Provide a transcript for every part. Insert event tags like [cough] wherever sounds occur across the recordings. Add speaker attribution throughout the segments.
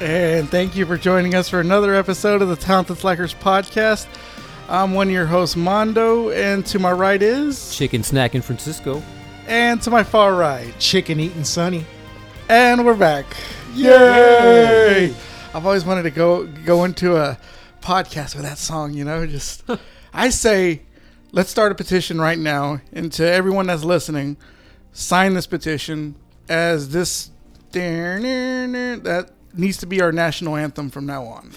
Speaker 1: And thank you for joining us for another episode of the Talented Slackers podcast. I'm one of your hosts, Mondo, and to my right is,
Speaker 2: Chicken snack in Francisco.
Speaker 1: and to my far right,
Speaker 3: Chicken eating Sonny.
Speaker 1: and we're back. Yay! I've always wanted to go go into a podcast with that song. You know, just I say, let's start a petition right now, and to everyone that's listening, sign this petition as this that needs to be our national anthem from now on.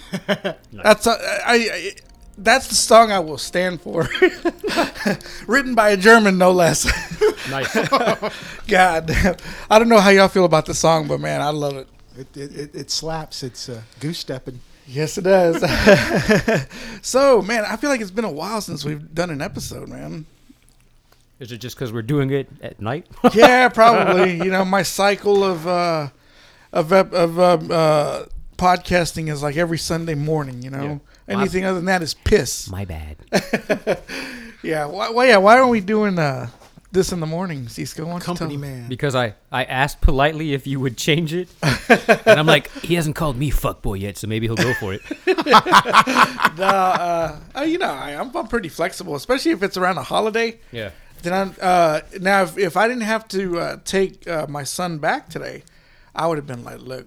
Speaker 1: That's a, I, I that's the song I will stand for. [laughs] Written by a German, no less. [laughs]
Speaker 2: Nice.
Speaker 1: God, I don't know how y'all feel about the song, but man, I love it.
Speaker 3: It, it, it, it slaps. It's uh, goose stepping.
Speaker 1: Yes, it does. [laughs] so, man, I feel like it's been a while since we've done an episode, man.
Speaker 2: [laughs] Is it just because we're doing it at night?
Speaker 1: Yeah, probably. [laughs] you know, my cycle of uh, of ep- of um, uh, podcasting is like every Sunday morning. You know,
Speaker 2: Yeah.
Speaker 1: anything other than that is piss.
Speaker 2: [laughs] My bad.
Speaker 1: Yeah. Why? why yeah. Why aren't we doing uh, this in the morning, Cisco? Why don't you tell
Speaker 3: Company
Speaker 1: them?
Speaker 3: man.
Speaker 2: Because I, I asked politely if you would change it. And I'm like, he hasn't called me fuckboy yet, so maybe he'll go for it.
Speaker 1: Uh, you know, I, I'm I'm pretty flexible, especially if it's around a holiday.
Speaker 2: Yeah.
Speaker 1: Then I'm uh, now if, if I didn't have to uh, take uh, my son back today, I would have been like, look,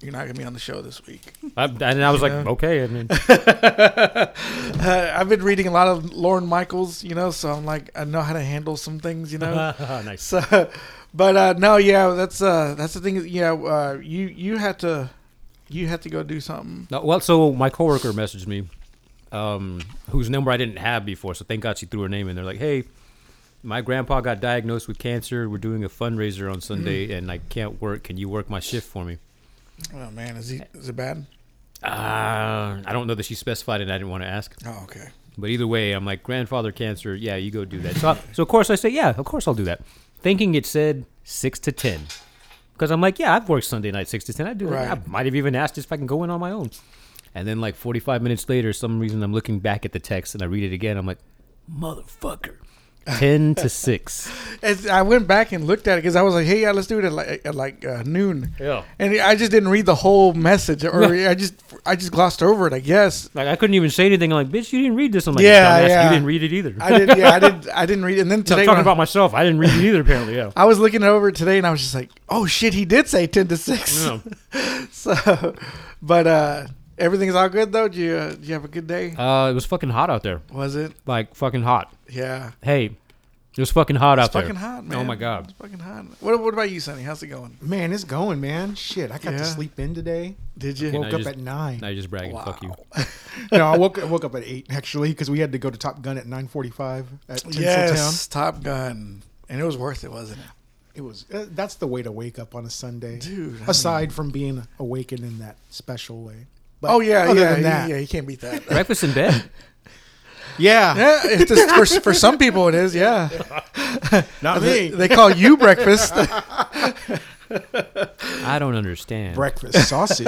Speaker 1: you're not gonna be on the show this week. [laughs]
Speaker 2: I, and I was like, okay. I mean, [laughs]
Speaker 1: Uh, I've been reading a lot of Lauren Michaels, you know, so I'm like, I know how to handle some things, you
Speaker 2: Uh-huh.
Speaker 1: know.
Speaker 2: "Ah, nice.
Speaker 1: [laughs] so, but uh, no, yeah, that's uh, that's the thing. Yeah, uh, you you had to you had to go do something.
Speaker 2: No, well, so my coworker messaged me, um, whose number I didn't have before. So thank God she threw her name in. They're like, "Hey, my grandpa got diagnosed with cancer. We're doing a fundraiser on Sunday, and I can't work. Can you work my shift for me?"
Speaker 1: Oh man, is he is it bad?
Speaker 2: Uh, I don't know that she specified, and I didn't want to ask.
Speaker 1: Oh okay.
Speaker 2: But either way, I'm like, "Grandfather cancer. Yeah, you go do that." So, I- so of course I say, "Yeah, of course I'll do that," thinking it said six to ten. Because I'm like, yeah, I've worked Sunday night six to ten. I do. that.
Speaker 1: Right.
Speaker 2: I might have even asked if I can go in on my own. And then like 45 minutes later, some reason I'm looking back at the text and I read it again. I'm like,
Speaker 1: [laughs]
Speaker 2: motherfucker, ten to six.
Speaker 1: As I went back and looked at it because I was like, "Hey, yeah, let's do it at like, at like uh, noon."
Speaker 2: Yeah.
Speaker 1: and I just didn't read the whole message, or I just I just glossed over it. I guess
Speaker 2: Like I couldn't even say anything. I'm like, bitch, you didn't read this. I'm like,
Speaker 1: Yeah,
Speaker 2: yeah,
Speaker 1: yeah.
Speaker 2: you didn't read it either. [laughs]
Speaker 1: I did. Yeah, I did. I didn't read. it. And then
Speaker 2: I'm
Speaker 1: today,
Speaker 2: talking
Speaker 1: when I-
Speaker 2: about myself. I didn't read it either. Apparently,
Speaker 1: [laughs]
Speaker 2: yeah.
Speaker 1: I was looking it over today, and I was just like, "Oh shit, he did say ten to 6.
Speaker 2: No.
Speaker 1: [laughs] So, but uh, everything's all good though. Did you uh, did you have a good day?
Speaker 2: Uh, it was fucking hot out there.
Speaker 1: was it?
Speaker 2: Like fucking hot.
Speaker 1: Yeah,
Speaker 2: Hey, it was fucking hot out
Speaker 1: it's
Speaker 2: there.
Speaker 1: fucking hot, man.
Speaker 2: Oh my god.
Speaker 1: it's fucking hot. What What about you, Sonny? How's it going?
Speaker 3: Man, it's going, man. Shit, I got
Speaker 1: Yeah.
Speaker 3: to sleep in today.
Speaker 1: Did you?
Speaker 2: Okay,
Speaker 3: Woke
Speaker 2: now
Speaker 3: up
Speaker 2: just-
Speaker 3: at nine.
Speaker 2: Now you're just bragging. Fuck
Speaker 1: [laughs]
Speaker 2: you.
Speaker 3: no, I woke, I woke up at eight actually because we had to go to Top Gun at nine forty-five at Tinseltown.
Speaker 1: yes, Top Gun, and it was worth it, wasn't it?
Speaker 3: It was. Uh, that's the way to wake up on a Sunday,
Speaker 1: Dude, I
Speaker 3: Aside from being awakened in that special way. But
Speaker 1: Oh yeah,
Speaker 3: other
Speaker 1: yeah,
Speaker 3: than
Speaker 1: yeah,
Speaker 3: that,
Speaker 1: yeah. You can't
Speaker 2: [laughs]
Speaker 1: beat that.
Speaker 2: Breakfast in bed.
Speaker 1: [laughs]
Speaker 3: yeah.
Speaker 1: yeah, it's just for for some people it is. Yeah,
Speaker 3: [laughs] Not
Speaker 1: they,
Speaker 3: me.
Speaker 1: they call you breakfast. [laughs]
Speaker 2: I don't understand.
Speaker 3: breakfast
Speaker 1: [laughs]
Speaker 3: sausage.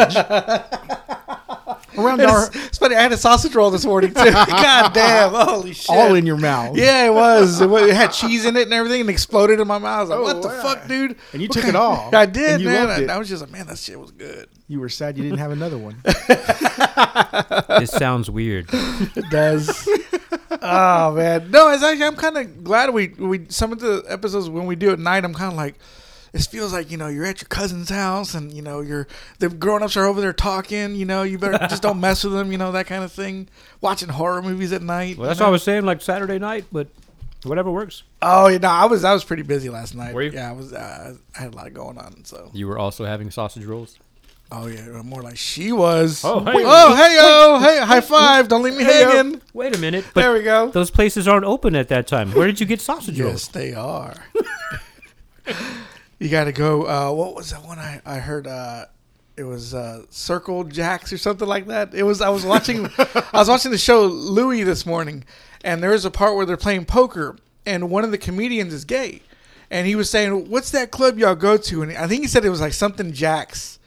Speaker 3: Around our
Speaker 1: it's funny. I had a sausage roll this morning too. [laughs] God damn! Holy shit!
Speaker 3: all in your mouth.
Speaker 1: Yeah, it was. It, wa- it had cheese in it and everything, and exploded in my mouth. I was like,
Speaker 3: Oh,
Speaker 1: "What the
Speaker 3: wow.
Speaker 1: fuck, dude?"
Speaker 3: And you took it all.
Speaker 1: I did,
Speaker 3: And you
Speaker 1: man.
Speaker 3: loved
Speaker 1: I,
Speaker 3: it.
Speaker 1: I was just like, "Man, that shit was good."
Speaker 3: You were sad you didn't have another one.
Speaker 2: this sounds
Speaker 1: [laughs]
Speaker 2: weird.
Speaker 1: It does. oh man, no. It's actually, I'm kind of glad we we some of the episodes when we do at night. I'm kind of like. This feels like you know you're at your cousin's house and you know you're the grown ups are over there talking you know you better
Speaker 2: [laughs]
Speaker 1: just don't mess with them you know that kind of thing watching horror movies at night
Speaker 2: Well,
Speaker 1: you
Speaker 2: that's
Speaker 1: know?
Speaker 2: what I was saying, like Saturday night, but whatever works.
Speaker 1: Oh yeah, no, I was I was pretty busy last night.
Speaker 2: Were you?
Speaker 1: Yeah, I was. Uh, I had a lot going on. So.
Speaker 2: You were also having sausage rolls.
Speaker 1: Oh yeah, more like she was.
Speaker 2: Oh, hey.
Speaker 1: oh hey oh hey high five! Don't leave me hanging.
Speaker 2: Wait a minute. But
Speaker 1: There we go.
Speaker 2: Those places aren't open at that time. Where did you get sausage
Speaker 1: Yes,
Speaker 2: rolls?
Speaker 1: they are. you got to go. Uh, what was that one I I heard? Uh, it was uh, Circle Jacks or something like that. It was. I was watching. I was watching the show Louis this morning, and there is a part where they're playing poker, and one of the comedians is gay, and he was saying, "What's that club y'all go to?" And I think he said it was like something Jacks.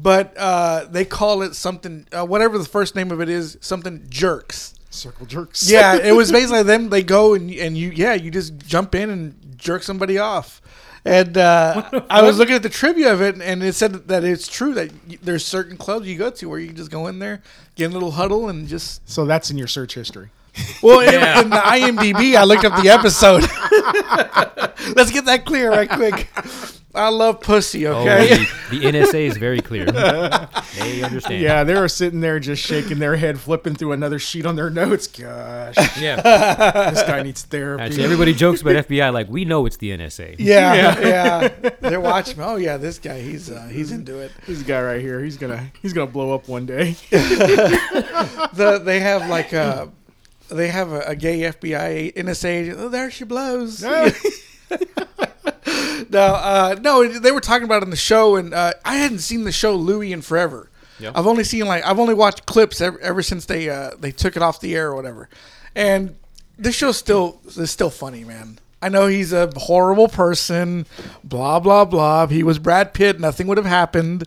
Speaker 1: But uh, they call it something, uh, whatever the first name of it is, something jerks.
Speaker 3: Circle jerks.
Speaker 1: [laughs] Yeah, it was basically them. They go and and you, yeah, you just jump in and jerk somebody off. And uh, I was looking at the trivia of it, and it said that it's true that y- there's certain clubs you go to where you can just go in there, get in a little huddle, and just.
Speaker 3: So that's in your search history.
Speaker 1: Well, in- [laughs] in, the IMDb, I looked up the episode. [laughs] Let's get that clear right quick. I love pussy.
Speaker 2: Oh,
Speaker 1: [laughs] Okay.
Speaker 2: the, the NSA is very
Speaker 1: [laughs]
Speaker 2: clear. they understand.
Speaker 3: Yeah, they were sitting there just shaking their head, flipping through another sheet on their notes. Gosh,
Speaker 1: [laughs]
Speaker 2: Yeah.
Speaker 3: this guy needs therapy.
Speaker 2: Actually, everybody jokes about FBI. Like, we know it's the NSA.
Speaker 1: Yeah, yeah, They're watching. Oh yeah, this guy, he's uh, he's into it.
Speaker 3: This guy right here, he's gonna he's gonna blow up
Speaker 1: [laughs]
Speaker 3: one day.
Speaker 1: The, they have like a, they have a, a gay FBI NSA. agent. Oh, there she blows. no, uh, no, they were talking about it on the show, and uh, I hadn't seen the show Louie in forever.
Speaker 2: Yeah.
Speaker 1: I've only seen like I've only watched clips ever, ever since they uh, they took it off the air or whatever. And this show's still is still funny, man. I know he's a horrible person, blah blah blah. If he was Brad Pitt, nothing would have happened.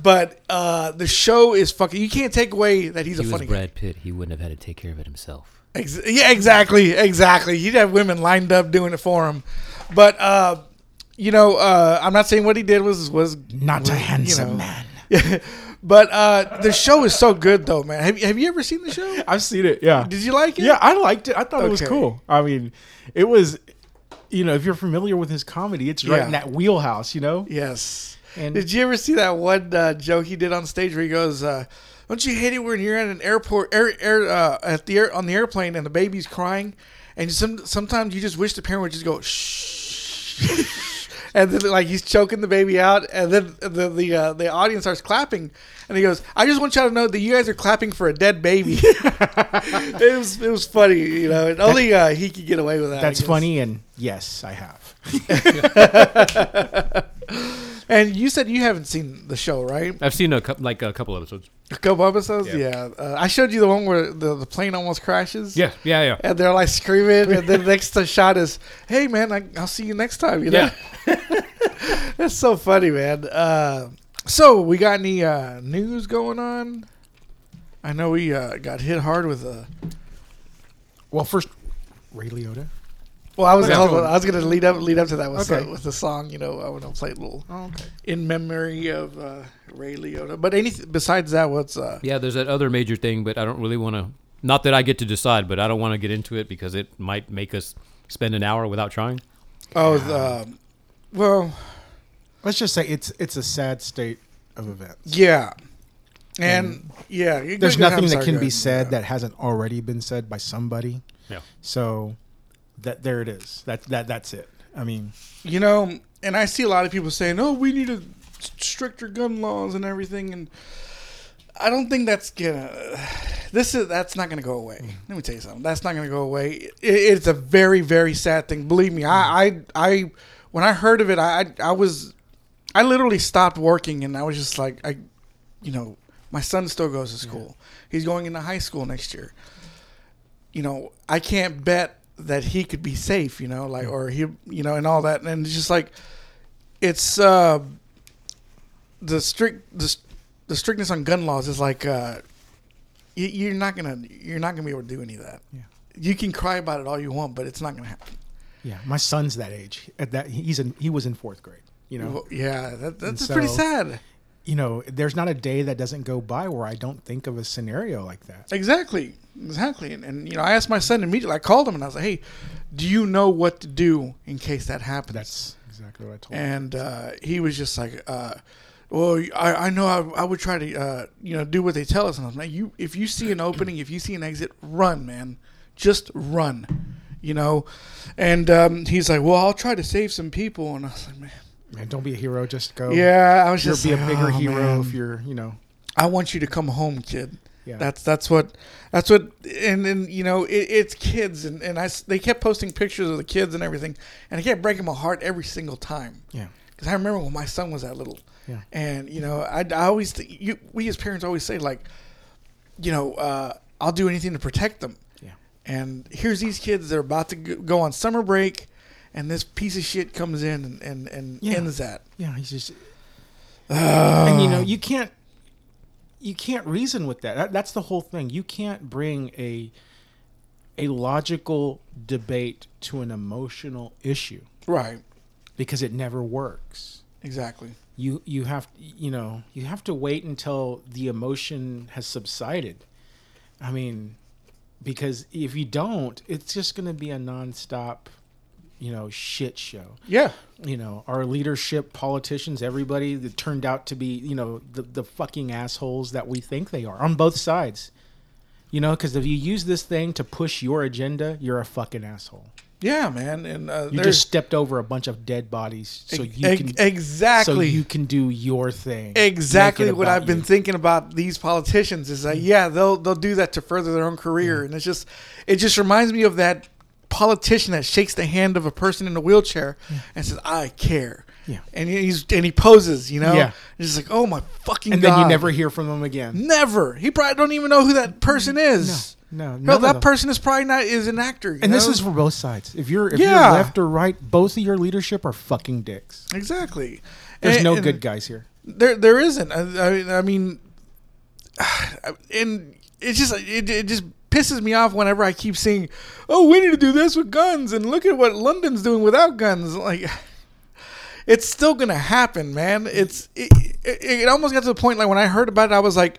Speaker 1: But uh, the show is fucking. You can't take away that he's
Speaker 2: If
Speaker 1: a
Speaker 2: he was
Speaker 1: funny guy.
Speaker 2: Brad Pitt, he wouldn't have had to take care of it himself.
Speaker 1: Ex- yeah, exactly, exactly. You'd have women lined up doing it for him, but uh, you know, uh, I'm not saying what he did was was [laughs]
Speaker 3: Not a
Speaker 1: was,
Speaker 3: handsome
Speaker 1: man. but uh, the show is so good, though, man. Have, you- have you ever seen the show?
Speaker 3: I've seen it. Yeah.
Speaker 1: Did you like it?
Speaker 3: Yeah, I liked it. I thought it was
Speaker 1: Okay.
Speaker 3: cool. I mean, it was. You know, if you're familiar with his comedy, it's right
Speaker 1: Yeah.
Speaker 3: in that wheelhouse. You know.
Speaker 1: Yes.
Speaker 3: And-
Speaker 1: did you ever see that one uh, joke he did on stage where he goes, uh, "Don't you hate it when you're at an airport, air, air, uh, at the air, on the airplane, and the baby's crying, and some sometimes you just wish the parent would just go shh." And then, like he's choking the baby out, and then the the uh, the audience starts clapping, and he goes, "I just want y'all to know that you guys are clapping for a dead
Speaker 3: [laughs]
Speaker 1: baby." [laughs] it was it was funny, you know. And only uh, he could get away with that. I
Speaker 3: That's
Speaker 1: guess.
Speaker 3: funny, and yes, I have.
Speaker 1: And you said you haven't seen the show, right?
Speaker 2: I've seen a cou- like a couple episodes.
Speaker 1: A couple episodes,
Speaker 2: Yeah.
Speaker 1: yeah. Uh, I showed you the one where the, the plane almost crashes.
Speaker 2: Yeah, yeah, yeah.
Speaker 1: And they're like
Speaker 2: [laughs]
Speaker 1: screaming, and then next shot is, "Hey man, I, I'll see you next time." You know, [laughs] that's so funny, man. Uh, so we got any uh, news going on? I know we uh, got hit hard with uh, a.
Speaker 3: Well, first, Ray Liotta.
Speaker 1: Well, I was
Speaker 2: Yeah.
Speaker 1: hold on, I was gonna lead up lead up to that with
Speaker 3: Okay.
Speaker 1: the, with the song. You know, I want to play a little
Speaker 3: Oh, okay.
Speaker 1: in memory of uh, Ray Liotta. But anything besides that, what's uh,
Speaker 2: Yeah, there's that other major thing, but I don't really want to. Not that I get to decide, but I don't want to get into it because it might make us spend an hour without trying.
Speaker 1: oh, the, um, well.
Speaker 3: Let's just say it's it's a sad state of events.
Speaker 1: Yeah. And yeah, you-
Speaker 3: There's
Speaker 1: you have
Speaker 3: nothing that
Speaker 1: Sargon,
Speaker 3: can be said
Speaker 1: yeah.
Speaker 3: that hasn't already been said by somebody.
Speaker 2: Yeah.
Speaker 3: So that there it is. That that that's it. I mean,
Speaker 1: you know, and I see a lot of people saying, "Oh, we need to stricter gun laws and everything," and I don't think that's gonna. This is that's not gonna go
Speaker 3: Mm.
Speaker 1: away. Let me tell you something. That's not gonna go away. It, it's a very very sad thing. Believe me, I I, I when I heard of it, I I I was I literally stopped working and I was just like I, you know, my son still goes to school. He's going into high school next year. you know, I can't bet that he could be safe, you know, like or he, you know, and all that. And it's just like it's uh, the strict the, st- the strictness on gun laws is like uh, you, you're not gonna you're not gonna be able to do any of that.
Speaker 3: Yeah.
Speaker 1: You can cry about it all you want, but it's not gonna happen.
Speaker 3: yeah, my son's that age. At that he's in he was in fourth grade. You know,
Speaker 1: Well, yeah, that, that's
Speaker 3: so-
Speaker 1: pretty sad.
Speaker 3: you know, there's not a day that doesn't go by where I don't think of a scenario like that.
Speaker 1: Exactly, exactly. And, and you know, I asked my son immediately. I called him and I was like, "Hey, do you know what to do in case that happens?"
Speaker 3: That's exactly what I told. him.
Speaker 1: and uh, he was just like, uh, "Well, I, I know I, I would try to, uh, you know, do what they tell us." And I'm like, "You, if you see an
Speaker 3: [clears throat]
Speaker 1: opening, if you see an exit, run, man, just run, you know." And um, he's like, "Well, I'll try to save some people," and I was like, "Man,
Speaker 3: Man, don't be a hero. Just go.
Speaker 1: yeah, I was
Speaker 3: Oh, you'll
Speaker 1: just
Speaker 3: be a
Speaker 1: like,
Speaker 3: bigger
Speaker 1: "Oh,
Speaker 3: hero
Speaker 1: man."
Speaker 3: if you're, you know.
Speaker 1: I want you to come home, kid.
Speaker 3: Yeah.
Speaker 1: That's that's what that's what and and you know it, it's kids and and I s- they kept posting pictures of the kids and everything and I kept breaking my heart every single time.
Speaker 3: Yeah.
Speaker 1: Because I remember when my son was that little.
Speaker 3: Yeah.
Speaker 1: And you know I, I always th- you we as parents always say like, you know uh, I'll do anything to protect them.
Speaker 3: Yeah.
Speaker 1: And here's these kids that are about to g- go on summer break, and this piece of shit comes in and and, and
Speaker 3: Yeah.
Speaker 1: ends that.
Speaker 3: Yeah, he's just. and you know, you can't, you can't reason with that. that. That's the whole thing. You can't bring a, a logical debate to an emotional issue.
Speaker 1: Right.
Speaker 3: because it never works.
Speaker 1: Exactly.
Speaker 3: You you have you know you have to wait until the emotion has subsided. I mean, because if you don't, it's just going to be a nonstop, you know, shit show
Speaker 1: Yeah.
Speaker 3: you know our leadership politicians everybody that turned out to be you know the, the fucking assholes that we think they are on both sides you know because if you use this thing to push your agenda you're a fucking asshole
Speaker 1: Yeah, man. And uh,
Speaker 3: you
Speaker 1: there's-
Speaker 3: just stepped over a bunch of dead bodies so
Speaker 1: Ex-
Speaker 3: you
Speaker 1: ex-
Speaker 3: can
Speaker 1: exactly
Speaker 3: so you can do your thing
Speaker 1: exactly
Speaker 3: Make it
Speaker 1: what
Speaker 3: about
Speaker 1: I've been
Speaker 3: you.
Speaker 1: thinking about these politicians is that yeah they'll they'll do that to further their own career
Speaker 3: Mm.
Speaker 1: and it's just it just reminds me of that politician that shakes the hand of a person in a wheelchair and says I care
Speaker 3: Yeah.
Speaker 1: and he's and he poses you know
Speaker 3: Yeah.
Speaker 1: it's just like oh my fucking
Speaker 3: and then you
Speaker 1: God.
Speaker 3: never hear from them again
Speaker 1: never he probably don't even know who that person is
Speaker 3: no, none
Speaker 1: Bro,
Speaker 3: of
Speaker 1: that
Speaker 3: them.
Speaker 1: person is probably not is an actor you
Speaker 3: and this
Speaker 1: know?
Speaker 3: is for both sides if you're if
Speaker 1: Yeah.
Speaker 3: you're left or right both of your leadership are fucking dicks
Speaker 1: exactly
Speaker 3: there's
Speaker 1: And-
Speaker 3: no
Speaker 1: and-
Speaker 3: good guys here
Speaker 1: There, there isn't. I, I, I mean, [sighs] and it's just it, it just pisses me off whenever I keep seeing, oh, we need to do this with guns, and look at what London's doing without guns. Like, [sighs] it's still gonna happen, man. It's it, it, it almost got to the point like when I heard about it, I was like,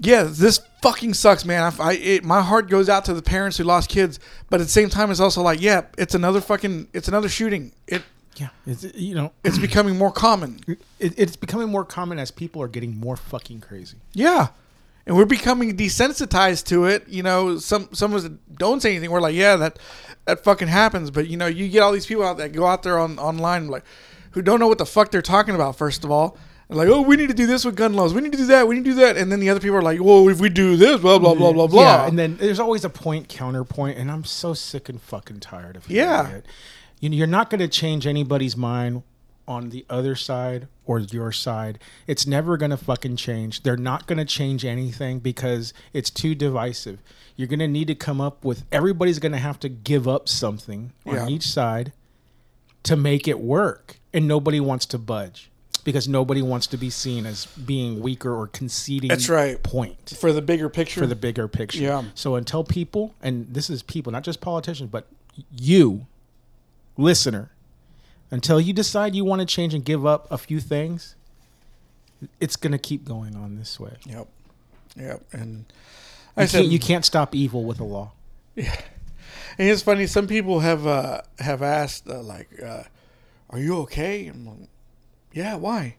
Speaker 1: yeah, this fucking sucks, man. I, I it, my heart goes out to the parents who lost kids, but at the same time, it's also like, yeah, it's another fucking, it's another shooting. It
Speaker 3: yeah it's you know
Speaker 1: it's becoming more common.
Speaker 3: it, it's becoming more common as people are getting more fucking crazy.
Speaker 1: Yeah. And we're becoming desensitized to it. You know, some some of us don't say anything. We're like, yeah, that that fucking happens. But you know, you get all these people out that go out there on online like who don't know what the fuck they're talking about, first of all. And like, oh, we need to do this with gun laws. We need to do that. We need to do that. And then the other people are like, well, if we do this, blah blah blah blah blah.
Speaker 3: Yeah, and then there's always a point counterpoint, and I'm so sick and fucking tired of hearing
Speaker 1: Yeah.
Speaker 3: it. You know, you're not going to change anybody's mind on the other side or your side. It's never going to fucking change. They're not going to change anything because it's too divisive. You're going to need to come up with everybody's going to have to give up something
Speaker 1: Yeah.
Speaker 3: on each side to make it work, and nobody wants to budge. Because nobody wants to be seen as being weaker or conceding
Speaker 1: That's right.
Speaker 3: point
Speaker 1: for the bigger picture,
Speaker 3: for the bigger picture.
Speaker 1: Yeah.
Speaker 3: So until people, and this is people, not just politicians, but you, listener, until you decide you want to change and give up a few things, it's going to keep going on this way.
Speaker 1: yep, yep. And
Speaker 3: You, can't, you can't stop evil with a law.
Speaker 1: And it's funny. Some people have uh, have asked uh, like, uh, "Are you okay?" I'm like, "Yeah, why?"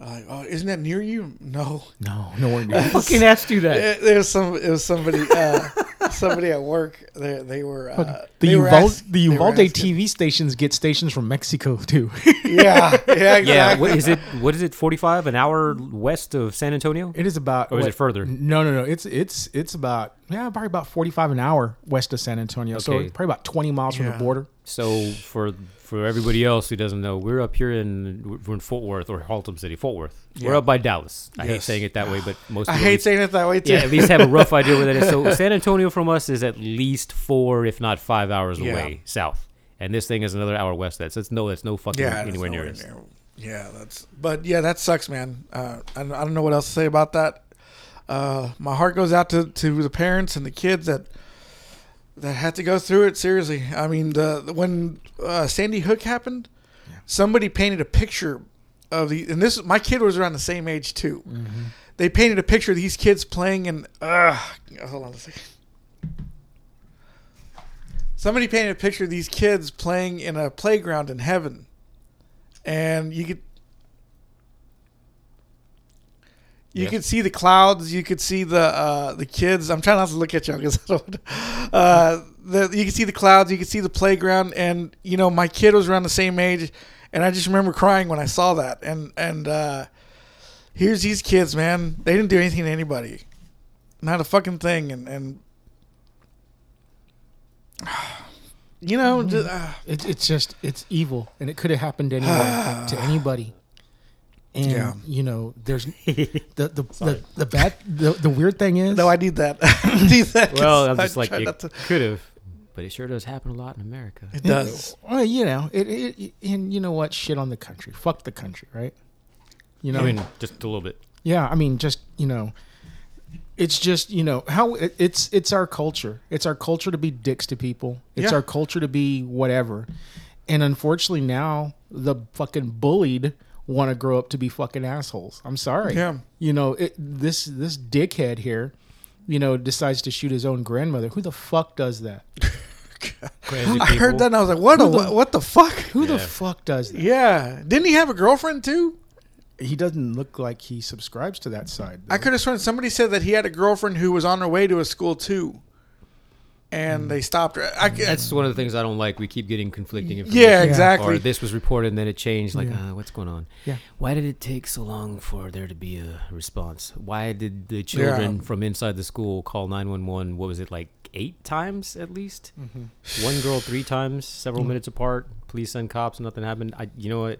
Speaker 1: Uh, oh, isn't that near you? No.
Speaker 3: No, nowhere near.
Speaker 2: Fucking asked you that.
Speaker 1: It, there's some. It was somebody. Uh, somebody at work. They, they were. Uh,
Speaker 3: The
Speaker 1: they were
Speaker 3: Uvalde,
Speaker 1: ask-
Speaker 3: the
Speaker 1: they were
Speaker 3: Uvalde
Speaker 1: asking-
Speaker 3: TV stations get stations from Mexico [laughs] too.
Speaker 1: [laughs] Yeah. [laughs] Yeah. Exactly.
Speaker 2: Yeah, what is it? What is it? Forty-five an hour west of San Antonio.
Speaker 3: it is about
Speaker 2: Or Oh, is it further?
Speaker 3: No, no, no. It's it's it's about yeah, probably about forty five an hour west of San Antonio. So
Speaker 2: Okay.
Speaker 3: probably about twenty miles from
Speaker 1: Yeah.
Speaker 3: the border.
Speaker 2: So for for everybody else who doesn't know, we're up here in we're in Fort Worth or Haltom City, Fort Worth. We're up by Dallas. I hate
Speaker 1: Yes.
Speaker 2: saying it that way,
Speaker 1: [sighs]
Speaker 2: but most
Speaker 1: I
Speaker 2: people at
Speaker 1: hate
Speaker 2: least-
Speaker 1: saying it that way too.
Speaker 2: yeah, at least have a
Speaker 1: [laughs]
Speaker 2: rough idea where that is. So San Antonio from us is at least four, if not five hours
Speaker 1: Yeah.
Speaker 2: away south, and this thing is another hour west. That's that's no, that's no fucking
Speaker 1: yeah,
Speaker 2: anywhere near
Speaker 1: it.
Speaker 2: us.
Speaker 1: Yeah, that's. But yeah, that sucks, man. Uh, I, don't- I don't know what else to say about that. Uh, my heart goes out to, to the parents and the kids that that had to go through it. Seriously, I mean, the when uh, Sandy Hook happened, somebody painted a picture of the, and this my kid was around the same age too. They painted a picture of these kids playing in. Uh, hold on a second. Somebody painted a picture of these kids playing in a playground in heaven and you could you
Speaker 2: Yeah.
Speaker 1: could see the clouds. You could see the uh, the kids. I'm trying not to look at you because [laughs] I don't. Uh, the, you could see the clouds. You could see the playground, and you know my kid was around the same age, and I just remember crying when I saw that. And and uh, here's these kids, man. They didn't do anything to anybody, not a fucking thing. And and [sighs] you know, just, uh,
Speaker 3: It's it's just it's evil, and it could have
Speaker 1: [sighs]
Speaker 3: happened anywhere to anybody. And
Speaker 1: Yeah.
Speaker 3: you know,
Speaker 1: [laughs]
Speaker 3: there's the the, the, the bad the, the weird thing is
Speaker 1: no, I need that. [laughs] I
Speaker 2: [laughs]
Speaker 1: need that 'cause
Speaker 2: Well, I'm just
Speaker 1: I
Speaker 2: like
Speaker 1: try
Speaker 2: it
Speaker 1: not to-
Speaker 2: could have, but it sure does happen a lot in America.
Speaker 1: It does.
Speaker 3: Well, you know, it, it and you know what? Shit on the country. Fuck the country, right? You know,
Speaker 2: I mean, just a little bit.
Speaker 3: Yeah, I mean, just you know, it's just you know how it- it's it's our culture. It's our culture to be dicks to people. It's
Speaker 1: Yeah.
Speaker 3: our culture to be whatever, And unfortunately, now the fucking bullied want to grow up to be fucking assholes. I'm sorry.
Speaker 1: Yeah.
Speaker 3: You know, it, this this dickhead here, you know, decides to shoot his own grandmother. Who the fuck does that?
Speaker 2: Crazy
Speaker 1: [gasps] I heard
Speaker 2: people.
Speaker 1: that and I was like, what? A, what, what the fuck?
Speaker 3: Who the
Speaker 2: Yeah.
Speaker 3: fuck does that?
Speaker 1: Yeah. Didn't he have a girlfriend too?
Speaker 3: He doesn't look like he subscribes to that side.
Speaker 1: I
Speaker 3: though.
Speaker 1: could have sworn somebody said that he had a girlfriend who was on her way to a school too, and they stopped her. I, c-
Speaker 2: Hmm. That's one of the things I don't like. We keep getting conflicting information.
Speaker 1: yeah, exactly.
Speaker 2: Or this was reported and then it changed. Like, uh, what's going on?
Speaker 3: Yeah.
Speaker 2: Why did it take so long for there to be a response? Why did the children from inside the school call 911? What was it, like eight times at least?
Speaker 1: Mm-hmm.
Speaker 2: One girl three times,
Speaker 1: Mm.
Speaker 2: several minutes apart. Police and cops, nothing happened. I, you know what?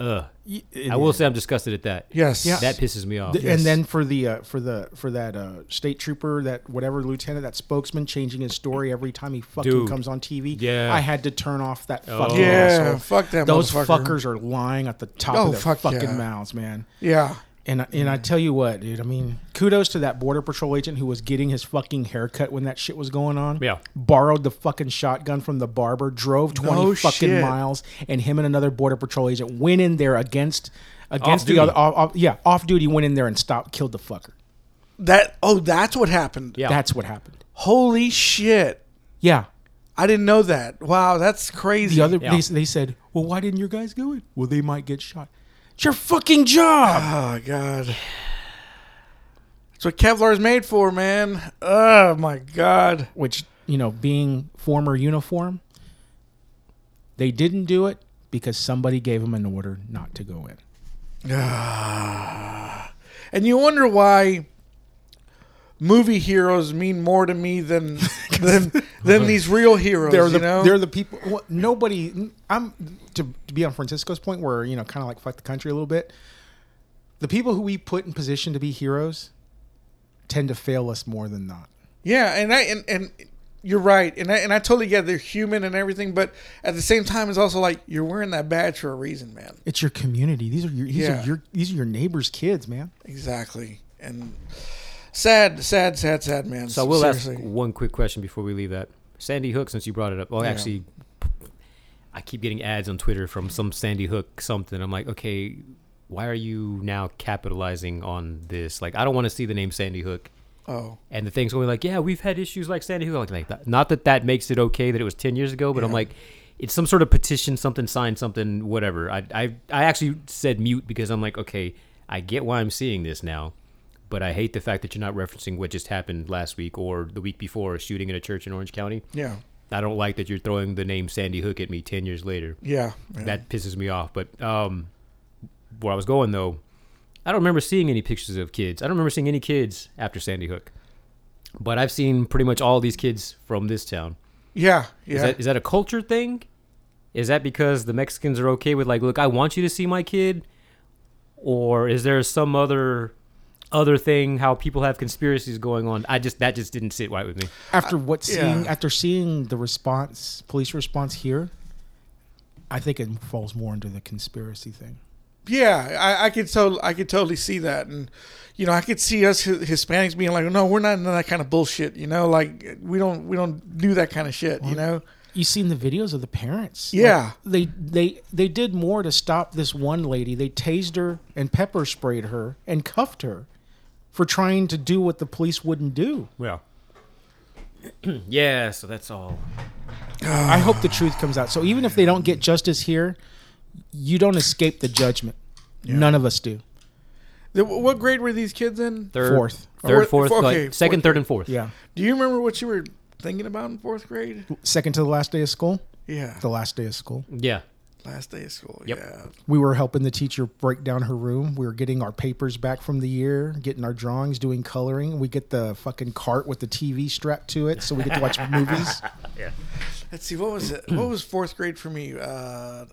Speaker 2: Ugh.
Speaker 3: Y-
Speaker 2: I will say I'm disgusted at that.
Speaker 1: Yes.
Speaker 3: Yeah.
Speaker 2: That pisses me off.
Speaker 3: Th- And then for the uh, for the for that uh, state trooper, that whatever lieutenant, that spokesman, changing his story every time he fucking
Speaker 2: Dude.
Speaker 3: comes on TV.
Speaker 2: Yeah.
Speaker 3: I had to turn off that fucking
Speaker 2: Oh.
Speaker 1: Yeah.
Speaker 3: asshole.
Speaker 1: Fuck that.
Speaker 3: Those
Speaker 1: motherfucker.
Speaker 3: fuckers are lying at the top
Speaker 1: Oh,
Speaker 3: of their
Speaker 1: fuck
Speaker 3: fucking
Speaker 1: yeah.
Speaker 3: mouths, man.
Speaker 1: Yeah.
Speaker 3: And I- and I tell you what, dude. I mean, kudos to that border patrol agent who was getting his fucking haircut when that shit was going on.
Speaker 2: Yeah.
Speaker 3: borrowed the fucking shotgun from the barber, drove twenty
Speaker 1: No
Speaker 3: fucking
Speaker 1: shit.
Speaker 3: miles, and him and another border patrol agent went in there against against the
Speaker 2: duty.
Speaker 3: other. Off, off- yeah, off duty went in there and stopped, killed the fucker.
Speaker 1: That. Oh, that's what happened.
Speaker 2: Yeah.
Speaker 3: That's what happened.
Speaker 1: Holy shit.
Speaker 3: Yeah.
Speaker 1: I didn't know that. Wow, that's crazy.
Speaker 3: The other
Speaker 2: Yeah.
Speaker 3: they, they said, "Well, why didn't your guys go in?" Well, they might get shot. It's your fucking job.
Speaker 1: Oh god. That's what Kevlar is made for, man. Oh my god.
Speaker 3: Which you know, being former uniform, they didn't do it because somebody gave them an order not to go in.
Speaker 1: Ah. And you wonder why movie heroes mean more to me
Speaker 3: [laughs]
Speaker 1: than than than these real heroes.
Speaker 3: They're the
Speaker 1: you know?
Speaker 3: they're the people. What, nobody. I'm to, to be on Francisco's point where you know, kind of like fuck the country a little bit. The people who we put in position to be heroes tend to fail us more than not.
Speaker 1: Yeah, and I and, and you're right, and I, and I totally get they're human and everything, but at the same time, it's also like you're wearing that badge for a reason, man.
Speaker 3: It's your community. These are your these
Speaker 1: Yeah.
Speaker 3: are your these are your neighbors' kids, man.
Speaker 1: Exactly, and sad, sad, sad, sad, man.
Speaker 2: So I will ask
Speaker 1: Seriously.
Speaker 2: one quick question before we leave that. Sandy Hook, since you brought it up. Well,
Speaker 1: Yeah.
Speaker 2: actually, I keep getting ads on Twitter from some Sandy Hook something. I'm like, okay, why are you now capitalizing on this? Like, I don't want to see the name Sandy Hook.
Speaker 1: Oh,
Speaker 2: And the thing's going like, yeah, we've had issues like Sandy Hook. Like, like that. Not that that makes it okay that it was 10 years ago, but I'm
Speaker 1: Yeah.
Speaker 2: like, it's some sort of petition, something signed, something, whatever. I, I, I actually said mute because I'm like, okay, I get why I'm seeing this now, but I hate the fact that you're not referencing what just happened last week or the week before, a shooting in a church in Orange County.
Speaker 1: yeah,
Speaker 2: I don't like that you're throwing the name Sandy Hook at me 10 years later
Speaker 1: yeah, yeah.
Speaker 2: that pisses me off. But um, where I was going though, I don't remember seeing any pictures of kids. I don't remember seeing any kids after Sandy Hook. But I've seen pretty much all these kids from this town.
Speaker 1: yeah,
Speaker 2: Is
Speaker 1: yeah.
Speaker 2: that is that a culture thing? Is that because the Mexicans are okay with like, look, I want you to see my kid, or is there some other other thing how people have conspiracies going on? I just that just didn't sit right with me.
Speaker 3: After what
Speaker 1: yeah.
Speaker 3: seeing after seeing the response, police response here, I think it falls more into the conspiracy thing.
Speaker 1: Yeah, I, I could so I could totally see that, and you know, I could see us Hi- Hispanics being like, "No, we're not into that kind of bullshit." You know, like we don't we don't do that kind of shit. You know,
Speaker 3: You seen the videos of the parents? Like,
Speaker 1: Yeah.
Speaker 3: they they they did more to stop this one lady. They tased her and pepper sprayed her and cuffed her for trying to do what the police wouldn't do.
Speaker 2: Yeah. [clears throat] yeah, so that's all.
Speaker 3: I hope the truth comes out. So even if they don't get justice here, you don't escape the judgment. None of us do.
Speaker 1: The- what grade were these kids in?
Speaker 2: Third,
Speaker 3: Fourth.
Speaker 1: Or-
Speaker 2: third, fourth,
Speaker 1: okay,
Speaker 2: like, second,
Speaker 1: fourth
Speaker 2: third, and fourth.
Speaker 3: Yeah.
Speaker 1: Do you remember what you were thinking about in fourth grade?
Speaker 3: Second to the last day of school.
Speaker 1: Yeah,
Speaker 3: The last day of school.
Speaker 2: Yeah.
Speaker 1: last day of school.
Speaker 2: Yep.
Speaker 1: Yeah,
Speaker 3: We were helping the teacher break down her room. We were getting our papers back from the year, getting our drawings, doing coloring. We get the fucking cart with the TV strapped to it so we get
Speaker 1: [laughs]
Speaker 3: to watch movies.
Speaker 1: let's see, what was it? what was fourth grade for me? Uh,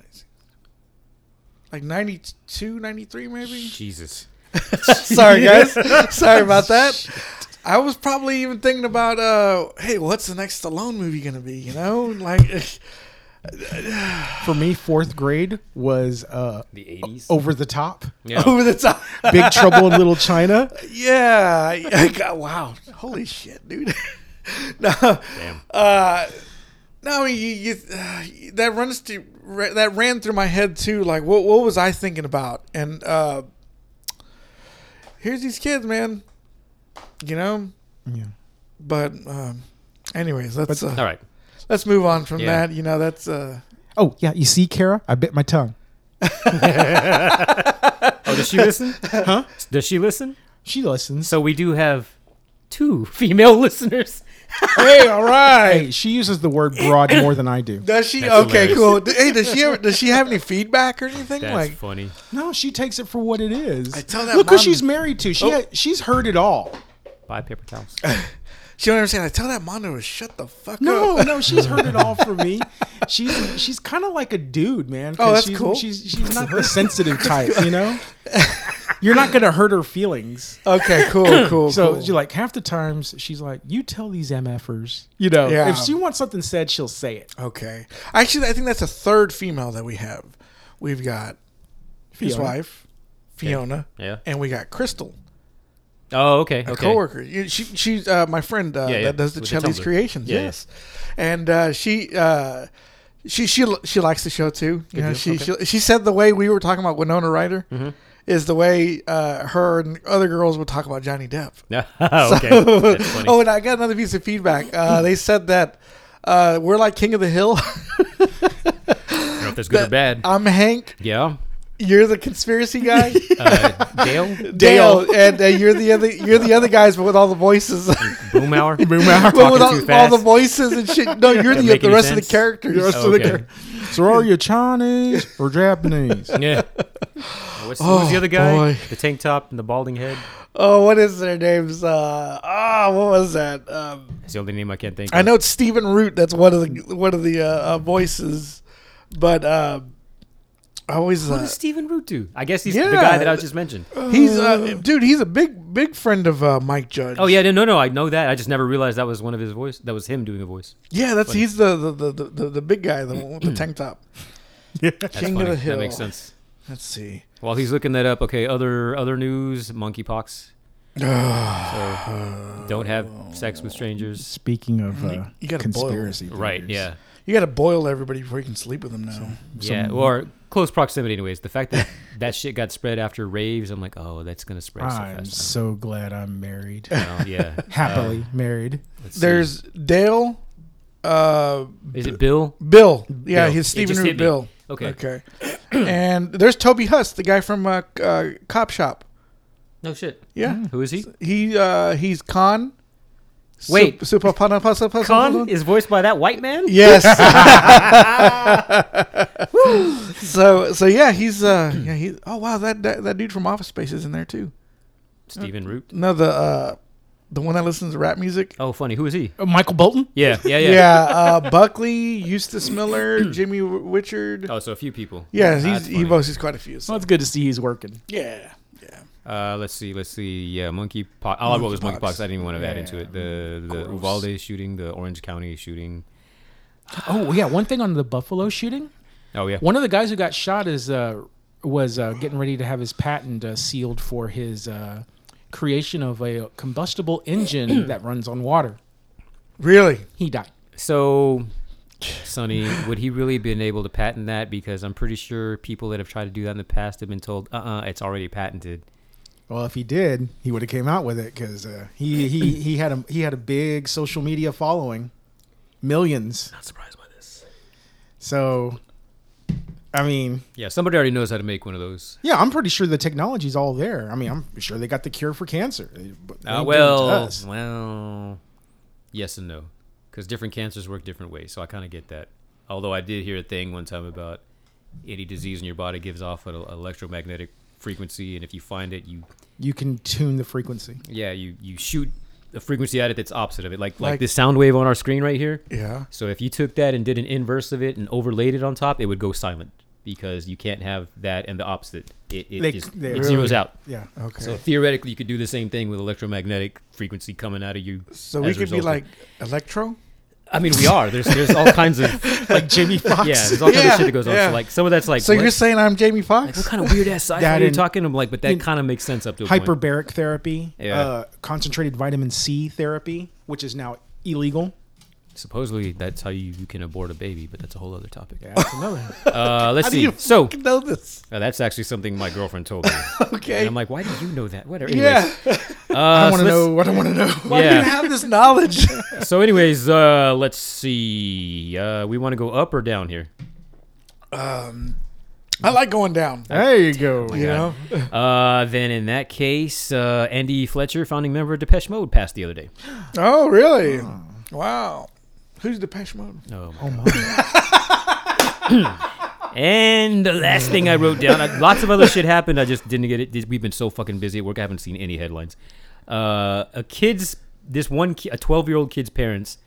Speaker 1: like 92, 93 maybe.
Speaker 2: Jesus.
Speaker 1: Sorry, guys. Sorry about that. I was probably even thinking about, uh, hey, what's the next Stallone movie gonna be? You know, like, [laughs]
Speaker 3: For me, fourth grade was uh,
Speaker 2: The eighties.
Speaker 3: over
Speaker 1: [laughs]
Speaker 3: the top.
Speaker 2: Yeah.
Speaker 1: over the top.
Speaker 3: Big Trouble in Little China.
Speaker 1: [laughs] yeah, I- I got- wow, holy shit, dude. [laughs] no, uh, no, you, you uh, that runs to ra- that ran through my head too. Like, what what was I thinking about? And uh, here's these kids, man. You know,
Speaker 3: Yeah.
Speaker 1: but um, anyways, let's uh,
Speaker 2: All right.
Speaker 1: let's move on from
Speaker 2: Yeah.
Speaker 1: that. You know, that's uh,
Speaker 3: Oh yeah, you see, Kara, I bit my tongue.
Speaker 2: Oh, does she listen? [laughs]
Speaker 3: Huh?
Speaker 2: Does she listen?
Speaker 3: She listens.
Speaker 2: So we do have two [laughs] female listeners.
Speaker 1: [laughs] hey, all right.
Speaker 3: Hey, she uses the word broad more than
Speaker 1: [laughs]
Speaker 3: I do.
Speaker 1: Does she?
Speaker 2: That's
Speaker 1: okay,
Speaker 2: hilarious.
Speaker 1: cool. D- Hey, does she ever, does she have any feedback or anything?
Speaker 2: That's
Speaker 1: like,
Speaker 2: funny.
Speaker 3: No, she takes it for what it is.
Speaker 1: I tell that
Speaker 3: Look who
Speaker 1: mom-
Speaker 3: she's married to. She
Speaker 1: Oh.
Speaker 3: she's heard it all.
Speaker 2: Buy paper [laughs] towels.
Speaker 1: she don't understand. I tell that monitor to shut the fuck
Speaker 3: No,
Speaker 1: up.
Speaker 3: no, she's heard it all
Speaker 1: [laughs]
Speaker 3: from me. She's she's kind of like a dude, man. 'cause
Speaker 1: Oh, that's
Speaker 3: she's,
Speaker 1: cool.
Speaker 3: She's she's
Speaker 1: [laughs]
Speaker 3: not the sensitive type, you know. You're not gonna hurt her feelings.
Speaker 1: [laughs] okay,
Speaker 2: [coughs]
Speaker 1: cool, cool.
Speaker 3: So
Speaker 1: Oh, cool.
Speaker 3: you're like half the times she's like, "You tell these mfers," you know.
Speaker 1: Yeah.
Speaker 3: If she wants something said, she'll
Speaker 1: [laughs]
Speaker 3: say it.
Speaker 1: Okay. Actually, I think that's a third female that we have. We've got his
Speaker 3: Fiona.
Speaker 1: wife, Fiona,
Speaker 2: Yeah.
Speaker 1: and we got Crystal,
Speaker 2: Oh, okay.
Speaker 1: a
Speaker 2: okay.
Speaker 1: coworker. You- She, she's uh, my friend uh,
Speaker 2: Yeah, yeah,
Speaker 1: that does the
Speaker 2: with the
Speaker 1: Chelly's
Speaker 2: Tumblr.
Speaker 1: Creations.
Speaker 2: Yeah, yeah.
Speaker 1: yes, and uh, she. Uh, she she she likes the show too. You
Speaker 2: deal. Mm-hmm.
Speaker 1: know, she, she she said the way we were talking about Winona Ryder is the way uh, her and other girls would talk about Johnny Depp.
Speaker 2: [laughs] okay.
Speaker 1: [laughs]
Speaker 2: That's funny. [laughs]
Speaker 1: oh, and I got another piece of feedback. Uh, they said that uh, we're like King of the Hill. [laughs]
Speaker 2: I don't know if that's good or bad. [laughs]
Speaker 1: I'm Hank.
Speaker 2: yeah.
Speaker 1: You're the
Speaker 2: [laughs]
Speaker 1: conspiracy guy,
Speaker 2: Uh, Dale?
Speaker 1: Dale, and uh, you're the other you're the other guys, but with all
Speaker 2: [laughs]
Speaker 1: the voices, but
Speaker 2: Boomhour?
Speaker 1: with
Speaker 2: Talking
Speaker 1: all,
Speaker 2: too
Speaker 1: all
Speaker 2: fast.
Speaker 1: the voices and shit.
Speaker 2: [laughs]
Speaker 1: No, you're
Speaker 2: Doesn't
Speaker 1: the
Speaker 2: make
Speaker 1: the
Speaker 2: any
Speaker 1: rest of
Speaker 2: sense.
Speaker 1: the characters.
Speaker 3: The rest
Speaker 2: of the Okay. characters.
Speaker 3: So are you Chinese
Speaker 1: [laughs]
Speaker 3: or Japanese?
Speaker 2: [laughs] Yeah. What's, who was the other guy?
Speaker 1: boy.
Speaker 2: The tank top and the balding head.
Speaker 1: Oh, what is their names? Uh, ah, what was that? Um,
Speaker 2: That's the only name I can't think.
Speaker 1: I
Speaker 2: of.
Speaker 1: know it's Stephen Root. That's one of the one of the uh, uh, voices, but uh, I always
Speaker 2: What
Speaker 1: uh,
Speaker 2: does Stephen Root do? I guess he's the
Speaker 1: Yeah.
Speaker 2: guy that I just mentioned.
Speaker 1: he's uh, dude. He's a big big friend of uh, Mike Judge.
Speaker 2: Oh yeah, no, no, no. I know that. I just never realized that was one of his voice. That was him doing a voice.
Speaker 1: yeah. That's he's the the, the, the the big guy, the one with the
Speaker 2: [clears throat]
Speaker 1: tank top.
Speaker 2: That's
Speaker 1: King
Speaker 2: funny.
Speaker 1: of the Hill.
Speaker 2: That makes sense.
Speaker 1: Let's see. [sighs]
Speaker 2: While he's looking that up, okay. Other other news: monkeypox. so don't have sex with strangers.
Speaker 3: Speaking of uh,
Speaker 1: you gotta
Speaker 3: conspiracy,
Speaker 2: Right?
Speaker 3: theories,
Speaker 2: Yeah.
Speaker 1: You got to boil everybody before you can sleep with them now.
Speaker 2: Yeah. Or close proximity. Anyways, the fact
Speaker 1: [laughs]
Speaker 2: that that shit got spread after raves, I'm like, oh, that's gonna spread so
Speaker 3: I'm
Speaker 2: fast.
Speaker 3: so glad I'm married,
Speaker 2: Oh,
Speaker 1: [laughs]
Speaker 2: yeah.
Speaker 3: happily married.
Speaker 2: Let's see.
Speaker 1: There's Dale, uh,
Speaker 2: Is it Bill?
Speaker 1: Bill. Yeah,
Speaker 2: Bill.
Speaker 1: he's
Speaker 2: It
Speaker 1: Stephen
Speaker 2: just
Speaker 1: Root
Speaker 2: hit me.
Speaker 1: Bill.
Speaker 2: Okay.
Speaker 1: Okay. [clears throat] and there's Toby Huss, the guy from uh, c- uh, Cop Shop.
Speaker 2: No shit.
Speaker 1: Yeah.
Speaker 2: Who is he?
Speaker 1: He uh, he's Khan. Sup-
Speaker 2: Wait.
Speaker 1: Supa- Pana- Pasa- Pasa-
Speaker 2: Khan
Speaker 1: Pasa-
Speaker 2: is voiced by that white man. [laughs]
Speaker 1: Yes. [laughs] so so yeah, he's uh yeah he oh wow that, that that dude from Office Space is in there too.
Speaker 2: Stephen Root.
Speaker 1: No the uh the one that listens to rap music.
Speaker 2: Oh, funny. Who is he?
Speaker 3: Uh, Michael Bolton.
Speaker 2: Yeah, yeah, yeah.
Speaker 1: Yeah,
Speaker 2: [laughs]
Speaker 1: uh, Buckley, Eustace Miller,
Speaker 2: [clears throat]
Speaker 1: Jimmy W- Witchard.
Speaker 2: Oh, so a few people.
Speaker 1: yeah,
Speaker 2: That's
Speaker 1: he's, he
Speaker 2: funny.
Speaker 1: voices quite a few. So.
Speaker 3: Well, it's good to see he's working.
Speaker 1: Yeah, yeah.
Speaker 2: Uh, let's see, let's see. Yeah, monkey pox. All I wrote was monkey pox. I didn't even want to add into it. The the Uvalde shooting, the Orange County shooting.
Speaker 3: Oh yeah, one thing on the Buffalo shooting.
Speaker 2: Oh yeah.
Speaker 3: One of the guys who got shot is uh, was uh, getting ready to have his patent uh, sealed for his uh, creation of a combustible [clears throat] engine that runs on water.
Speaker 1: Really?
Speaker 3: He died.
Speaker 2: So, Sonny, would he really been able to patent that? Because I'm pretty sure people that have tried to do that in the past have been told, uh, uh it's already patented.
Speaker 3: Well, if he did, he would have came out with it because uh, he he he had a he had a big social media following, millions.
Speaker 2: Not surprised by this.
Speaker 3: So, I mean,
Speaker 2: Yeah, somebody already knows how to make one of those.
Speaker 3: yeah, I'm pretty sure the technology's all there. I mean, I'm sure they got the cure for cancer. They- but they
Speaker 2: Uh,
Speaker 3: didn't give it to
Speaker 2: well,
Speaker 3: us.
Speaker 2: well, yes and no, because different cancers work different ways. So I kind of get that. Although I did hear a thing one time about any disease in your body gives off an el- electromagnetic frequency, and if you find it, you
Speaker 3: you can tune the frequency.
Speaker 2: yeah you you shoot a frequency at it that's opposite of it, like like,
Speaker 1: Like-
Speaker 2: this sound wave on our screen right here.
Speaker 1: Yeah.
Speaker 2: So if you took that and did an inverse of it and overlaid it on top, it would go silent because you can't have that and the opposite. It it,
Speaker 3: They-
Speaker 2: just,
Speaker 3: they-
Speaker 2: it zeroes
Speaker 1: Really?
Speaker 2: out.
Speaker 3: Yeah.
Speaker 1: Okay.
Speaker 2: So
Speaker 1: So,
Speaker 2: theoretically, you could do the same thing with electromagnetic frequency coming out of you.
Speaker 1: we
Speaker 2: as a
Speaker 1: could be
Speaker 2: result of-
Speaker 1: like Electro.
Speaker 2: I mean, we are. There's there's all kinds of
Speaker 1: [laughs]
Speaker 3: Like Jimmy Fox.
Speaker 2: yeah. There's all kinds
Speaker 1: Yeah,
Speaker 2: of shit that goes on.
Speaker 1: yeah.
Speaker 2: So like some of that's like
Speaker 1: so
Speaker 2: what,
Speaker 1: you're saying I'm Jamie
Speaker 2: like,
Speaker 1: Foxx?
Speaker 2: what kind of weird ass sci-fi
Speaker 3: That
Speaker 2: are you
Speaker 3: and-
Speaker 2: talking? I'm like, but that
Speaker 3: and-
Speaker 2: kind of makes sense up to a point.
Speaker 3: Hyperbaric therapy,
Speaker 2: Yeah.
Speaker 3: uh, concentrated vitamin C therapy, which is now illegal.
Speaker 2: Supposedly, that's how you, you can abort a baby, but that's a whole other topic.
Speaker 3: Yeah, that's another.
Speaker 2: [laughs] Uh, let's
Speaker 1: How do
Speaker 2: see.
Speaker 1: you
Speaker 2: So
Speaker 1: fucking know this?
Speaker 2: uh, that's actually something my girlfriend
Speaker 1: [laughs]
Speaker 2: told me, and
Speaker 1: Okay.
Speaker 2: I'm like, "Why did you know that?" Whatever.
Speaker 1: yeah.
Speaker 2: Anyways, uh,
Speaker 1: [laughs]
Speaker 2: so
Speaker 1: I want to
Speaker 2: let's-
Speaker 1: know what I want to know. Why do
Speaker 2: [laughs] Yeah.
Speaker 1: you have this knowledge? [laughs]
Speaker 2: So, anyways, uh, let's see. Uh, we want to go up or down here.
Speaker 1: um, I like going down.
Speaker 3: There you
Speaker 2: Oh
Speaker 3: go.
Speaker 1: You know,
Speaker 2: Uh, then in that case, uh, Andy Fletcher, founding member of Depeche Mode, passed the other day.
Speaker 1: Oh, really? Wow. Who's Depeche Mode?
Speaker 2: Oh my.
Speaker 1: Oh,
Speaker 2: God. [clears throat] and the last thing I wrote down, I, lots of other shit happened. I just didn't get it. We've been so fucking busy at work. I haven't seen any headlines. Uh, a kid's this one ki- a twelve year old kid's parents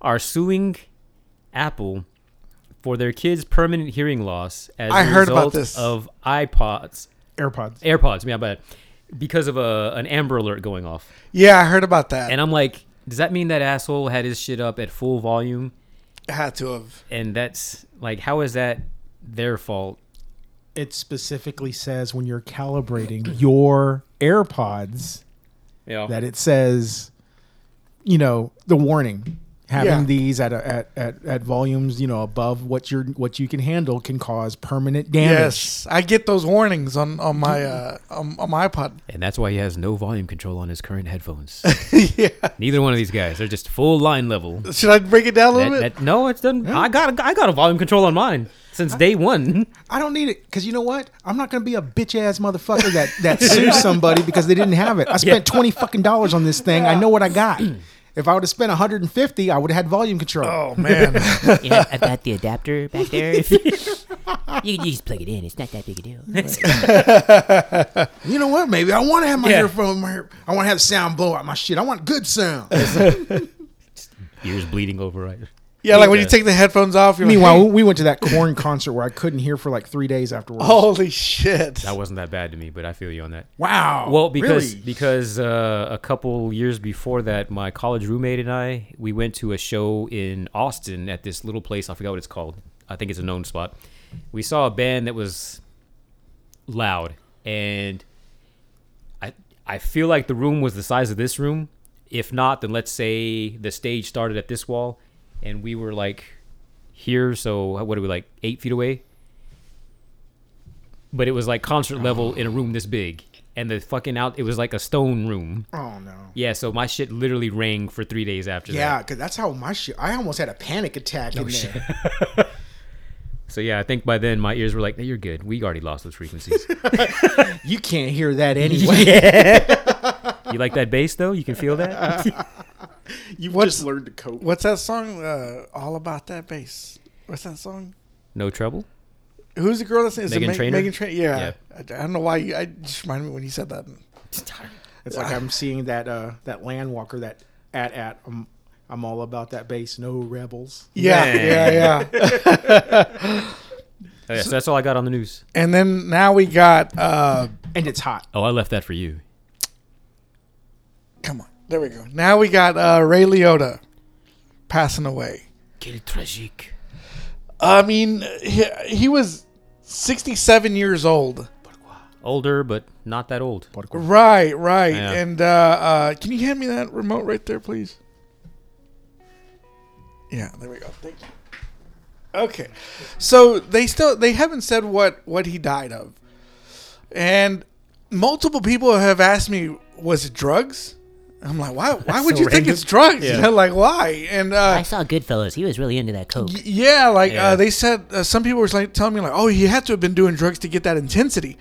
Speaker 2: are suing Apple for their kid's permanent hearing loss as
Speaker 1: I
Speaker 2: a
Speaker 1: heard
Speaker 2: result
Speaker 1: about this.
Speaker 2: of iPods
Speaker 3: AirPods.
Speaker 2: AirPods. Yeah, but because of a an Amber Alert going off.
Speaker 1: Yeah, I heard about that.
Speaker 2: And I'm like, does that mean that asshole had his shit up at full volume?
Speaker 1: had to have.
Speaker 2: And that's like, how is that their fault?
Speaker 3: It specifically says when you're calibrating [clears throat] your AirPods
Speaker 2: Yeah.
Speaker 3: that it says, you know, the warning. Having
Speaker 1: Yeah.
Speaker 3: these at, a, at at at volumes, you know, above what you're what you can handle can cause permanent damage.
Speaker 1: Yes, I get those warnings on
Speaker 2: [laughs]
Speaker 1: on my uh, on, on my iPod. [laughs]
Speaker 2: and that's why he has no volume control on his current headphones.
Speaker 1: yeah.
Speaker 2: Neither one of these guys. They're just full line level.
Speaker 1: Should I break it down a little
Speaker 2: That-
Speaker 1: bit?
Speaker 2: that- no, it's done. I got a, I got a volume control on mine since day one. [laughs]
Speaker 3: I don't need it because you know what? I'm not gonna be a bitch ass motherfucker that that [laughs] sues somebody because they didn't have it. I spent twenty fucking dollars on this thing. I know what I [clears throat] got. If I would have spent 150, I would have had volume control.
Speaker 1: Oh
Speaker 2: [laughs]
Speaker 1: man.
Speaker 4: Yeah, I've got the adapter back there. [laughs] If you, you can just plug it in. It's not that big a deal.
Speaker 3: You know what? Maybe I want to have my
Speaker 2: Yeah.
Speaker 3: earphone. My, I want to have sound blow out my shit. I want good sound.
Speaker 2: Ears bleeding over. Right.
Speaker 1: Yeah, like when you
Speaker 2: Yeah.
Speaker 1: take the headphones off. You're
Speaker 3: [laughs] Meanwhile,
Speaker 1: like, [laughs]
Speaker 3: we went to that corn concert where I couldn't hear for like three days afterwards.
Speaker 1: holy shit.
Speaker 2: That wasn't that bad to me, but I feel you on that.
Speaker 3: wow!
Speaker 2: Well, because
Speaker 3: Really?
Speaker 2: because uh, a couple years before that, my college roommate and I we went to a show in Austin at this little place. I forgot what it's called. I think it's a known spot. We saw a band that was loud, and I I feel like the room was the size of this room. If not, then let's say the stage started at this wall, and we were like here. So what are we like eight feet away? But it was like concert level in a room this big, and the fucking out. It was like a stone room.
Speaker 3: oh no.
Speaker 2: Yeah, so my shit literally rang for three days after that.
Speaker 3: Yeah, because that's how my shit. I almost had a panic attack in there.
Speaker 2: So yeah, I think by then my ears were like, "Hey, "You're good. We already lost those
Speaker 3: [laughs]
Speaker 2: frequencies." [laughs]
Speaker 3: You can't hear that anyway.
Speaker 2: you like that bass though? You can feel that. [laughs]
Speaker 3: You
Speaker 1: What's-
Speaker 3: just learned to cope.
Speaker 1: What's that song? Uh, All about that bass. What's that song?
Speaker 2: no trouble.
Speaker 1: Who's the girl that sings? Is it
Speaker 2: Megan
Speaker 1: Meg-
Speaker 2: Trainor?
Speaker 1: Megan Trainor. Yeah.
Speaker 2: Yeah.
Speaker 1: I, I don't know why. You, I just reminded me when you said that.
Speaker 3: It's
Speaker 1: Ah.
Speaker 3: like I'm seeing that uh that land walker that at at I'm I'm all about that bass, no rebels.
Speaker 1: Yeah, yeah, yeah.
Speaker 2: Oh, yeah, so that's all I got on the news.
Speaker 1: and then now we got. Uh,
Speaker 3: And it's hot.
Speaker 2: Oh, I left that for you.
Speaker 1: come on, there we go. Now we got uh, Ray Liotta passing away.
Speaker 2: Quel tragique.
Speaker 1: I mean, he, he was 67 years old.
Speaker 2: Older, but not that old.
Speaker 1: Right, right.
Speaker 2: Yeah.
Speaker 1: And uh, uh, can you hand me that remote right there, please? Yeah, there we go. Thank you. Okay, so they still they haven't said what what he died of, and multiple people have asked me, was it drugs? I'm like, why? Why would
Speaker 2: so
Speaker 1: you think
Speaker 2: random.
Speaker 1: it's drugs?
Speaker 2: Yeah.
Speaker 1: You know, [laughs] like why? And uh,
Speaker 4: I saw Goodfellas. He was really into that coke.
Speaker 1: Y- Yeah, like
Speaker 2: Yeah.
Speaker 1: Uh, they said, uh, some people were like telling me like, oh, he had to have been doing drugs to get that intensity.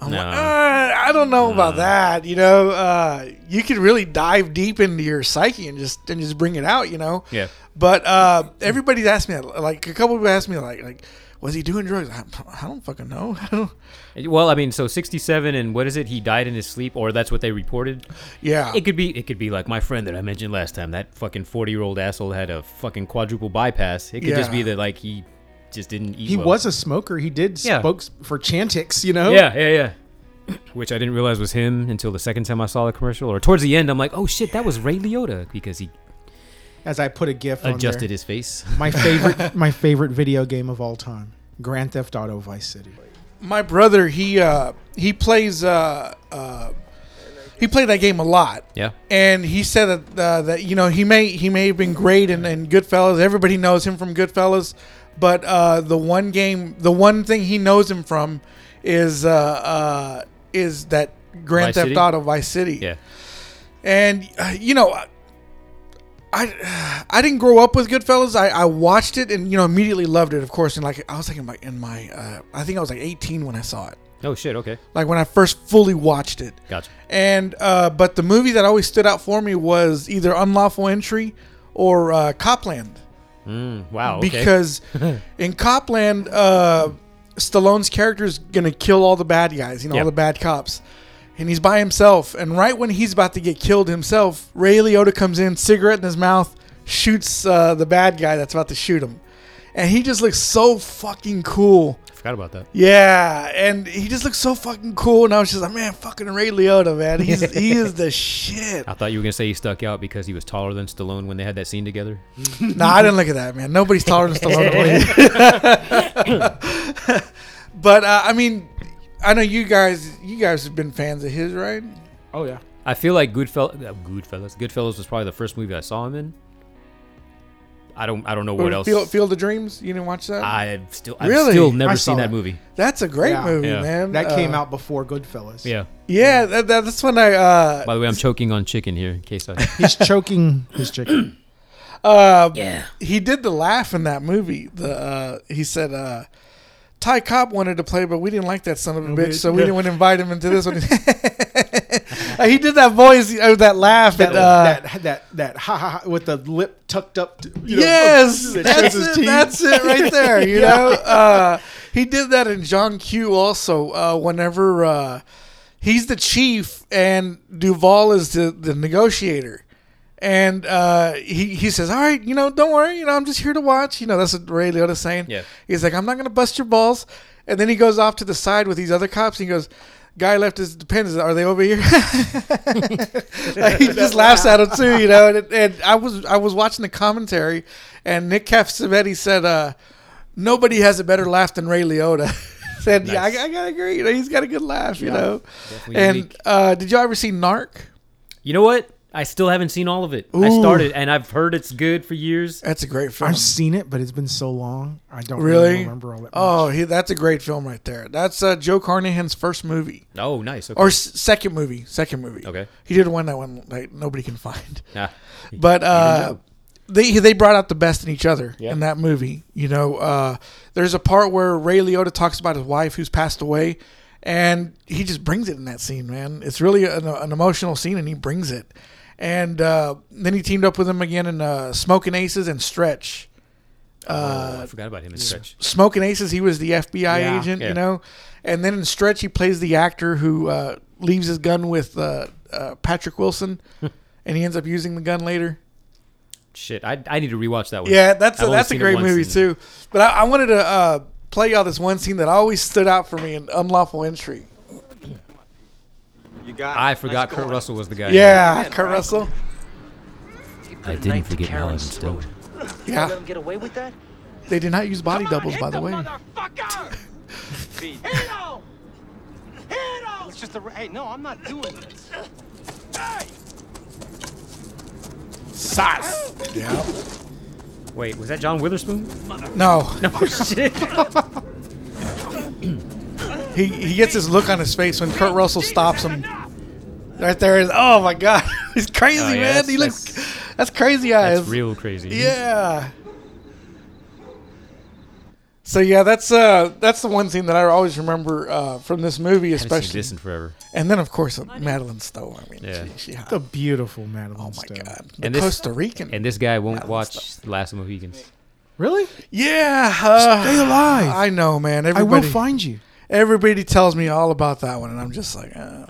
Speaker 1: I'm
Speaker 2: No.
Speaker 1: like, uh, I don't know about that. You know, uh, you could really dive deep into your psyche and just and just bring it out. You know.
Speaker 2: Yeah.
Speaker 1: But uh, everybody's asked me that. Like a couple people asked me like like, was he doing drugs? I, I don't fucking know. [laughs] I don't.
Speaker 2: Well, I mean, so 67, and what is it? He died in his sleep, or that's what they reported.
Speaker 1: Yeah.
Speaker 2: It could be. It could be like my friend that I mentioned last time. That fucking 40 year old asshole had a fucking quadruple bypass. It could just
Speaker 1: Yeah.
Speaker 2: be that like he just didn't eat.
Speaker 3: He
Speaker 2: well.
Speaker 3: was a smoker. He did
Speaker 2: Yeah.
Speaker 3: spokes for Chantix, you know?
Speaker 2: Yeah, yeah, yeah. Which I didn't realize was him until the second time I saw the commercial, or towards the end, I'm like, oh shit, that was Ray Liotta because he
Speaker 3: As I put a gif on
Speaker 2: adjusted
Speaker 3: there.
Speaker 2: his face. [laughs]
Speaker 3: My favorite my favorite video game of all time. Grand Theft Auto Vice City.
Speaker 1: my brother he uh he plays uh uh he played that game a lot.
Speaker 2: Yeah.
Speaker 1: And he said that uh, that you know he may he may have been great in, in Goodfellas. Everybody knows him from Goodfellas, but uh, the one game, the one thing he knows him from is uh, uh, is that Grand
Speaker 2: Vice
Speaker 1: Theft
Speaker 2: City?
Speaker 1: Auto Vice City.
Speaker 2: Yeah.
Speaker 1: And uh, you know, I I didn't grow up with Goodfellas. I, I watched it and you know immediately loved it. Of course, and like I was like in my in my uh, I think I was like 18 when I saw it.
Speaker 2: Oh shit. Okay.
Speaker 1: Like when I first fully watched it.
Speaker 2: Gotcha.
Speaker 1: And uh, but the movie that always stood out for me was either Unlawful Entry or uh, Copland
Speaker 2: Mm, wow. Okay.
Speaker 1: because in Copland, uh, Stallone's character is gonna kill all the bad guys, you know,
Speaker 2: Yep.
Speaker 1: all the bad cops, and he's by himself. And right when he's about to get killed himself, Ray Liotta comes in, cigarette in his mouth, shoots uh, the bad guy that's about to shoot him, and he just looks so fucking cool.
Speaker 2: I forgot about that.
Speaker 1: Yeah, and he just looks so fucking cool, and I was just like, man, fucking Ray Liotta, man,
Speaker 3: [laughs]
Speaker 1: he's he is the shit.
Speaker 2: I thought you were gonna say he stuck out because he was taller than Stallone when they had that scene together.
Speaker 1: Nah, I didn't look at that, man. Nobody's taller than Stallone. the way- [laughs] but uh, I mean, I know you guys. You guys have been fans of his, right?
Speaker 3: Oh yeah.
Speaker 2: I feel like Goodfell- uh, Goodfellas. Goodfellas was probably the first movie I saw him in. I don't. I don't know what else.
Speaker 1: Field, Field of Dreams. You didn't watch that?
Speaker 2: I've still. I've
Speaker 1: Really?
Speaker 2: still
Speaker 3: I
Speaker 2: never
Speaker 3: saw
Speaker 2: seen that
Speaker 3: that.
Speaker 2: movie.
Speaker 1: That's a great
Speaker 3: Yeah.
Speaker 1: movie,
Speaker 2: Yeah.
Speaker 1: man.
Speaker 3: That
Speaker 1: Uh,
Speaker 3: came out before Goodfellas.
Speaker 2: Yeah.
Speaker 1: Yeah, that, that, that's when I. Uh,
Speaker 2: By the way, I'm choking on chicken here in case I.
Speaker 1: [laughs]
Speaker 3: He's choking his chicken.
Speaker 1: uh,
Speaker 4: Yeah.
Speaker 1: he did the laugh in that movie. The uh, he said. Uh, Ty Cobb wanted to play, but we didn't like that son of a bitch, so we didn't want to invite him into
Speaker 3: [laughs]
Speaker 1: this one. [laughs] Uh, he did that voice, uh, that laugh,
Speaker 3: That,
Speaker 1: at, uh,
Speaker 3: that that that ha, ha ha with the lip tucked up. to- you know,
Speaker 1: Yes,
Speaker 3: [laughs] that shows
Speaker 1: that's
Speaker 3: his
Speaker 1: it.
Speaker 3: teeth.
Speaker 1: That's it
Speaker 3: [laughs]
Speaker 1: right there. You know, uh, he did that in John Q. Also, uh, whenever uh, he's the chief and Duval is the, the negotiator, and uh, he he says, "All right, you know, don't worry. You know, I'm just here to watch. You know, that's what Ray Liotta's saying.
Speaker 2: Yeah.
Speaker 1: He's like, I'm not gonna bust your balls." And then he goes off to the side with these other cops. And he goes. Guy left his dependents. Are they over here? [laughs] Like, [laughs] he just laughs at him too, you know. And, and I was I was watching the commentary, and Nick Cafsavetti said, uh, "Nobody has a better laugh than Ray Liotta." [laughs] said, "Yeah, I,
Speaker 2: Nice.
Speaker 1: I gotta agree. You know, he's got a good laugh, you know."
Speaker 2: Definitely
Speaker 1: And
Speaker 2: unique.
Speaker 1: uh, did y'all ever see Narc?
Speaker 2: You know what? I still haven't seen all of it. I
Speaker 1: Ooh.
Speaker 2: started and I've heard it's good for years.
Speaker 1: That's a great film.
Speaker 3: I've seen it, but it's been so long. I don't
Speaker 1: [laughs]
Speaker 3: really,
Speaker 1: really?
Speaker 3: remember all that.
Speaker 1: Oh, he, that's a great film right there. That's uh, Joe Carnahan's first movie
Speaker 2: Oh, nice. Okay.
Speaker 1: or s- second movie. Second movie.
Speaker 2: Okay.
Speaker 1: He did one that one like nobody can find.
Speaker 2: Nah.
Speaker 1: But uh, they they brought out the best in each other
Speaker 2: Yeah.
Speaker 1: in that movie. You know, uh, there's a part where Ray Liotta talks about his wife who's passed away, and he just brings it in that scene. Man, it's really an, an emotional scene, and he brings it. And uh, then he teamed up with him again in uh, Smoking Aces and Stretch. Uh,
Speaker 2: oh, I forgot about him in Stretch.
Speaker 1: Smoking Aces, he was the FBI
Speaker 3: Yeah.
Speaker 1: agent,
Speaker 2: Yeah.
Speaker 1: you know. And then in Stretch, he plays the actor who uh, leaves his gun with uh, uh,
Speaker 2: [laughs]
Speaker 1: Patrick Wilson, and he ends up using the gun later.
Speaker 2: Shit, I, I need to rewatch that one.
Speaker 1: Yeah, that's
Speaker 2: I've
Speaker 1: a,
Speaker 2: only
Speaker 1: that's a
Speaker 2: seen it
Speaker 1: great
Speaker 2: once
Speaker 1: movie
Speaker 2: and-
Speaker 1: too. But I, I wanted to uh, play y'all this one scene that always stood out for me in Unlawful Entry.
Speaker 5: You got.
Speaker 2: I forgot Kurt Russell was the guy.
Speaker 1: Yeah, Kurt Russell.
Speaker 4: I didn't forget how I'm still.
Speaker 5: Let
Speaker 1: Yeah,
Speaker 5: him get away with that?
Speaker 1: they did not use body doubles, by the way.
Speaker 5: [laughs] Pete, it's just a. ra- Hey, no, I'm not doing this. [laughs]
Speaker 1: Sauce. Yeah.
Speaker 2: Wait, was that John Witherspoon? [laughs]
Speaker 1: No, [laughs]
Speaker 2: Oh shit.
Speaker 1: he he gets this look on his face when Kurt Russell stops him. Right there is. Oh my God, [laughs] he's crazy,
Speaker 2: Oh, yeah,
Speaker 1: man.
Speaker 2: that's-
Speaker 1: he looks. That's, crazy eyes.
Speaker 2: That's real crazy.
Speaker 1: Yeah. So yeah, that's uh that's the one scene that I always remember uh, from this movie,
Speaker 2: I haven't
Speaker 1: especially.
Speaker 2: seen this in forever.
Speaker 1: And then, of course, Madeline Stowe. I mean,
Speaker 2: Yeah.
Speaker 1: she, she hot.
Speaker 3: the beautiful Madeline.
Speaker 1: oh my
Speaker 3: Stowe.
Speaker 1: God, the
Speaker 2: And this-
Speaker 1: Costa Rican.
Speaker 2: And this guy won't
Speaker 1: Alan
Speaker 2: watch The Last of the Mohicans.
Speaker 3: Really?
Speaker 1: yeah, uh,
Speaker 3: Stay alive.
Speaker 1: I know, man.
Speaker 3: I will
Speaker 1: Everybody,
Speaker 3: find you.
Speaker 1: everybody tells me all about that one, and I'm just like,
Speaker 2: Hmm.
Speaker 1: uh,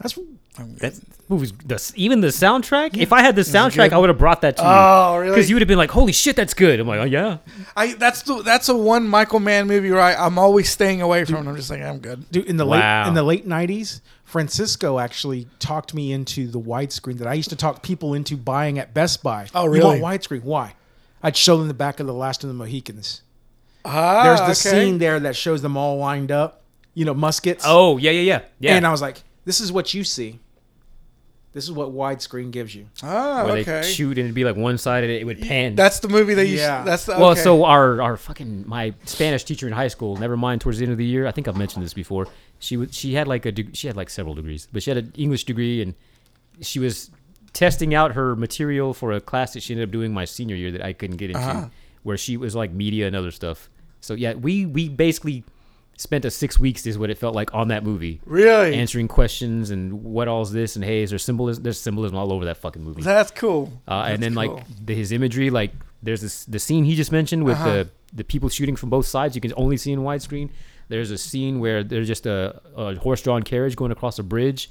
Speaker 3: That's
Speaker 1: I'm
Speaker 2: That movie's the, even the soundtrack. If I had the soundtrack,
Speaker 1: good.
Speaker 2: I would have brought that to you.
Speaker 1: Oh, really?
Speaker 2: Because you would have been like, "Holy shit, that's good." I'm like, "Oh yeah."
Speaker 1: I that's the that's a one Michael Mann movie where I, I'm always staying away from. it. I'm just like, I'm good.
Speaker 3: dude in the
Speaker 2: Wow.
Speaker 3: late in the late nineties. Francisco actually talked me into the widescreen that I used to talk people into buying at Best Buy.
Speaker 1: Oh,
Speaker 3: You
Speaker 1: really?
Speaker 3: want widescreen? Why? I'd show them the back of the Last of the Mohicans.
Speaker 1: Ah,
Speaker 3: There's the
Speaker 1: okay.
Speaker 3: scene there that shows them all lined up, you know, muskets.
Speaker 2: Oh yeah, yeah, yeah, yeah.
Speaker 3: And I was like, this is what you see. This is what widescreen gives you.
Speaker 1: Oh,
Speaker 2: where
Speaker 1: okay.
Speaker 2: they shoot and it'd be like one side and it would pan.
Speaker 1: That's the movie they used.
Speaker 3: Yeah.
Speaker 1: That's the,
Speaker 2: Well,
Speaker 1: okay.
Speaker 2: so our, our fucking my Spanish teacher in high school. Never mind. Towards the end of the year, I think I've mentioned this before. She was she had like a deg- she had like several degrees, but she had an English degree, and she was testing out her material for a class that she ended up doing my senior year that I couldn't get into,
Speaker 1: Uh-huh.
Speaker 2: where she was like media and other stuff. So yeah, we we basically spent a six weeks is what it felt like on that movie,
Speaker 1: really,
Speaker 2: answering questions and what all's this and hey, is there symbolism? There's symbolism all over that fucking movie.
Speaker 1: that's cool.
Speaker 2: Uh, and
Speaker 1: That's
Speaker 2: then
Speaker 1: cool.
Speaker 2: like the, his imagery, like there's this the scene he just mentioned
Speaker 1: Uh-huh.
Speaker 2: with the the people shooting from both sides. You can only see in widescreen. There's a scene where there's just a, a horse-drawn carriage going across a bridge,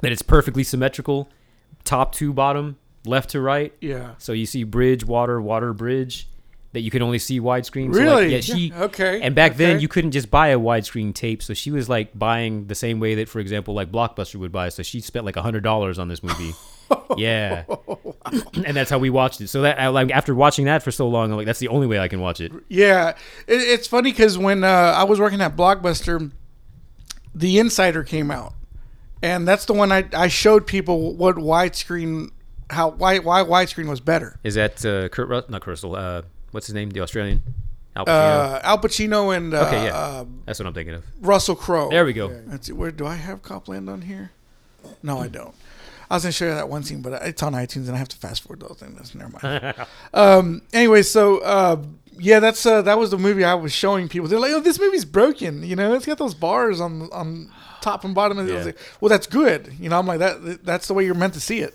Speaker 2: that it's perfectly symmetrical, top to bottom, left to right.
Speaker 1: yeah.
Speaker 2: So you see bridge, water, water, bridge, that you can only see widescreen. So like,
Speaker 1: Really?
Speaker 2: yeah, she,
Speaker 1: Yeah, okay,
Speaker 2: And back then
Speaker 1: okay.
Speaker 2: you couldn't just buy a widescreen tape, so she was like buying the same way that, for example, like Blockbuster would buy. So she spent like hundred dollars on this [laughs] movie. [laughs] yeah, [clears throat] and that's how we watched it. So that I, like after watching that for so long, I'm like, that's the only way I can watch it.
Speaker 1: Yeah, it, it's funny because when uh, I was working at Blockbuster, The Insider came out, and that's the one I, I showed people what widescreen, how why why widescreen was beter.
Speaker 2: Is that uh, Kurt Rus- not Kurt Russell? Uh, what's his name? The Australian. Al Pacino.
Speaker 1: Uh, Al Pacino and uh,
Speaker 2: okay, yeah,
Speaker 1: uh,
Speaker 2: that's what I'm thinking of.
Speaker 1: Russell Crowe.
Speaker 2: There we go.
Speaker 1: Let's see, where do I have Copland on here? No, I don't. I was gonna show you that one scene, but it's on iTunes, and I have to fast forward those things. Never mind.
Speaker 2: [laughs]
Speaker 1: um, anyway, so uh, yeah, that's uh, that was the movie I was showing people. They're like, "Oh, this movie's broken." You know, it's got those bars on on top and bottom. And I was
Speaker 2: Yeah.
Speaker 1: like, "Well, that's good." You know, I'm like that. That's the way you're meant to see it.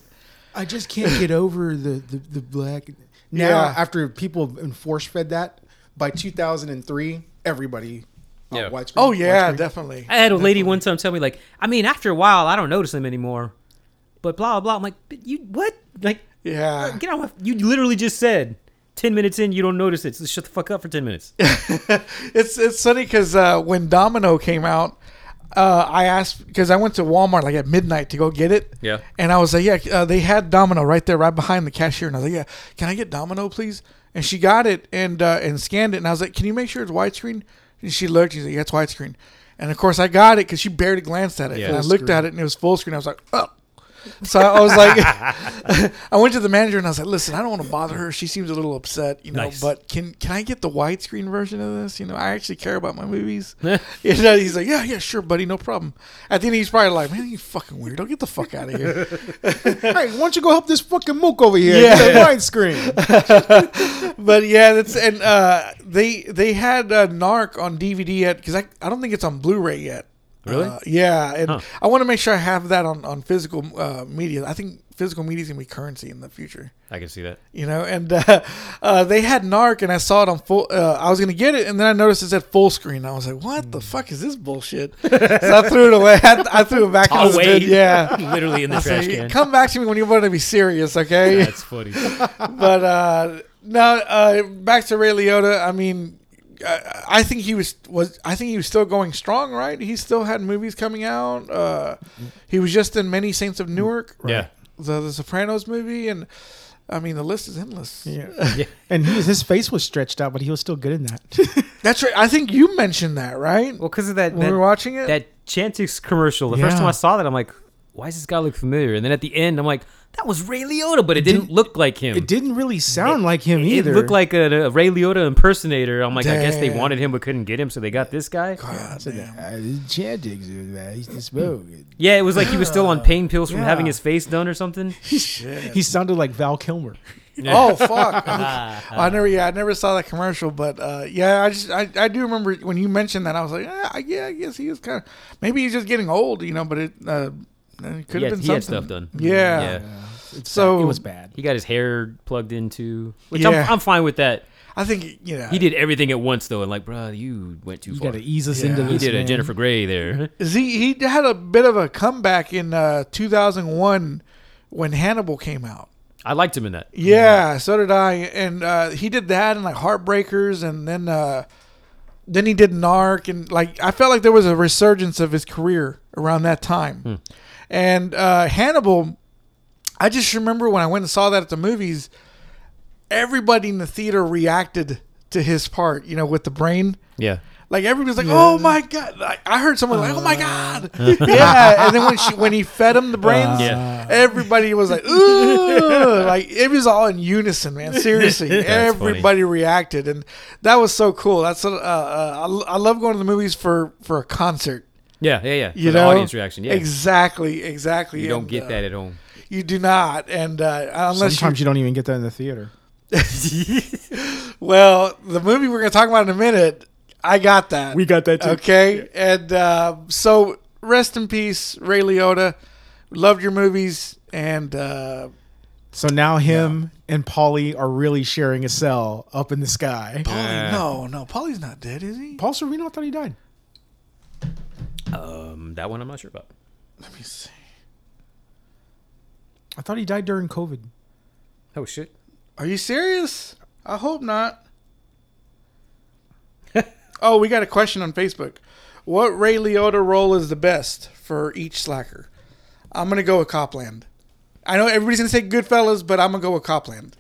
Speaker 3: I just can't [coughs] get over the, the, the black. Now,
Speaker 1: Yeah.
Speaker 3: after people enforce fed that, by 2003, everybody. uh,
Speaker 2: Yeah.
Speaker 3: widescreen-
Speaker 1: Oh yeah,
Speaker 3: widescreen.
Speaker 1: definitely.
Speaker 2: I had a lady one time tell me like, I mean, after a while, I don't notice them anymore. But blah blah. I'm like, but you what? Like,
Speaker 1: Yeah.
Speaker 2: get out. You literally just said ten minutes in, you don't notice it. So shut the fuck up for ten minutes.
Speaker 1: [laughs] it's it's funny because uh, when Domino came out, uh, I asked because I went to Walmart like at midnight to go get it.
Speaker 2: Yeah.
Speaker 1: And I was like, yeah, uh, they had Domino right there, right behind the cashier, and I was like, yeah, can I get Domino, please? And she got it and uh, and scanned it, and I was like, can you make sure it's widescreen? And she looked, and she's like, yeah, it's widescreen. And of course, I got it because she barely glanced at it.
Speaker 2: Yeah.
Speaker 1: And I
Speaker 2: Full
Speaker 1: looked at it, and it was full screen. I was like, oh. So I was
Speaker 2: [laughs]
Speaker 1: like, [laughs] I went to the manager and I was like, "Listen, I don't want to bother her. She seems a little upset, you know.
Speaker 2: Nice.
Speaker 1: But can can I get the widescreen version of this? You know, I actually care about my
Speaker 2: [laughs]
Speaker 1: movies." you know, he's like, "Yeah, yeah, sure, buddy, no problem." At the end, he's probably like, "Man, you fucking weirdo, get the fuck out of here."
Speaker 3: [laughs] Hey, why don't you go help this fucking mook over here?
Speaker 1: Yeah.
Speaker 3: Yeah. Get a widescreen.
Speaker 1: but yeah, that's and uh, they they had uh, Narc on DVD yet because I I don't think it's on Blu-ray yet.
Speaker 2: Really?
Speaker 1: Uh, yeah, and
Speaker 2: Huh.
Speaker 1: I want to make sure I have that on on physical uh, media. I think physical media is gonna be currency in the future.
Speaker 2: I can see that.
Speaker 1: you know and uh, [laughs] uh, they had narc and i saw it on full uh, i was gonna get it and then i noticed it said full screen i was like what
Speaker 2: Hmm.
Speaker 1: the fuck is this bullshit [laughs] so i threw it away i, I threw it back in the bin. yeah
Speaker 2: [laughs] literally in the [laughs] trash
Speaker 1: Hey,
Speaker 2: can.
Speaker 1: come back to me when you want to be serious okay
Speaker 2: That's funny.
Speaker 1: but uh no uh back to ray liotta i mean I, I think he was was I think he was still going strong, right? He still had movies coming out. Uh, he was just in Many Saints of Newark,
Speaker 2: Yeah.
Speaker 1: the, the Sopranos movie, and I mean the list is endless.
Speaker 3: [laughs] Yeah. And he, his face was stretched out, but he was still good
Speaker 2: [laughs]
Speaker 3: in that.
Speaker 1: That's right. I think you mentioned that, right?
Speaker 2: Well, because of that,
Speaker 1: When we
Speaker 2: that,
Speaker 1: were watching it?
Speaker 2: that Chantix commercial. The first
Speaker 3: Yeah.
Speaker 2: time I saw that, I'm like, why does this guy look familiar? And then at the end, I'm like, that was Ray Liotta, but it, didn't,
Speaker 3: didn't-
Speaker 2: look like him.
Speaker 3: it didn't really sound like him
Speaker 2: It
Speaker 3: either.
Speaker 2: looked like a, a Ray Liotta impersonator. I'm like, I guess they
Speaker 1: Damn.
Speaker 2: wanted him but couldn't get him, so they got this guy.
Speaker 3: Ah,
Speaker 2: Yeah, it was like he was still on pain pills from
Speaker 3: Yeah.
Speaker 2: having his face done or
Speaker 3: [laughs]
Speaker 2: something.
Speaker 3: He sounded like Val Kilmer.
Speaker 1: Oh fuck!
Speaker 2: [laughs]
Speaker 1: Okay. I never, yeah, I never saw that commercial, but uh, yeah, I just, I, I do remember when you mentioned that, I was like, yeah, I, yeah, I guess he is kind of, maybe he's just getting old, you know, but it, uh, it
Speaker 2: He had- he
Speaker 1: could have been
Speaker 2: had
Speaker 1: something.
Speaker 2: stuff done.
Speaker 1: Yeah.
Speaker 3: It's
Speaker 1: So-
Speaker 3: bad. it was bad.
Speaker 2: He got his hair plugged into, which
Speaker 1: Yeah.
Speaker 2: I'm, I'm fine with that.
Speaker 1: I think you know
Speaker 2: He did everything at once though, and like, bruh, you went too
Speaker 3: You
Speaker 2: far.
Speaker 3: got to ease us
Speaker 1: Yeah.
Speaker 3: into
Speaker 1: He
Speaker 2: he
Speaker 3: this.
Speaker 2: did a
Speaker 3: man.
Speaker 2: Jennifer Grey there. [laughs]
Speaker 1: He he had a bit of a comeback in uh, 2001 when Hannibal came out.
Speaker 2: I liked him in that.
Speaker 1: Yeah, so did I. And uh, he did that and like Heartbreakers, and then uh, then he did Narc, and like I felt like there was a resurgence of his career around that time. And uh, Hannibal, I just remember when I went and saw that at the movies, everybody in the theater reacted to his part, you know, with the brain.
Speaker 2: Yeah, Uh.
Speaker 1: Like everybody's like, "Oh my god!" Like, I heard someone like, "Oh
Speaker 2: [laughs]
Speaker 1: my god!" yeah, and then when she when he fed him the brains,
Speaker 2: Yeah.
Speaker 1: everybody
Speaker 2: [laughs]
Speaker 1: was like, "Ooh!" like it was all in unison, man. Seriously,
Speaker 2: funny.
Speaker 1: everybody reacted, and that was so cool. That's uh, uh, I, I love going to the movies for for a concert.
Speaker 2: Yeah, yeah, yeah.
Speaker 1: You
Speaker 2: For the
Speaker 1: know,
Speaker 2: audience reaction. Yeah,
Speaker 1: exactly, exactly.
Speaker 2: you don't
Speaker 1: And,
Speaker 2: get
Speaker 1: uh,
Speaker 2: that at home.
Speaker 1: You do not, and uh, unless you
Speaker 3: Sometimes you don't even get that in the theater.
Speaker 1: Well, the movie we're going to talk about in a minute, I got that.
Speaker 3: We got that too.
Speaker 1: Okay. And uh, so rest in peace, Ray Liotta. Loved your movies. And uh,
Speaker 3: So now him and Polly are really sharing a cell up in the sky.
Speaker 1: Paulie,
Speaker 2: Yeah.
Speaker 1: no, no, Paulie's not dead, is he?
Speaker 3: Paul Sorvino, I thought he died.
Speaker 2: Um, that one I'm not sure about.
Speaker 1: Let me see.
Speaker 3: I thought he died during COVID.
Speaker 2: Oh shit.
Speaker 1: Are you serious? I hope not. [laughs] oh, we got a question on Facebook. What Ray Liotta role is the best for each slacker? I'm going to go with Copland. I know everybody's going to say Goodfellas, but I'm going to go with Copland.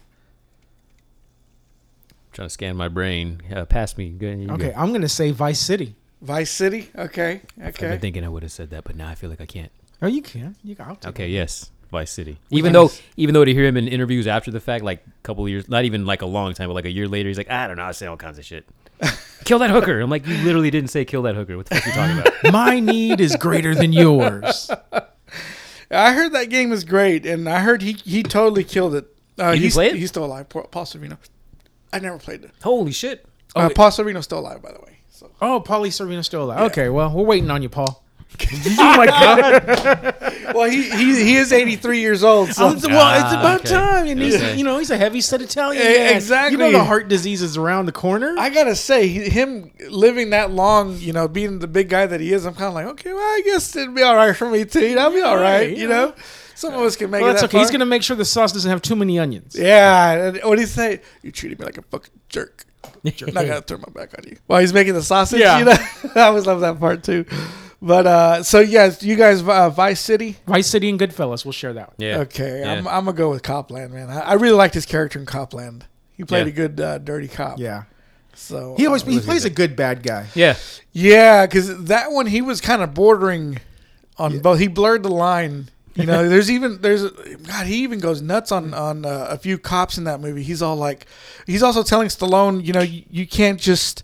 Speaker 2: trying to scan my brain. Uh, pass me. Go- you go.
Speaker 3: Okay, I'm gonna say Vice City.
Speaker 1: Vice City. Okay.
Speaker 2: I've been
Speaker 1: Okay.
Speaker 2: thinking I would have said that, but now I feel like I can't.
Speaker 3: Oh, you can. You got. I'll take
Speaker 2: Okay,
Speaker 3: it.
Speaker 2: yes, Vice City. Even though, even though to hear him in interviews after the fact, like a couple years, not even like a long time, but like a year later, he's like, I don't know, I say all kinds of
Speaker 3: [laughs]
Speaker 2: shit. kill that hooker. I'm like, you literally didn't say kill that hooker. What the fuck are you talking about?
Speaker 3: [laughs] My need is greater than yours.
Speaker 1: I heard that game is great, and I heard he he totally killed it. Uh,
Speaker 2: You didn't
Speaker 1: he's,
Speaker 2: play it?
Speaker 1: He's still alive. Paul Paul Sorvino. I never played it.
Speaker 2: Holy shit. Oh,
Speaker 1: uh,
Speaker 2: wait.
Speaker 1: Paul Sorvino's still alive, by the way. So
Speaker 3: Oh, Polly Sorvino's still alive. Okay, well, we're waiting on you, Paul.
Speaker 1: well, he he, he is eighty three years old.
Speaker 2: [laughs]
Speaker 1: So.
Speaker 3: well, Oh, it's about
Speaker 2: okay.
Speaker 3: time, and he's
Speaker 2: Okay.
Speaker 3: you know he's a heavy set Italian.
Speaker 1: Eh,
Speaker 3: man. You know
Speaker 1: exactly.
Speaker 3: the heart disease is around the corner.
Speaker 1: I gotta say, he, him living that long, you know, being the big guy that he is, I'm kind of like, okay, well, I guess it'd be all right for me too. I'll be all right, you know. Some of us can make
Speaker 3: well,
Speaker 1: it.
Speaker 3: that's
Speaker 1: that
Speaker 3: okay. He's
Speaker 1: far.
Speaker 3: gonna make sure the sauce doesn't have too many onions.
Speaker 1: Yeah. and What do you say? You treated me like a fucking jerk. And I gotta turn my back on you while he's making the sausage.
Speaker 3: Yeah.
Speaker 1: You know? [laughs] I always love that part too. But uh, so yes, you guys, uh, Vice City.
Speaker 3: Vice City and Goodfellas, we'll share that. one.
Speaker 2: Yeah.
Speaker 1: Okay,
Speaker 2: Yeah.
Speaker 1: I'm, I'm gonna go with Copland, man. I, I really liked his character in Copland. He played
Speaker 2: Yeah.
Speaker 1: a good uh, dirty cop.
Speaker 3: Yeah,
Speaker 1: So
Speaker 3: he always
Speaker 1: uh,
Speaker 3: he plays a good bad guy.
Speaker 2: yeah.
Speaker 1: yeah, because that one he was kind of bordering on both. He blurred the line. You know, there's even there's God. He even goes nuts on on uh, a few cops in that movie. He's all like, he's also telling Stallone, you know, you, you can't just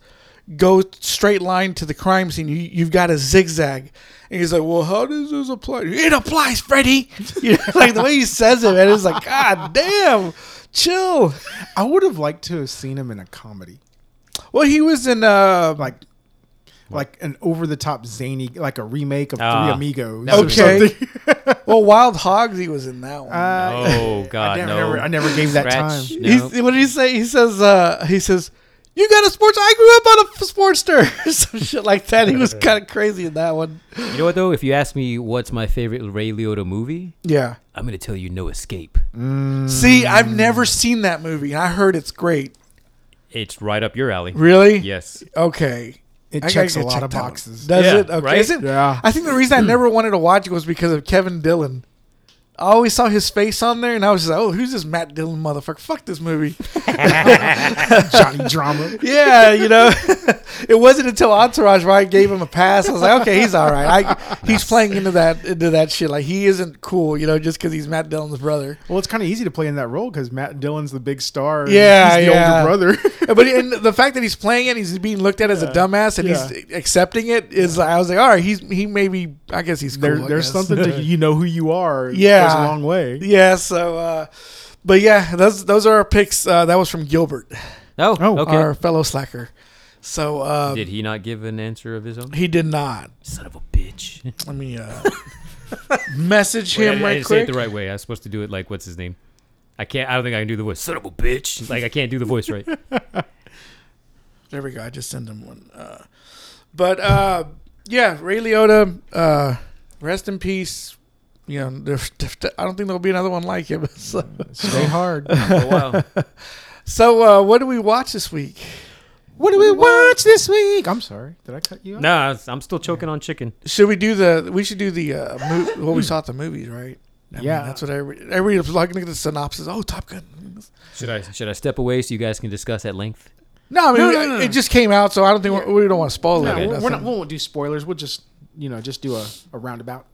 Speaker 1: go straight line to the crime scene. You you've got to zigzag. And he's like, well, how does this apply? It applies, Freddy. [laughs] You know, like the way he says it, man, it's like, God damn, chill.
Speaker 3: I would have liked to have seen him in a comedy,
Speaker 1: Well, he was in uh,
Speaker 3: like like an over the top zany, like a remake of
Speaker 2: Ah,
Speaker 3: Three Amigos.
Speaker 2: that
Speaker 3: or
Speaker 2: would be
Speaker 1: Okay.
Speaker 3: something.
Speaker 1: well, Wild Hogs. He was in that one.
Speaker 3: [laughs] Uh,
Speaker 2: Oh God,
Speaker 3: damn, I
Speaker 2: no.
Speaker 3: never- I never gave that
Speaker 2: Scratch,
Speaker 3: time.
Speaker 2: no.
Speaker 1: He's, what did he say? He says, uh, he says, you got a sports. I grew up on a f- sportster, [laughs] some shit like
Speaker 2: [laughs]
Speaker 1: that. He was kind of crazy in that one.
Speaker 2: You know what though? If you ask me what's my favorite Ray Liotta movie,
Speaker 1: Yeah.
Speaker 2: I'm gonna tell you No Escape.
Speaker 1: See, I've never seen that movie. and I heard it's great.
Speaker 2: It's right up your alley.
Speaker 1: Really?
Speaker 2: Yes.
Speaker 1: Okay.
Speaker 3: It
Speaker 1: I gotta
Speaker 3: checks a
Speaker 1: go
Speaker 3: lot
Speaker 1: check
Speaker 3: of
Speaker 1: that one.
Speaker 3: boxes.
Speaker 1: Does
Speaker 2: Yeah,
Speaker 1: it? Okay.
Speaker 2: right?
Speaker 1: Is it?
Speaker 3: [laughs] Yeah. Hmm.
Speaker 1: I think the reason I never wanted to watch it was because of Kevin Dillon. I always saw his face on there, and I was just like, "Oh, who's this Matt Dillon motherfucker? Fuck this movie."
Speaker 3: Johnny Drama.
Speaker 1: Yeah, you know, [laughs] it wasn't until Entourage where I gave him a pass. I was like, okay, he's all right. I, he's playing into that into that shit. Like he isn't cool, you know, just because he's Matt Dillon's brother.
Speaker 3: Well, it's kind of easy to play in that role because Matt Dillon's the big star. and
Speaker 1: Yeah,
Speaker 3: he's the
Speaker 1: yeah.
Speaker 3: older brother. [laughs]
Speaker 1: But and the fact that he's playing it, he's being looked at as a dumbass, and he's accepting it is. I was like, all right, he's he maybe. I guess he's cool.
Speaker 3: there,
Speaker 1: I
Speaker 3: there's
Speaker 1: guess.
Speaker 3: something
Speaker 1: [laughs]
Speaker 3: that you know who you are.
Speaker 1: Yeah.
Speaker 3: goes a long way.
Speaker 1: Yeah. So, uh, but yeah, those those are our picks. Uh, that was from Gilbert,
Speaker 2: No.
Speaker 3: Oh,
Speaker 2: okay.
Speaker 1: our fellow slacker. So uh,
Speaker 2: Did he not give an answer of his own?
Speaker 1: he did not.
Speaker 2: Son of a [laughs] bitch.
Speaker 1: Let me
Speaker 3: [laughs]
Speaker 1: uh, message him
Speaker 2: I, I
Speaker 1: right
Speaker 2: didn't say
Speaker 1: quick.
Speaker 2: it the right way. I was supposed to do it like what's his name? I can't. I don't think I can do the voice. Son of a bitch! [laughs] Like I can't do the voice right.
Speaker 1: There we go. I just sent him one. Uh, but uh, yeah, Ray Liotta, uh, rest in peace. You know, [laughs] there- I don't think there'll be another one like him. [laughs] So,
Speaker 3: Stay hard.
Speaker 2: Oh wow!
Speaker 1: so uh, what do we watch this week?
Speaker 3: what do we watch this week? I'm sorry. Did I cut you off?
Speaker 2: Nah, I- I'm still choking on chicken.
Speaker 1: Should we do the? We should do the uh, mo- what we saw at the movies, right? I
Speaker 3: Yeah.
Speaker 1: that's what everybody, everybody was like. Look at the synopsis. Oh, Top Gun.
Speaker 2: Should I should I step away so you guys can discuss at length?
Speaker 1: No, I mean,
Speaker 3: No,
Speaker 1: we-
Speaker 3: no, no, no.
Speaker 1: it just came out, so I don't think we we don't want to spoil
Speaker 3: No,
Speaker 1: it. or
Speaker 3: we're- we're not,
Speaker 1: nothing.
Speaker 3: we won't do spoilers. We'll just, you know, just do a, a roundabout.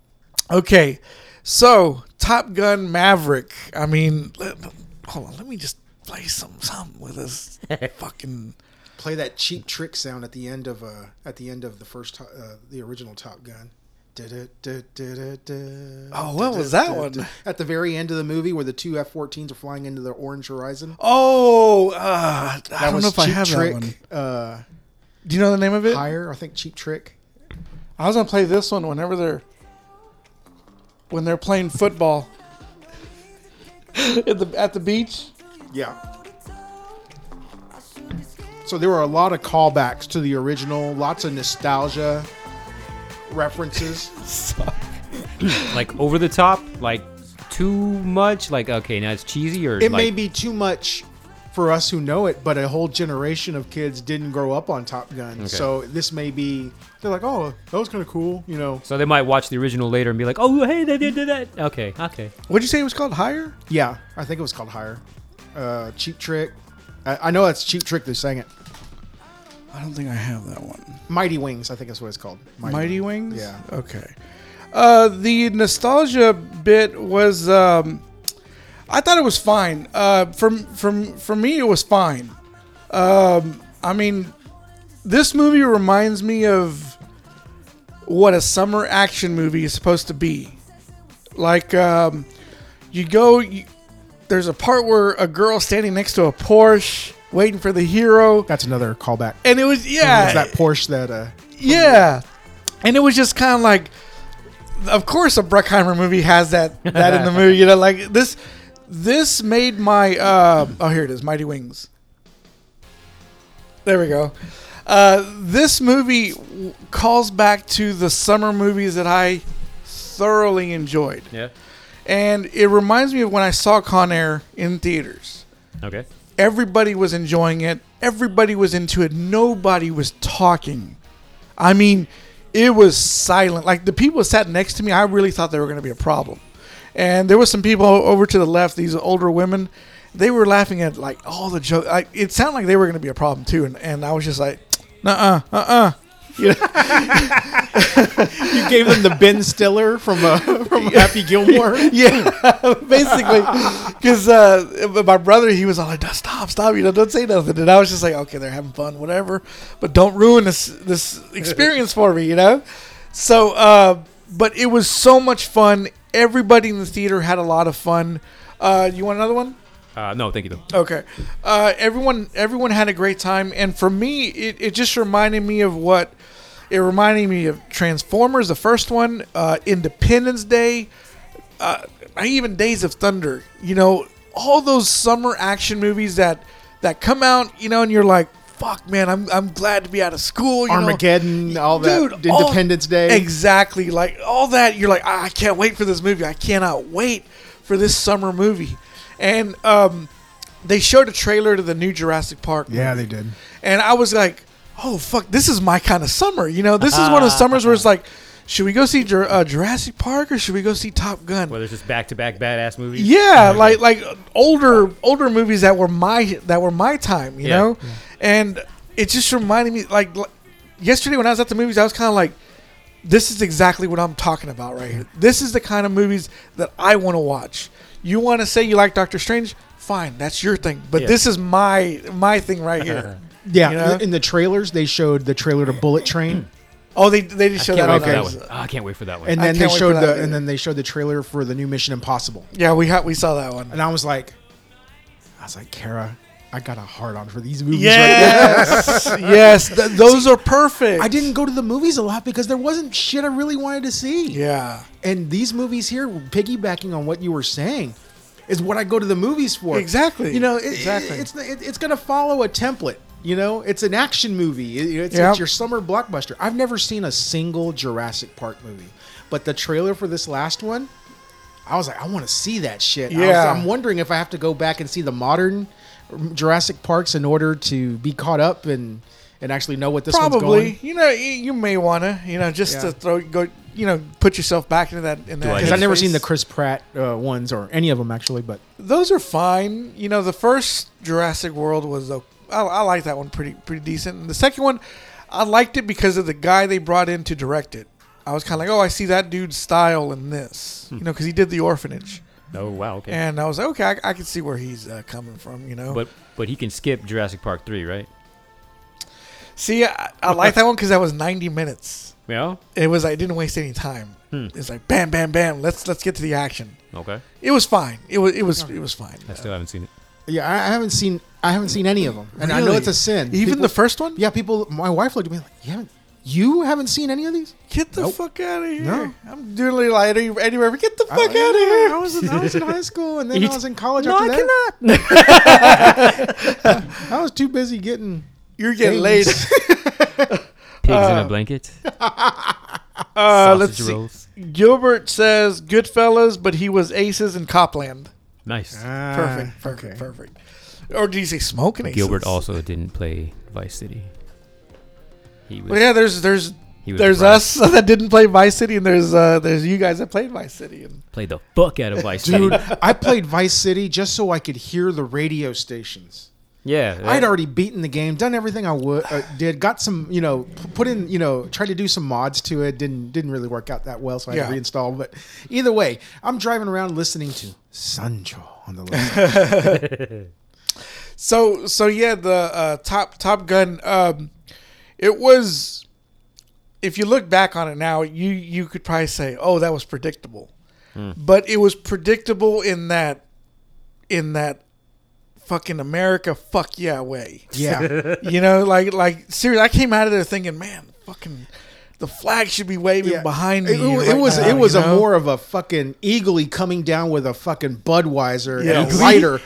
Speaker 1: Okay, so Top Gun Maverick. I mean, let, hold on, let me just play some something with this fucking.
Speaker 3: Play that cheap trick sound at the end of uh at the end of the first to- uh, the original Top Gun.
Speaker 1: Oh,
Speaker 3: Oh,
Speaker 1: what was that one?
Speaker 3: At the very end of the movie, where the two F-14s are flying into the orange horizon.
Speaker 1: Oh, uh, I
Speaker 3: That
Speaker 1: don't
Speaker 3: was
Speaker 1: know if I
Speaker 3: Cheap
Speaker 1: have
Speaker 3: Trick,
Speaker 1: that one.
Speaker 3: Uh,
Speaker 1: Do you know the name of it?
Speaker 3: higher, I think Cheap Trick.
Speaker 1: I was gonna play this one whenever they're when they're playing football [laughs] at the at the beach.
Speaker 3: Yeah. So there were a lot of callbacks to the original, lots of nostalgia references.
Speaker 2: like over the top, like too much. Like okay, now it's cheesy or like,
Speaker 3: It may be too much for us who know it, but a whole generation of kids didn't grow up on Top Gun. So this may be they're like, "Oh, that was kind of cool," you know.
Speaker 2: So they might watch the original later and be like, "Oh, hey, they did did that." Okay, okay.
Speaker 1: What'd you say it was called? Higher?
Speaker 3: Yeah, I think it was called Higher. Uh, cheap Trick. I, I know that's Cheap Trick that sang it.
Speaker 1: I don't think I have that one.
Speaker 3: Mighty Wings, I think that's what it's called.
Speaker 1: Mighty Wings.
Speaker 3: Yeah.
Speaker 1: Okay. Uh, the nostalgia bit was. Um, I thought it was fine. Uh, from from for me, it was fine. Um, I mean, this movie reminds me of what a summer action movie is supposed to be. Like, um, you go. You, there's a part where a girl standing next to a Porsche waiting for the hero,
Speaker 3: That's another callback.
Speaker 1: and it was yeah.
Speaker 3: It's Mm, that Porsche that uh, [laughs]
Speaker 1: Yeah, and it was just kind of like, of course, a Bruckheimer movie has that that in the movie. You know, like this. This made my uh, oh here it is, Mighty Wings. There we go. Uh, this movie w- calls back to the summer movies that I thoroughly enjoyed,
Speaker 2: Yeah.
Speaker 1: and it reminds me of when I saw Con Air in theaters.
Speaker 2: Okay.
Speaker 1: Everybody was enjoying it. Everybody was into it. Nobody was talking. I mean, it was silent. Like the people that sat next to me, I really thought they were going to be a problem. And there was some people over to the left, these older women. They were laughing at like all the jokes. Like, it sounded like they were going to be a problem too. And, and I was just like, uh, uh, uh.
Speaker 3: You gave them the Ben Stiller from uh, from
Speaker 1: [laughs]
Speaker 3: Happy Gilmore.
Speaker 1: Yeah, basically, because uh, my brother he was all like, "Stop, stop! You know, don't say nothing." And I was just like, "Okay, they're having fun, whatever, but don't ruin this this experience for me," you know. So, uh, but it was so much fun. Everybody in the theater had a lot of fun. Uh, you want another one?
Speaker 2: Uh, no, thank you though.
Speaker 1: Okay. Uh, everyone everyone had a great time, and for me, it, it just reminded me of what it reminded me of Transformers, the first one, uh, Independence Day, uh, even Days of Thunder. You know, all those summer action movies that that come out, you know, and you're like, "Fuck, man, I'm, I'm glad to be out of school." You know?
Speaker 3: Armageddon, all that.
Speaker 1: all-
Speaker 3: Independence Day.
Speaker 1: Exactly. Like all that, you're like, "Ah, I I can't wait for this movie. I cannot wait for this summer movie. And um, they showed a trailer to the new Jurassic Park.
Speaker 3: yeah,
Speaker 1: movie.
Speaker 3: they did.
Speaker 1: And I was like, oh, fuck, this is my kind of summer. You know, this is one of the summers where it's like, should we go see Jur- uh, Jurassic Park or should we go see Top Gun?
Speaker 2: Whether it's just back to back badass movies.
Speaker 1: Yeah, like like older older movies that were my that were my time, you
Speaker 2: Yeah.
Speaker 1: know. And it just reminded me like, like yesterday when I was at the movies, I was kind of like, this is exactly what I'm talking about right here. This is the kind of movies that I want to watch. You want to say you like Doctor Strange? Fine, that's your thing. But
Speaker 2: Yeah.
Speaker 1: this is my my thing right
Speaker 2: [laughs]
Speaker 1: here.
Speaker 3: Yeah,
Speaker 1: You know?
Speaker 3: in the trailers they showed the trailer to Bullet Train,
Speaker 1: oh, they they just showed
Speaker 2: Can't
Speaker 1: that.
Speaker 2: wait
Speaker 1: on
Speaker 2: for that
Speaker 1: us.
Speaker 2: one. Oh, I can't wait for that one.
Speaker 3: and
Speaker 1: I
Speaker 3: then they
Speaker 1: can't wait
Speaker 3: showed
Speaker 1: for
Speaker 3: the
Speaker 1: that.
Speaker 3: and then they showed the trailer for the new Mission Impossible.
Speaker 1: Yeah, we ha- we saw that one.
Speaker 3: And I was like, I was like, Kara, I got a hard on for these movies. right now.
Speaker 1: Yes,
Speaker 2: [laughs]
Speaker 1: yes, th- those are perfect.
Speaker 3: I didn't go to the movies a lot because there wasn't shit I really wanted to see.
Speaker 1: Yeah.
Speaker 3: And these movies here, piggybacking on what you were saying, is what I go to the movies for.
Speaker 1: Exactly.
Speaker 3: You know, it,
Speaker 1: Exactly.
Speaker 3: exactly. It's it, it's gonna follow a template. You know, it's an action movie. It- it's,
Speaker 1: Yep.
Speaker 3: it's your summer blockbuster. I've never seen a single Jurassic Park movie, but the trailer for this last one, I was like, I want to see that shit. I was,
Speaker 1: Yeah.
Speaker 3: I'm wondering if I have to go back and see the modern Jurassic Parks in order to be caught up and and actually know what this one's
Speaker 1: probably
Speaker 3: going.
Speaker 1: you know y- you may want to you know just
Speaker 3: Yeah.
Speaker 1: to throw go you know put yourself back into that in that
Speaker 2: I
Speaker 3: Because I've never seen the
Speaker 1: headspace.
Speaker 3: Chris Pratt uh, ones or any of them actually, but
Speaker 1: those are fine you know the first Jurassic World was o- I, I like that one pretty pretty decent. And the second one, I liked it because of the guy they brought in to direct it. I was kind of like, oh, I see that dude's style in this,
Speaker 3: Hmm.
Speaker 1: you know, because he did the orphanage,
Speaker 2: Oh wow, okay.
Speaker 1: and I was like, okay, I, I can see where he's uh, coming from, you know.
Speaker 2: but but he can skip Jurassic Park three, right?
Speaker 1: see, I, I like that one because that was ninety minutes.
Speaker 2: Yeah.
Speaker 1: It was I didn't waste any time.
Speaker 3: Hmm.
Speaker 1: It's like bam, bam, bam. Let's let's get to the action.
Speaker 2: Okay.
Speaker 1: It was fine. It was it was it was fine.
Speaker 2: I still haven't seen it.
Speaker 3: Yeah, I I haven't seen I haven't seen any of them, and I know
Speaker 1: Really?
Speaker 3: it's a sin.
Speaker 1: Even
Speaker 3: People-
Speaker 1: the first one?
Speaker 3: Yeah, people. My wife looked at me like, "You haven't, you haven't seen any of these?"
Speaker 1: Get the
Speaker 3: Nope.
Speaker 1: fuck out of here.
Speaker 3: No.
Speaker 1: I'm doing like Eddie, Eddie Murphy. Get the fuck out of
Speaker 3: I,
Speaker 1: here.
Speaker 3: I was, in, I was in high school, and then I was in college.
Speaker 1: No,
Speaker 3: after
Speaker 1: I
Speaker 3: that.
Speaker 1: cannot.
Speaker 3: I was too busy getting.
Speaker 1: [laughs] You're getting laid. [laughs]
Speaker 3: Things.
Speaker 2: [laughs] Pigs in a blanket.
Speaker 1: Uh, let's
Speaker 2: sausage
Speaker 1: see.
Speaker 2: rolls.
Speaker 1: Gilbert says Goodfellas, but he was Aces in Copland.
Speaker 2: Nice.
Speaker 3: Ah.
Speaker 1: Perfect. Perfect. Perfect. Or did he say smoking aces?
Speaker 2: Gilbert also didn't play Vice City. He was.
Speaker 1: Well, yeah, there's there's
Speaker 2: He was
Speaker 1: there's
Speaker 2: right.
Speaker 1: us [laughs] that didn't play Vice City, and there's uh there's you guys that played Vice City. And
Speaker 2: Played the fuck out of Vice
Speaker 3: [laughs] Dude,
Speaker 2: City.
Speaker 3: I played Vice City just so I could hear the radio stations.
Speaker 2: Yeah. that-
Speaker 3: I'd already beaten the game, done everything I would uh, did, got some, you know, p- put in, you know, tried to do some mods to it. Didn't didn't really work out that well, so I had to
Speaker 1: Yeah.
Speaker 3: reinstall. But either way, I'm driving around listening to Sancho on the [laughs] list.
Speaker 1: so so yeah, the uh, top Top Gun. Um, it was. If you look back on it now, you you could probably say, "Oh, that was predictable," but it was predictable in that, in that, fucking America, fuck yeah way.
Speaker 3: yeah,
Speaker 1: [laughs] you know, like like seriously, I came out of there thinking, man, fucking, the flag should be waving
Speaker 3: yeah.
Speaker 1: behind me.
Speaker 3: It, it
Speaker 1: right
Speaker 3: was
Speaker 1: now,
Speaker 3: it was
Speaker 1: you
Speaker 3: a
Speaker 1: know?
Speaker 3: more of a fucking eagle coming down with a fucking Budweiser
Speaker 1: Yeah.
Speaker 3: and a lighter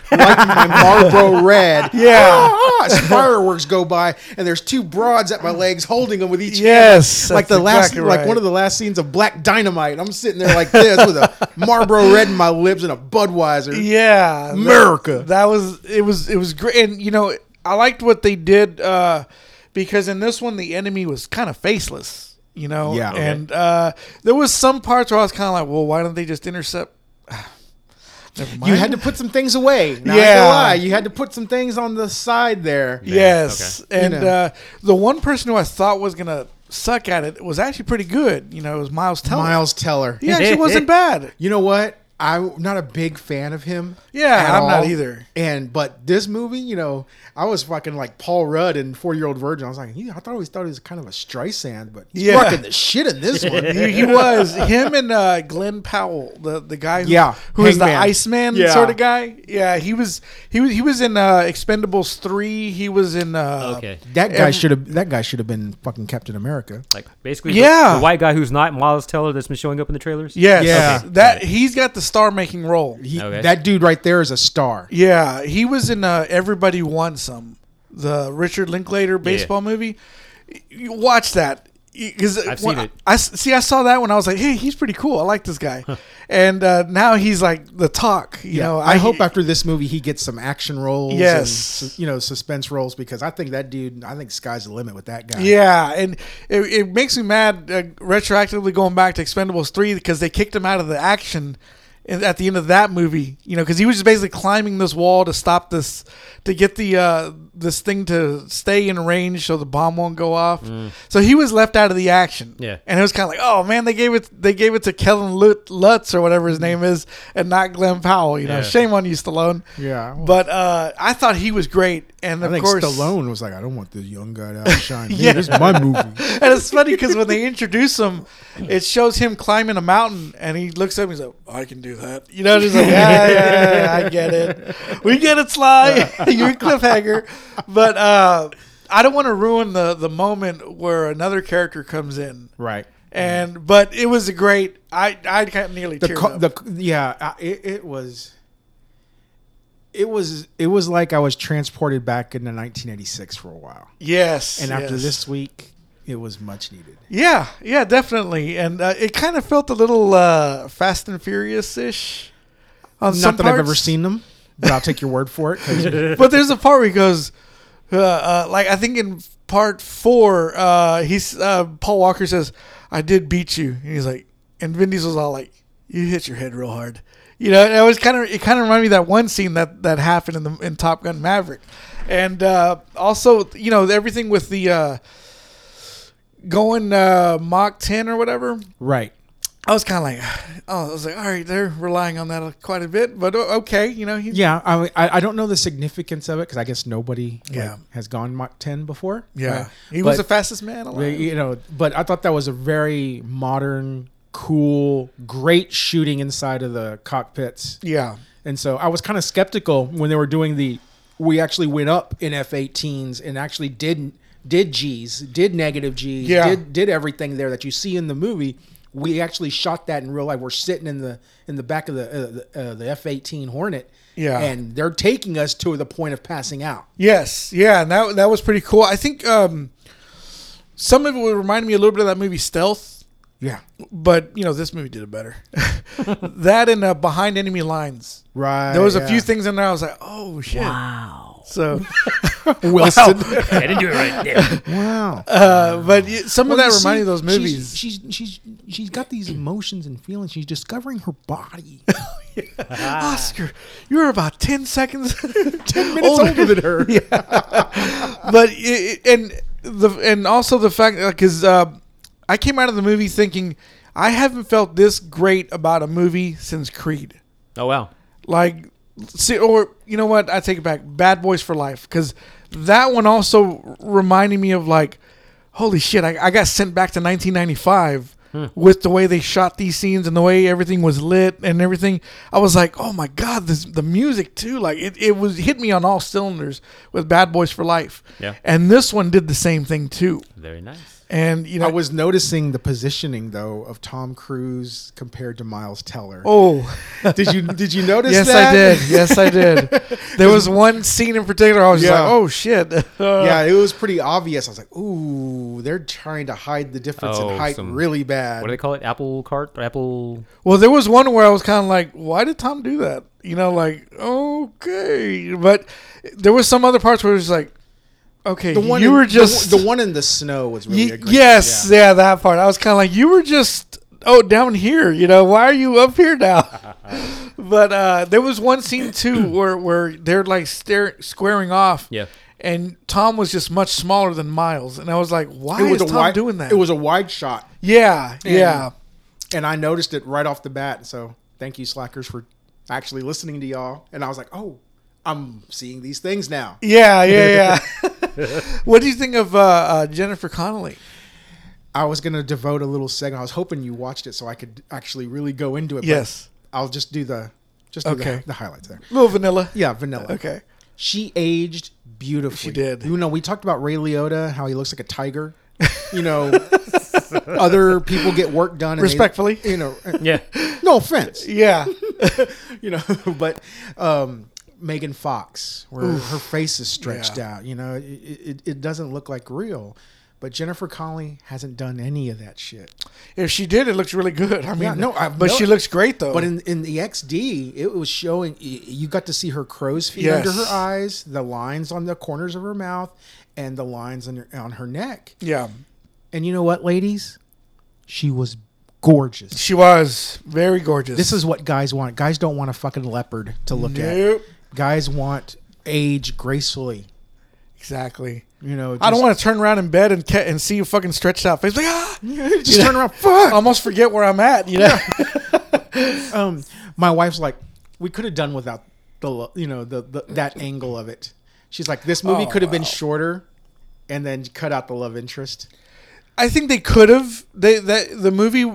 Speaker 1: [laughs]
Speaker 3: lighting my Marlboro Red.
Speaker 1: Yeah.
Speaker 3: Ah, ah, as fireworks go by, and there's two broads at my legs holding them with each
Speaker 1: yes,
Speaker 3: like the
Speaker 1: that's
Speaker 3: last,
Speaker 1: exactly
Speaker 3: like
Speaker 1: right.
Speaker 3: one of the last scenes of Black Dynamite. I'm sitting there like this with a Marlboro Red in my lips and a Budweiser.
Speaker 1: yeah that-
Speaker 3: America.
Speaker 1: That, was it was it was great, and you know I liked what they did uh, because in this one the enemy was kind of faceless. You know,
Speaker 3: Yeah. Okay.
Speaker 1: and uh, there was some parts where I was kind of like, well, why don't they just intercept? Never mind.
Speaker 3: You had to put some things away. Not yeah,
Speaker 1: Yeah.
Speaker 3: lie. you had to put some things on the side there.
Speaker 1: Yes, and
Speaker 3: You know.
Speaker 1: uh, the one person who I thought was gonna suck at it was actually pretty good. You know, it was Miles Teller.
Speaker 3: Miles Teller.
Speaker 1: he actually
Speaker 3: [laughs]
Speaker 1: wasn't bad.
Speaker 3: You know what? I'm not a big fan of him.
Speaker 1: Yeah,
Speaker 3: at
Speaker 1: I'm not
Speaker 3: all.
Speaker 1: either.
Speaker 3: And but this movie, you know, I was fucking like Paul Rudd and Four Year Old Virgin. I was like, he, I thought always thought he was kind of a Streisand, but he's
Speaker 1: Yeah.
Speaker 3: fucking the shit in this
Speaker 1: [laughs]
Speaker 3: one.
Speaker 1: he, he
Speaker 3: [laughs]
Speaker 1: was him and uh, Glenn Powell, the the guy who,
Speaker 3: Yeah,
Speaker 1: who is the
Speaker 3: Hangman.
Speaker 1: Iceman
Speaker 3: Yeah.
Speaker 1: sort of guy. Yeah, he was he was he was in uh, Expendables three. He was in uh,
Speaker 2: Okay.
Speaker 3: That guy
Speaker 1: Ev-
Speaker 3: should have. That guy should have been fucking Captain America.
Speaker 2: Like basically,
Speaker 1: Yeah.
Speaker 2: the, the white guy who's not Miles Teller that's been showing up in the trailers. [laughs]
Speaker 1: Yes,
Speaker 3: Yeah.
Speaker 1: Okay. that he's got the star making role.
Speaker 3: He,
Speaker 2: Okay.
Speaker 3: That dude right there is a star.
Speaker 1: Yeah, he was in uh, Everybody Wants Some, the Richard Linklater baseball movie. You watch that because
Speaker 2: I've seen it.
Speaker 1: I s- see. I saw that when I was like, "Hey, he's pretty cool. I like this guy," and uh, now he's like the talk. You know,
Speaker 3: I, hope after this movie he gets some action roles. and
Speaker 1: Yes.
Speaker 3: su- you know suspense roles because I think that dude. I think sky's the limit with that guy.
Speaker 1: Yeah, and it, it makes me mad uh, retroactively going back to Expendables 3 because they kicked him out of the action in, at the end of that movie, you know, because he was just basically climbing this wall to stop this, to get the uh, this thing to stay in range so the bomb won't go off. So he was left out of the action.
Speaker 2: Mm. Yeah.
Speaker 1: and it was kind of like, oh man, they gave it they gave it to Kellen Lut- Lutz or whatever his name is, and not Glenn Powell. You know,
Speaker 2: Mm. Yeah.
Speaker 1: shame on you, Stallone.
Speaker 3: Yeah, well-
Speaker 1: but uh, I thought he was great, and
Speaker 3: I
Speaker 1: of
Speaker 3: think
Speaker 1: course
Speaker 3: Stallone was like, I don't want the young
Speaker 1: [laughs]
Speaker 3: guy to outshine me. This is my movie.
Speaker 1: and it's funny because when they introduce him, it shows him climbing a mountain, and he looks up and he's like, "I can do that." You know, he's like, "Yeah, yeah, yeah, I get it. We get it, Sly. [laughs] You're a cliffhanger." But uh, I don't want to ruin the the moment where another character comes in,
Speaker 3: Right.
Speaker 1: and but it was a great. I I kind of nearly
Speaker 3: The,
Speaker 1: teared
Speaker 3: co-
Speaker 1: up.
Speaker 3: the yeah, I, it, it was. It was it was like I was transported back into 1986 for a while,
Speaker 1: yes,
Speaker 3: and after
Speaker 1: yes.
Speaker 3: this week, it was much needed.
Speaker 1: yeah, yeah, definitely, and uh, it kind of felt a little uh, Fast and Furious ish.
Speaker 3: Not that I've ever seen them, but I'll take your word for it. 'cause
Speaker 1: [laughs] but there's a part where he goes, uh, uh, like I think in part four, uh, he's uh, Paul Walker says, "I did beat you," and he's like, and Vin Diesel's all like, "You hit your head real hard." You know, it was kind of it kind of reminded me of that one scene that that happened in the in Top Gun Maverick, and uh, also you know everything with the uh, going uh, Mach ten or whatever.
Speaker 3: Right.
Speaker 1: I was kind of like, [sighs] oh, I was like, all right, they're relying on that quite a bit, but o- okay, you know, he,
Speaker 3: Yeah, I I I don't know the significance of it because I guess nobody like,
Speaker 1: Yeah.
Speaker 3: has gone Mach 10 before.
Speaker 1: yeah,
Speaker 3: right?
Speaker 1: he was
Speaker 3: But-
Speaker 1: the fastest man alive.
Speaker 3: They- you know, but I thought that was a very modern, cool, great shooting inside of the cockpits.
Speaker 1: yeah,
Speaker 3: And so I was kind of skeptical when they were doing the we actually went up in F18s and actually did did G's, did negative G's,
Speaker 1: Yeah.
Speaker 3: did did everything there that you see in the movie. We actually shot that in real life. We're sitting in the in the back of the uh, the, uh, the F18 Hornet.
Speaker 1: Yeah.
Speaker 3: And they're taking us to the point of passing out.
Speaker 1: Yes, yeah, and that that was pretty cool. I think um, some of it would remind me a little bit of that movie Stealth,
Speaker 3: [laughs] Yeah.
Speaker 1: but you know this movie did it
Speaker 3: [laughs]
Speaker 1: better. that and uh, Behind Enemy Lines.
Speaker 3: Right.
Speaker 1: There was a
Speaker 3: yeah.
Speaker 1: few things in there I was like, oh shit.
Speaker 4: Wow.
Speaker 1: So,
Speaker 3: Wilson.
Speaker 1: [laughs]
Speaker 4: I didn't do it right. Damn.
Speaker 3: Wow.
Speaker 1: uh, but y- some of
Speaker 3: Well,
Speaker 1: that
Speaker 3: you see,
Speaker 1: reminded me of those
Speaker 3: she's-
Speaker 1: movies.
Speaker 3: She's she's she's got these emotions and feelings. She's discovering her
Speaker 1: [laughs]
Speaker 3: body.
Speaker 1: [laughs] Oscar, you were about ten seconds, [laughs] ten
Speaker 3: minutes older than her.
Speaker 1: but it, it- and the and also the fact because uh, I came out of the movie thinking I haven't felt this great about a movie since Creed.
Speaker 2: Oh wow.
Speaker 1: like see, or you know what i take it back bad boys for life because that one also reminded me of like holy shit i, I got sent back to 1995
Speaker 3: Hmm.
Speaker 1: with the way they shot these scenes and the way everything was lit and everything i was like oh my god this the music too like it, it was hit me on all cylinders with bad boys for life
Speaker 2: Yeah.
Speaker 1: and this one did the same thing too
Speaker 2: Very nice.
Speaker 1: and you know
Speaker 3: I was noticing the positioning though of Tom Cruise compared to Miles Teller. [laughs]
Speaker 1: oh
Speaker 3: Did you did you notice
Speaker 1: yes
Speaker 3: that?
Speaker 1: i did yes i did
Speaker 3: [laughs]
Speaker 1: there was one scene in particular i was just
Speaker 3: Yeah.
Speaker 1: like oh shit
Speaker 3: [laughs] yeah, it was pretty obvious. I was like, "Ooh, they're trying to hide the difference
Speaker 2: Oh,
Speaker 3: in height
Speaker 2: some-
Speaker 3: really bad."
Speaker 2: What do they call it? Apple cart or Apple?
Speaker 1: Well, there was one where I was kind of like, why did Tom do that? You know, like, okay. But there was some other parts where it was like, okay,
Speaker 3: the one
Speaker 1: you
Speaker 3: in-
Speaker 1: were
Speaker 3: the
Speaker 1: just.
Speaker 3: one- the, one in the snow was really
Speaker 1: Y-
Speaker 3: aggressive.
Speaker 1: yes, yeah. that part. I was kind of like, you were just, oh, down here. You know, why are you up here
Speaker 3: [laughs]
Speaker 1: now? but uh, there was one scene,
Speaker 3: [clears throat]
Speaker 1: too, where, where they're like stare- squaring off.
Speaker 2: Yeah.
Speaker 1: And Tom was just much smaller than Miles. And I was like, why
Speaker 3: It was
Speaker 1: is
Speaker 3: a
Speaker 1: Tom
Speaker 3: wide
Speaker 1: doing that?
Speaker 3: It was a wide shot,
Speaker 1: yeah, yeah.
Speaker 3: and I noticed it right off the bat. So, thank you slackers for actually listening to y'all. And I was like, "Oh, I'm seeing these things now."
Speaker 1: Yeah, yeah,
Speaker 3: [laughs]
Speaker 1: yeah. [laughs] what do you think of uh, uh, Jennifer Connelly?
Speaker 3: I was gonna devote a little segment. I was hoping you watched it so I could actually really go into it. but
Speaker 1: Yes.
Speaker 3: I'll just do the just do
Speaker 1: Okay.
Speaker 3: the, the highlights there.
Speaker 1: Little Vanilla.
Speaker 3: Yeah, vanilla.
Speaker 1: Okay.
Speaker 3: She aged beautifully.
Speaker 1: She did.
Speaker 3: You know, we talked about Ray Liotta, how he looks like a [laughs] tiger. You know, other people get work done. And they-
Speaker 1: Respectfully.
Speaker 3: you know, uh,
Speaker 2: Yeah.
Speaker 3: no offense.
Speaker 1: [laughs] Yeah.
Speaker 3: [laughs]
Speaker 1: [laughs]
Speaker 3: You know, [laughs] but um, Megan Fox, where her face is stretched
Speaker 1: Yeah.
Speaker 3: out. You know, it, it, it doesn't look like real. But Jennifer Connelly hasn't done any of that shit.
Speaker 1: if she did, it looks really good. I mean,
Speaker 3: Yeah, no, I-
Speaker 1: but
Speaker 3: no.
Speaker 1: she looks great though.
Speaker 3: But in, in the XD, it was showing y- you got to see her crow's feet
Speaker 1: Yes.
Speaker 3: under her eyes, the lines on the corners of her mouth, and the lines on her, on her neck.
Speaker 1: yeah,
Speaker 3: And you know what, ladies? She was gorgeous.
Speaker 1: she was very gorgeous.
Speaker 3: This is what guys want. Guys don't want a fucking leopard to look
Speaker 1: nope.
Speaker 3: at. Guys want age gracefully.
Speaker 1: Exactly.
Speaker 3: You know,
Speaker 1: I don't
Speaker 3: just-
Speaker 1: want to turn around in bed and ca- and see you fucking stretched out face. Like ah,
Speaker 3: [laughs] just turn around. Fuck.
Speaker 1: almost forget where I'm at. You know.
Speaker 3: um, my wife's like, we could have done without the lo- you know the, the that angle of it. She's like, this movie
Speaker 1: Oh,
Speaker 3: could have been shorter, and then cut out the love interest.
Speaker 1: I think they could have. They that the movie,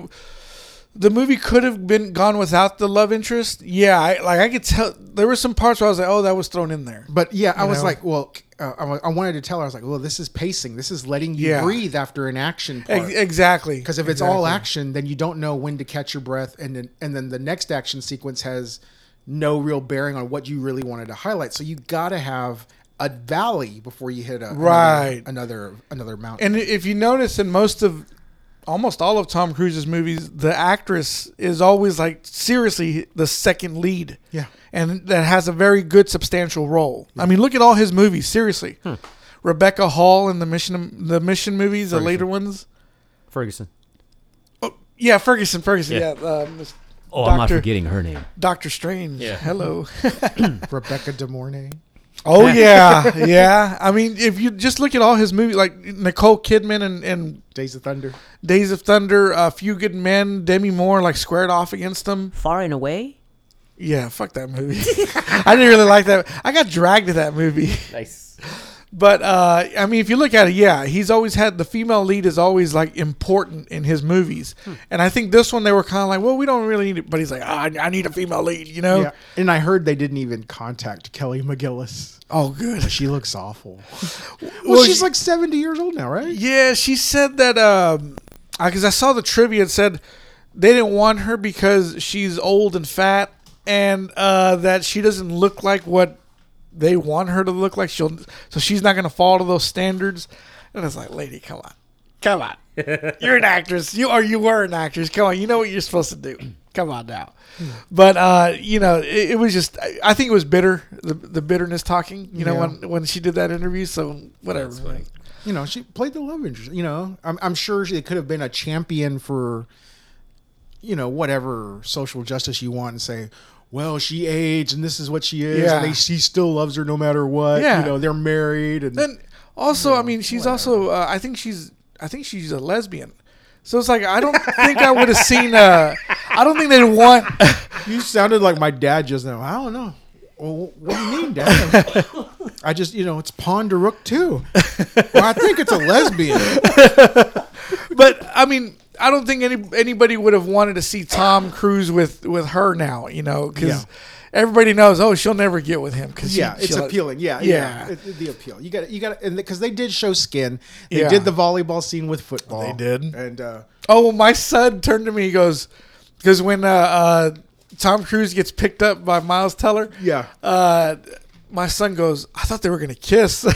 Speaker 1: the movie could have been gone without the love interest. Yeah, I, like I could tell there were some parts where I was like, oh, that was thrown in there.
Speaker 3: But yeah, I was
Speaker 1: know?
Speaker 3: like, well, uh, I, wa- I wanted to tell her, I was like, well, this is pacing. This is letting you
Speaker 1: Yeah.
Speaker 3: breathe after an action part.
Speaker 1: Ex- exactly.
Speaker 3: because if it's
Speaker 1: exactly.
Speaker 3: all action, then you don't know when to catch your breath, and then and then the next action sequence has no real bearing on what you really wanted to highlight. So you gotta have a valley before you hit a another-
Speaker 1: Right.
Speaker 3: another another mountain.
Speaker 1: And if you notice in most of almost all of Tom Cruise's movies, the actress is always like seriously the second lead.
Speaker 3: Yeah.
Speaker 1: And that has a very good substantial role. I mean, look at all his movies, seriously.
Speaker 3: Hmm.
Speaker 1: Rebecca Hall in the Mission the Mission movies, the later ones.
Speaker 2: Ferguson.
Speaker 1: Oh, Yeah, Ferguson, Ferguson. Yeah,
Speaker 2: Yeah.
Speaker 1: uh, Miss
Speaker 2: Oh, I'm not
Speaker 1: Doctor-
Speaker 2: forgetting her name.
Speaker 1: Doctor Strange.
Speaker 2: Yeah. [laughs]
Speaker 1: Hello.
Speaker 3: Rebecca De Mornay.
Speaker 1: Oh yeah, yeah. I mean, if you just look at all his movies, like Nicole Kidman and, and
Speaker 3: Days of Thunder.
Speaker 1: Days of Thunder, A Few Good Men, Demi Moore, like squared off against him.
Speaker 4: Far and away.
Speaker 1: Yeah, fuck
Speaker 2: [laughs]
Speaker 1: that movie. [laughs] I didn't really like that. I got dragged to that movie. [laughs]
Speaker 2: Nice.
Speaker 1: But uh, I mean, if you look at it, yeah, he's always had the female lead is always like important in his movies,
Speaker 2: Hmm.
Speaker 1: and I think this one they were kind of like, well, we don't really need it, but he's like, "Ah, I, I need a female lead, you know?
Speaker 3: Yeah. And I heard they didn't even contact Kelly McGillis.
Speaker 1: Oh, good.
Speaker 3: She looks awful.
Speaker 1: [laughs]
Speaker 3: well,
Speaker 1: Well,
Speaker 3: she's
Speaker 1: y-
Speaker 3: like 70 years old now, right?
Speaker 1: Yeah, she said that um, because I saw the trivia. It said they didn't want her because she's old and fat, and uh, that she doesn't look like what they want her to look like. She'll so she's not gonna fall to those standards. And it's like, lady, come on, come on, you're an actress. You or you were an actress. Come on, you know what you're supposed to do. Come on now. But uh, you know, it, it was just I, I think it was bitter, the, the bitterness talking. You know,
Speaker 3: Yeah.
Speaker 1: when when she did that interview. So whatever.
Speaker 2: funny.
Speaker 3: You know, she played the love interest. You know, I'm, I'm sure she could have been a champion for, you know, whatever social justice you want and say, well, she aged and this is what she is.
Speaker 1: Yeah.
Speaker 3: And they, she still loves her no matter what.
Speaker 1: Yeah.
Speaker 3: You know, they're married. And
Speaker 1: And also, I mean, she's also. Uh, I think she's. I think she's a lesbian. So it's like I don't [laughs] think I would have seen. Uh, I don't think they'd want. [laughs]
Speaker 3: you sounded like my dad just now. I don't know. Well, what do you mean, dad? I just, you know, it's Pawn to Rook too. Well, I think it's
Speaker 1: [laughs]
Speaker 3: a lesbian.
Speaker 1: But I mean, I don't think any anybody would have wanted to see Tom Cruise with with her now. You know, because
Speaker 3: Yeah.
Speaker 1: everybody knows. Oh, she'll never get with him. Cause she-
Speaker 3: yeah, it's
Speaker 1: she'll-
Speaker 3: appealing. Yeah,
Speaker 1: yeah.
Speaker 3: yeah, It- it- the appeal. You got, you got, and because they did show skin, they
Speaker 1: Yeah.
Speaker 3: did the volleyball scene with football.
Speaker 1: They did.
Speaker 3: and uh,
Speaker 1: Oh, my son turned to me. He goes, because when uh, uh, Tom Cruise gets picked up by Miles Teller,
Speaker 3: Yeah.
Speaker 1: uh, my son goes, I thought they were gonna kiss, [laughs] and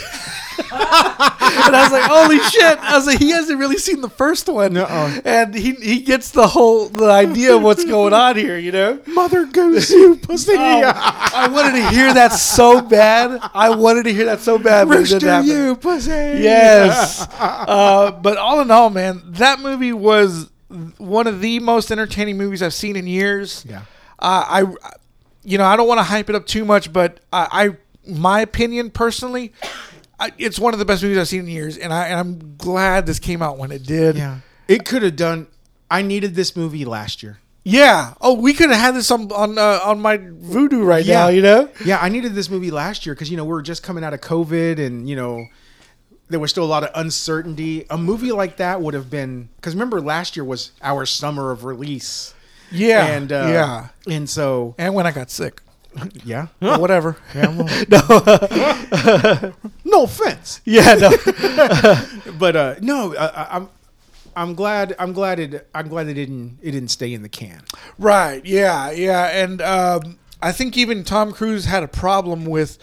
Speaker 1: I was like, holy shit! I was like, he hasn't really seen the first one,
Speaker 3: Nuh-uh.
Speaker 1: and he he gets the whole the idea of what's going on here, you know.
Speaker 3: Mother Goose, [laughs] you pussy.
Speaker 1: I wanted to hear that so bad. I wanted to hear that so bad. but it didn't
Speaker 3: Rooster,
Speaker 1: happen.
Speaker 3: you pussy. [laughs]
Speaker 1: Yes. uh, but all in all, man, that movie was one of the most entertaining movies I've seen in years.
Speaker 3: Yeah.
Speaker 1: Uh, I, you know, I don't want to hype it up too much, but I, I my opinion personally, I, it's one of the best movies I've seen in years, and I and I'm glad this came out when it did.
Speaker 3: yeah. It could have done. I needed this movie last year.
Speaker 1: Yeah. Oh, we could have had this on on uh, on my voodoo right
Speaker 3: Yeah.
Speaker 1: now. You know.
Speaker 3: Yeah, I needed this movie last year because you know we were just coming out of COVID, and you know there was still a lot of uncertainty. A movie like that would have been because remember last year was our summer of release.
Speaker 1: Yeah.
Speaker 3: and uh,
Speaker 1: yeah.
Speaker 3: and so
Speaker 1: And when I got sick,
Speaker 3: yeah.
Speaker 1: But whatever.
Speaker 3: [laughs] No offense.
Speaker 1: yeah. No.
Speaker 3: [laughs] but uh, no, I, I, I'm I'm glad I'm glad it I'm glad it didn't it didn't stay in the can.
Speaker 1: Right. Yeah. Yeah. And um, I think even Tom Cruise had a problem with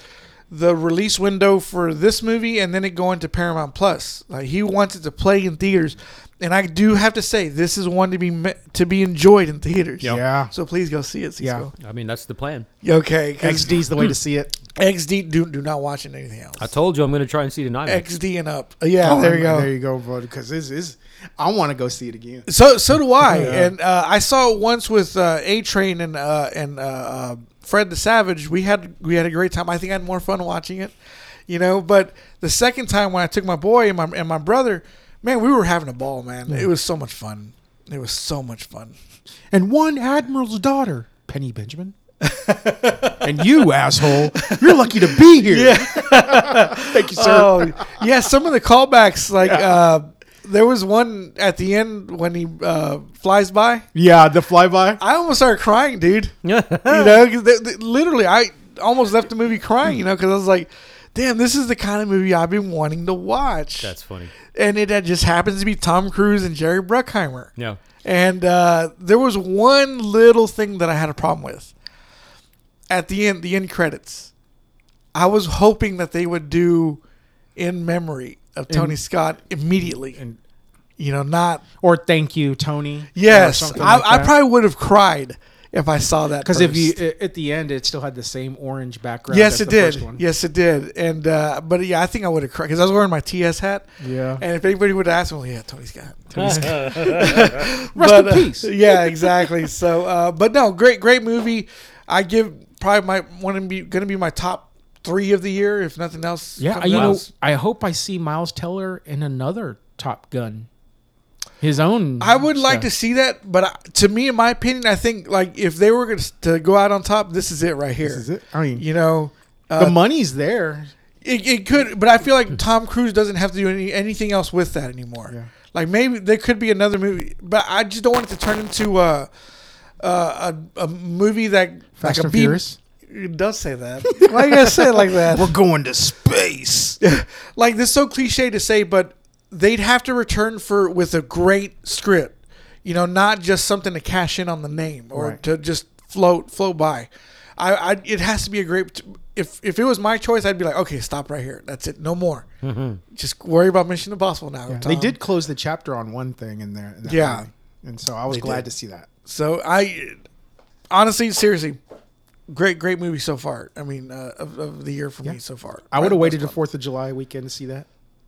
Speaker 1: the release window for this movie and then it going to Paramount Plus. Like he wants it to play in theaters, and I do have to say this is one to be me- to be enjoyed in theaters.
Speaker 2: Yeah.
Speaker 3: Yeah.
Speaker 1: So please go see it.
Speaker 3: Yeah.
Speaker 1: Cisco.
Speaker 2: I mean, that's the plan.
Speaker 1: Yeah. Okay. 'cause
Speaker 3: XD's the way to see it.
Speaker 1: XD. Do do not watch it anything else.
Speaker 2: I told you I'm going to try and see it in IMAX.
Speaker 1: XD and up. Yeah. there you go.
Speaker 3: Oh, There you go, bro. Because this is I want to go see it again.
Speaker 1: So so do I, and uh, I saw it once with uh, A Train and uh, and uh, uh, Fred the Savage. We had we had a great time. I think I had more fun watching it, you know. But the second time when I took my boy and my and my brother, man, we were having a ball, man. It was so much fun. It was so much fun.
Speaker 3: And one admiral's daughter, Penny Benjamin. [laughs] and you asshole, you're lucky to be here. [laughs] Thank you, sir.
Speaker 1: Oh yeah, some of the callbacks like. Uh, there was one at the end when he uh, flies by.
Speaker 3: yeah, the flyby.
Speaker 1: I almost started crying, dude. [laughs] you know, 'cause they- they- literally, I almost left the movie crying, you know, because I was like, damn, this is the kind of movie I've been wanting to
Speaker 2: [laughs]
Speaker 1: watch.
Speaker 2: That's funny.
Speaker 1: and it, it just happens to be Tom Cruise and Jerry Bruckheimer.
Speaker 2: Yeah.
Speaker 1: And uh, there was one little thing that I had a problem with at the end, the end credits. I was hoping that they would do in memory of Tony Scott immediately.
Speaker 3: and-
Speaker 1: you know, not
Speaker 3: Or thank you, Tony. or
Speaker 1: Yes,
Speaker 3: something
Speaker 1: I,
Speaker 3: like
Speaker 1: I
Speaker 3: that.
Speaker 1: probably would have cried if I saw that
Speaker 3: Because if you
Speaker 1: first.
Speaker 3: a- at the end, it still had the same orange background.
Speaker 1: Yes,
Speaker 3: as
Speaker 1: it
Speaker 3: the
Speaker 1: did.
Speaker 3: first one.
Speaker 1: Yes, it did. And uh, but yeah, I think I would have cried because I was wearing my TS hat.
Speaker 3: Yeah.
Speaker 1: And if anybody would have asked, well, yeah, Tony's got. Tony's got.
Speaker 3: Rest
Speaker 1: but,
Speaker 3: in
Speaker 1: uh, [laughs]
Speaker 3: peace.
Speaker 1: yeah, exactly. so, uh, but no, great, great movie. I give probably my one to be going to be my top three of the year, if nothing else.
Speaker 3: Yeah,
Speaker 1: comes
Speaker 3: I, you
Speaker 1: out.
Speaker 3: know, I hope I see Miles Teller in another Top Gun, his own.
Speaker 1: I would like to
Speaker 3: stuff.
Speaker 1: see that, but I, to me, in my opinion, I think like if they were going to go out on top, this is it right here.
Speaker 3: This is it. I mean,
Speaker 1: You know, uh,
Speaker 3: the money's there.
Speaker 1: It, it could, but I feel like Tom Cruise doesn't have to do any, anything else with that anymore.
Speaker 3: Hmm. Yeah.
Speaker 1: Like maybe there could be another movie, but I just don't want it to turn into a a, a, a movie that
Speaker 3: Fast
Speaker 1: like a
Speaker 3: and
Speaker 1: B-
Speaker 3: Furious.
Speaker 1: It does say that. [laughs] Why you gotta say it like that?
Speaker 3: going to space.
Speaker 1: [laughs] like this is so cliche to say, but they'd have to return for with a great script. You know, not just something to cash in on the name or
Speaker 3: Right.
Speaker 1: to just float float by. I, I it has to be a great. If if it was my choice, I'd be like, okay, stop right here. That's it. No more. Just worry about Mission Impossible now.
Speaker 3: Mm-hmm. They
Speaker 1: Tom."
Speaker 3: did close the chapter on one thing in there. in that
Speaker 1: Um, Yeah.
Speaker 3: movie. and so I was glad
Speaker 1: did.
Speaker 3: to see that.
Speaker 1: So I honestly, seriously, great great movie so far. I mean, uh, of, of the year for me so far.
Speaker 3: I would have
Speaker 1: Right,
Speaker 3: waited
Speaker 1: that's
Speaker 3: the Fourth of July weekend to see that.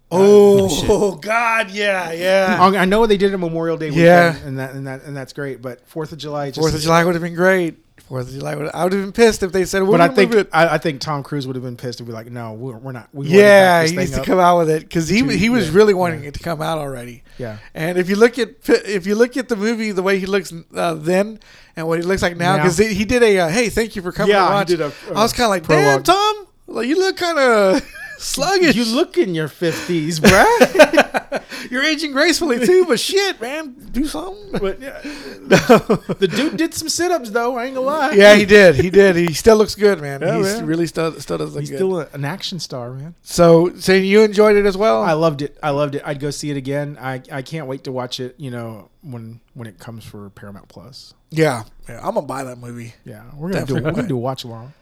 Speaker 1: fun. Oh, God, yeah, yeah.
Speaker 3: Oh, I I know they did a Memorial Day weekend,
Speaker 1: Yeah.
Speaker 3: and that and that and that's great. But Fourth of July, just
Speaker 1: Fourth of July would have been great. Fourth of July would. I would have been pissed if they said. We're
Speaker 3: But I
Speaker 1: gonna move
Speaker 3: think
Speaker 1: it.
Speaker 3: I, I think Tom Cruise would have been pissed and be like, "No, we're, we're not." We wanna back
Speaker 1: yeah,
Speaker 3: this
Speaker 1: he
Speaker 3: thing
Speaker 1: needs to
Speaker 3: up."
Speaker 1: come out with it because he
Speaker 3: Dude,
Speaker 1: he was
Speaker 3: yeah,
Speaker 1: really wanting it to come out already.
Speaker 3: Yeah.
Speaker 1: And if you look at pi- if you look at the movie, the way he looks uh, then and what he looks like now,
Speaker 3: Now.
Speaker 1: because he did a uh, hey, thank you for coming.
Speaker 3: Yeah,
Speaker 1: to
Speaker 3: he
Speaker 1: watch.
Speaker 3: did a,
Speaker 1: I was kind of like, damn,
Speaker 3: prologue.
Speaker 1: Tom, like, you look kind of [laughs] sluggish.
Speaker 3: You look in your fifties, bruh.
Speaker 1: [laughs] You're aging gracefully too, but shit, man, do something.
Speaker 3: [laughs] but yeah, the dude did some sit-ups though. I ain't gonna lie.
Speaker 1: yeah, he did. He did. He still looks good, man.
Speaker 3: Yeah,
Speaker 1: He's
Speaker 3: man.
Speaker 1: really still still does look
Speaker 3: he's
Speaker 1: good.
Speaker 3: still a, an action star, man.
Speaker 1: so, so you enjoyed it as well.
Speaker 3: I loved it. I loved it. I'd go see it again. I, I can't wait to watch it. You know when when it comes for Paramount Plus.
Speaker 1: Yeah, yeah, I'm gonna buy that movie.
Speaker 3: Yeah, we're gonna do we're gonna do a watch [laughs] along.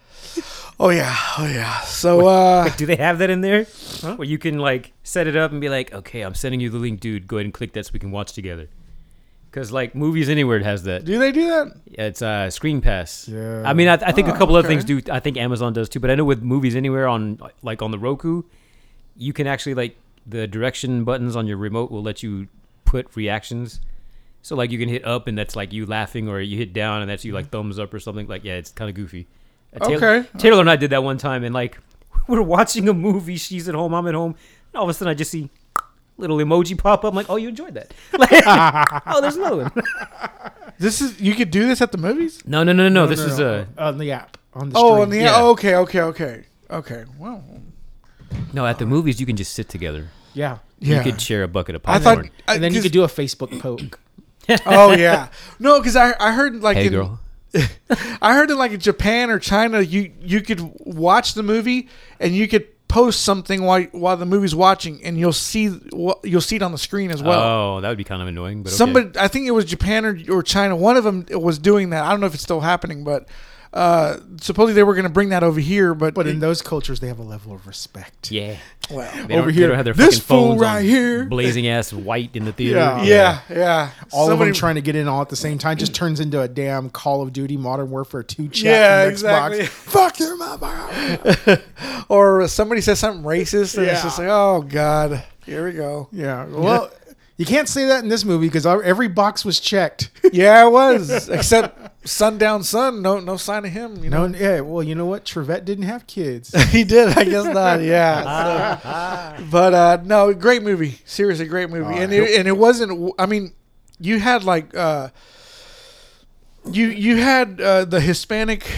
Speaker 1: Oh yeah, oh yeah. So uh,
Speaker 2: Do they have that in there? Where you can like set it up and be like, okay, I'm sending you the link, dude. Go ahead and click that so we can watch together. Because like movies anywhere it has that.
Speaker 1: do they do that?
Speaker 2: It's uh, Screen Pass.
Speaker 3: Yeah.
Speaker 2: I mean, I, I think a
Speaker 1: Ah,
Speaker 2: couple other
Speaker 1: okay.
Speaker 2: things do. I think Amazon does too. But I know with movies anywhere on like on the Roku, you can actually like the direction buttons on your remote will let you put reactions. So like you can hit up and that's like you laughing, or you hit down and that's you like thumbs up or something. Like yeah, it's kind of goofy. Uh, Taylor,
Speaker 1: Okay.
Speaker 2: Taylor and I did that one time, and like [laughs] we were watching a movie. She's at home, I'm at home, and all of a sudden I just see little emoji pop up. I'm like, oh, you enjoyed that? [laughs] Like, oh, there's another one.
Speaker 1: This is you could do this at the movies.
Speaker 2: No, no, no, no, no. This
Speaker 3: No,
Speaker 2: is
Speaker 3: no,
Speaker 2: uh,
Speaker 3: on the app on the
Speaker 1: Oh,
Speaker 3: stream.
Speaker 1: on the
Speaker 2: yeah.
Speaker 1: oh, okay, okay, okay, okay. Well,
Speaker 2: no. At the movies, you can just sit together.
Speaker 3: yeah.
Speaker 1: yeah.
Speaker 2: You could share a bucket of
Speaker 1: I
Speaker 2: popcorn.
Speaker 1: thought, I,
Speaker 3: And then you
Speaker 1: 'cause-
Speaker 3: could do a Facebook poke.
Speaker 1: [laughs]
Speaker 2: [laughs]
Speaker 1: oh yeah, no, because I I heard like
Speaker 2: hey,
Speaker 1: in,
Speaker 2: girl.
Speaker 1: I heard in like Japan or China, you you could watch the movie and you could post something while while the movie's watching, and you'll see wh- you'll see it on the screen as well.
Speaker 2: oh, that would be kind of annoying. But okay.
Speaker 1: somebody i think it was japan or, or china one of them was doing that i don't know if it's still happening but uh supposedly they were going to bring that over here but,
Speaker 3: But in those cultures, they have a level of respect.
Speaker 1: [laughs]
Speaker 2: yeah,
Speaker 1: well
Speaker 2: they over
Speaker 3: here,
Speaker 2: have their
Speaker 1: this
Speaker 2: fucking phones
Speaker 1: fool right
Speaker 2: on
Speaker 1: here.
Speaker 2: blazing ass white
Speaker 1: [laughs]
Speaker 2: in the theater.
Speaker 3: Oh, Yeah.
Speaker 1: yeah yeah
Speaker 3: All
Speaker 1: Somebody-
Speaker 3: of them trying to get in all at the same time just turns into a damn Call of Duty Modern Warfare 2 chat.
Speaker 1: Yeah,
Speaker 3: from Xbox.
Speaker 1: exactly.
Speaker 3: [laughs] Fuck your mother. [laughs]
Speaker 1: [laughs] or somebody says something racist and
Speaker 3: Yeah.
Speaker 1: it's just like oh god here we go
Speaker 3: Yeah. Well, you can't say that in this movie because every box was checked. [laughs]
Speaker 1: yeah it was except sundown sun no no sign of him you know
Speaker 3: No, yeah. Well, you know what? Trevette didn't have kids.
Speaker 1: [laughs] he did i guess not yeah
Speaker 3: [laughs]
Speaker 1: So- but uh no great movie seriously great movie and it, and it wasn't i mean you had like uh you you had uh the hispanic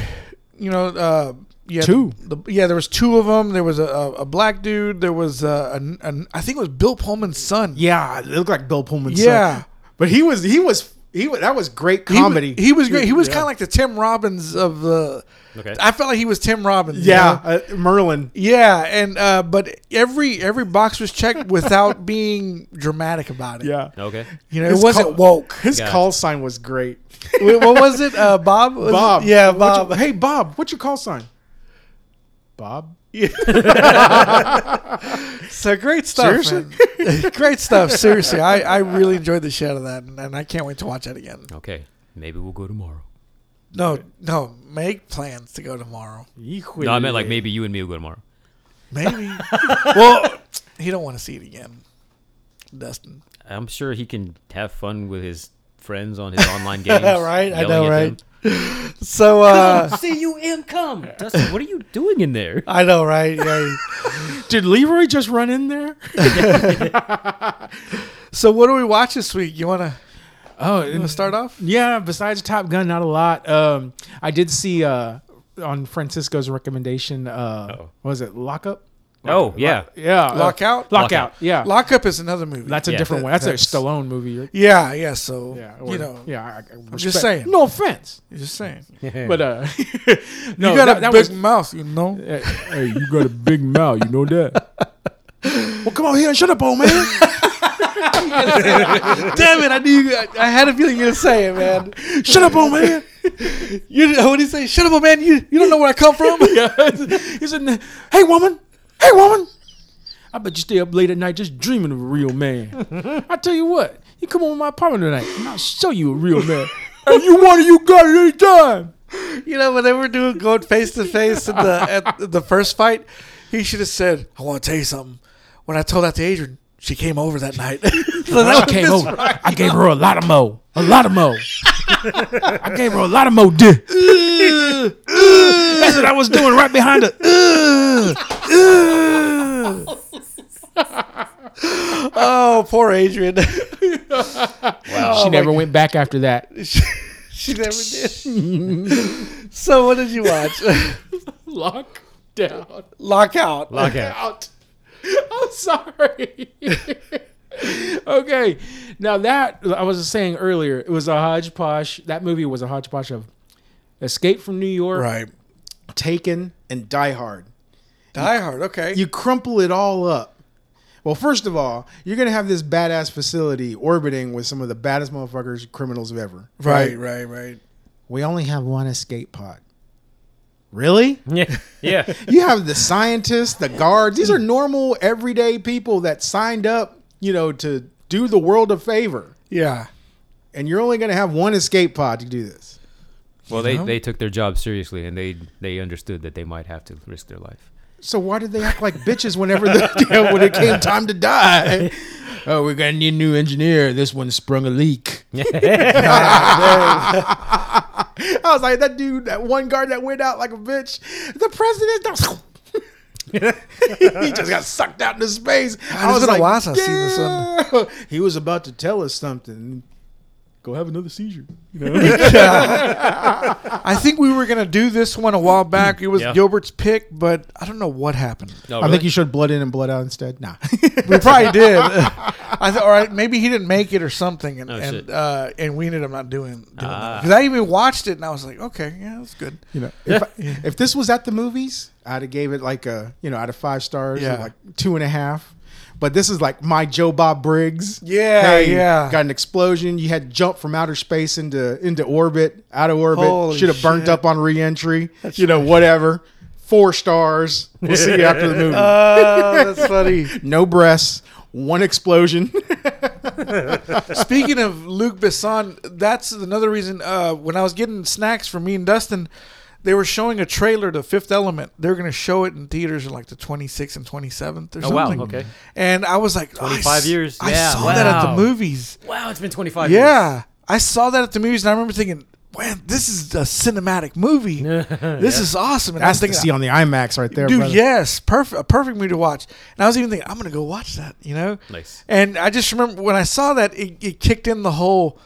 Speaker 1: you know uh yeah,
Speaker 3: Two.
Speaker 1: The, yeah, there was two of them. There was a, a, a black dude. There was uh, an, an I think it was Bill Pullman's son.
Speaker 3: [laughs] yeah, it looked like Bill Pullman's
Speaker 1: Yeah.
Speaker 3: son. But he was, he was, he was, that was great
Speaker 1: He wa-
Speaker 3: comedy.
Speaker 1: He, was great. He was
Speaker 3: Yeah.
Speaker 1: kind of like the Tim Robbins of the.
Speaker 2: Okay.
Speaker 1: I felt like he was Tim Robbins. you know?
Speaker 3: yeah, uh, Merlin.
Speaker 1: Yeah, and uh, but every every box was checked without
Speaker 3: [laughs]
Speaker 1: being dramatic about it.
Speaker 3: Yeah.
Speaker 2: Okay.
Speaker 1: you know, it
Speaker 3: His
Speaker 1: wasn't
Speaker 3: call-
Speaker 1: woke.
Speaker 3: His
Speaker 2: Gotcha.
Speaker 3: call sign [laughs] was great.
Speaker 1: [laughs] Wait, what was it, uh, Bob? Was it-
Speaker 3: Bob.
Speaker 1: Yeah,
Speaker 3: What's your-
Speaker 1: Bob.
Speaker 3: hey, Bob, what's your call sign? Bob.
Speaker 1: So great stuff. man. [laughs] great stuff. Seriously, I,
Speaker 3: [laughs]
Speaker 1: I really enjoyed the shit out of that, and, and I can't wait to watch that again.
Speaker 2: Okay. Maybe we'll go tomorrow.
Speaker 1: No, no. Make plans to go tomorrow.
Speaker 2: No, I meant like maybe you and me will go tomorrow.
Speaker 3: [laughs]
Speaker 1: Maybe. well, he don't want to see it again, Dustin.
Speaker 2: I'm sure he can have fun with his friends on his
Speaker 1: [laughs]
Speaker 2: online games.
Speaker 1: Right, I
Speaker 2: yelling
Speaker 1: know,
Speaker 2: at
Speaker 1: right? So uh,
Speaker 3: [laughs]
Speaker 2: them. See you, M.
Speaker 4: [laughs]
Speaker 2: Come, Dustin. What are you doing in
Speaker 1: [laughs]
Speaker 2: there?
Speaker 1: I know, right? Yeah.
Speaker 3: Did Leroy just run in there?
Speaker 1: So what do we watch this week? You wanna
Speaker 3: [laughs] Oh,
Speaker 1: you wanna start off?
Speaker 3: Yeah, besides Top Gun, not a lot. Um, I did see uh, on Francisco's recommendation. Uh,
Speaker 2: Uh-oh.
Speaker 3: what was it Lockup?
Speaker 2: Oh yeah,
Speaker 1: [laughs]
Speaker 3: Yeah, uh,
Speaker 1: Lockout?
Speaker 3: Lockout. Yeah,
Speaker 1: [laughs] Lockup is another movie.
Speaker 3: that's a
Speaker 2: Yeah.
Speaker 3: different one. That's,
Speaker 1: That's-
Speaker 3: a Stallone movie.
Speaker 1: yeah, yeah. So
Speaker 3: Yeah,
Speaker 1: you
Speaker 3: or-
Speaker 1: know,
Speaker 3: Yeah, I, I am
Speaker 1: just saying.
Speaker 3: No offense,
Speaker 1: just saying.
Speaker 3: but uh, [laughs] no,
Speaker 1: you got
Speaker 3: that,
Speaker 1: a
Speaker 3: that
Speaker 1: big
Speaker 3: was.
Speaker 1: mouth, you know.
Speaker 3: Hey, hey, you got a big mouth. You know that. [laughs] well, come on here and shut
Speaker 1: [laughs]
Speaker 3: up, old man.
Speaker 1: Damn it! I knew. You, I, I had a feeling you'd say it, [laughs] man.
Speaker 3: shut up, old man.
Speaker 1: You what do you say? Shut up, man! You
Speaker 3: [laughs]
Speaker 1: you don't know where I come from.
Speaker 3: He said, "Hey, woman. Hey, woman. I bet you stay up late at night just dreaming of a real man. I tell you what, you come over to my apartment tonight, and I'll show you a real man. [laughs] and you want it, you got it anytime.
Speaker 1: [laughs] You know, when they were doing going face to face at the at the first fight, he should have said, "I want to tell you something." When I told that to Adrian, she came over that night. [laughs] so that
Speaker 3: I
Speaker 1: was
Speaker 3: came
Speaker 1: his-
Speaker 3: over. I gave her a lot of mo, a lot of [laughs] mo. I gave her a lot of mo. Dick. That's what I was doing right behind her. [laughs]
Speaker 1: Oh, poor Adrian. [laughs]
Speaker 3: she never went back after that.
Speaker 1: she, [laughs] she never did. so, what did [laughs] you watch? [laughs]
Speaker 3: Lock down.
Speaker 1: Lockout.
Speaker 2: okay.
Speaker 3: out. [laughs] I'm sorry. [laughs] okay. Now that I was saying earlier, it was a hodgepodge. That movie was a hodgepodge of Escape from New York,
Speaker 1: Right.
Speaker 3: Taken, and Die Hard.
Speaker 1: Die Hard. Okay.
Speaker 3: You crumple it all up. Well, first of all, you're gonna have this badass facility orbiting with some of the baddest motherfuckers, criminals have ever.
Speaker 1: right. Right. Right.
Speaker 3: We only have one escape pod. Really?
Speaker 2: Yeah, yeah.
Speaker 3: you have the scientists, the guards. These are normal, everyday people that signed up, you know, to do the world a favor.
Speaker 1: Yeah.
Speaker 3: And you're only going to have one escape pod to do this.
Speaker 2: Well, they, they took their job seriously and they they understood that they might have to risk their life.
Speaker 3: So why did they act like bitches whenever [laughs] the, when it came time to die? [laughs] Oh, we're gonna need a new engineer. This one sprung a [laughs] leak. I was like, that dude, that one guard that went out like a bitch. The president, [laughs] he just got sucked out into space. I
Speaker 1: it's
Speaker 3: was
Speaker 1: been a
Speaker 3: like,
Speaker 1: while since I've seen this one.
Speaker 3: "Damn." He was about to tell us something. Go have another seizure.
Speaker 1: I think we were gonna do this one a while back. It was
Speaker 2: Yeah.
Speaker 1: Gilbert's pick, but I don't know what happened.
Speaker 2: No,
Speaker 3: [laughs] I
Speaker 2: Oh, really?
Speaker 3: think you showed blood in and blood out instead. [laughs] Nah.
Speaker 1: We probably did. I thought, all right, maybe he didn't make it or something, and
Speaker 2: Oh,
Speaker 1: and,
Speaker 2: shit.
Speaker 1: uh, and we ended up not doing doing because I even watched it and I was like, okay, yeah, that's good. [laughs]
Speaker 3: You know, if, I- if this was at the movies, I'd have gave it like a you know out of five stars,
Speaker 1: Yeah.
Speaker 3: like two and a half. But this is like my Joe Bob Briggs.
Speaker 1: Yeah, yeah.
Speaker 3: Got an explosion. You had jump from outer space into into orbit, out of orbit.
Speaker 1: Holy
Speaker 3: Should have burnt
Speaker 1: shit.
Speaker 3: up on reentry. you know, whatever. Four stars. We'll see you after the movie.
Speaker 1: Oh, that's funny.
Speaker 3: no breasts. One
Speaker 1: [laughs]
Speaker 3: explosion.
Speaker 1: Speaking of Luke Besson, that's another reason. Uh, when I was getting snacks for me and Dustin, they were showing a trailer to Fifth Element. They're going to show it in theaters in like the 26th and 27th or
Speaker 2: Oh, wow,
Speaker 1: something.
Speaker 2: okay.
Speaker 1: And I was like, oh, I
Speaker 2: 25
Speaker 1: s-
Speaker 2: years,
Speaker 1: I
Speaker 2: yeah,
Speaker 1: saw that at the
Speaker 2: wow.
Speaker 1: movies.
Speaker 2: wow, it's been 25 years.
Speaker 1: Yeah, I saw that at the movies, and I remember thinking, "Man, this is a
Speaker 2: [laughs]
Speaker 1: cinematic movie. this is awesome." And I was
Speaker 3: That's to
Speaker 1: thinking,
Speaker 3: see on the IMAX right there,
Speaker 1: dude,
Speaker 3: brother.
Speaker 1: yes, perfect, a perfect movie to watch. And I was even thinking, I'm gonna go watch that, you know.
Speaker 2: Nice.
Speaker 1: And I just remember when I saw that, it, it kicked in the whole.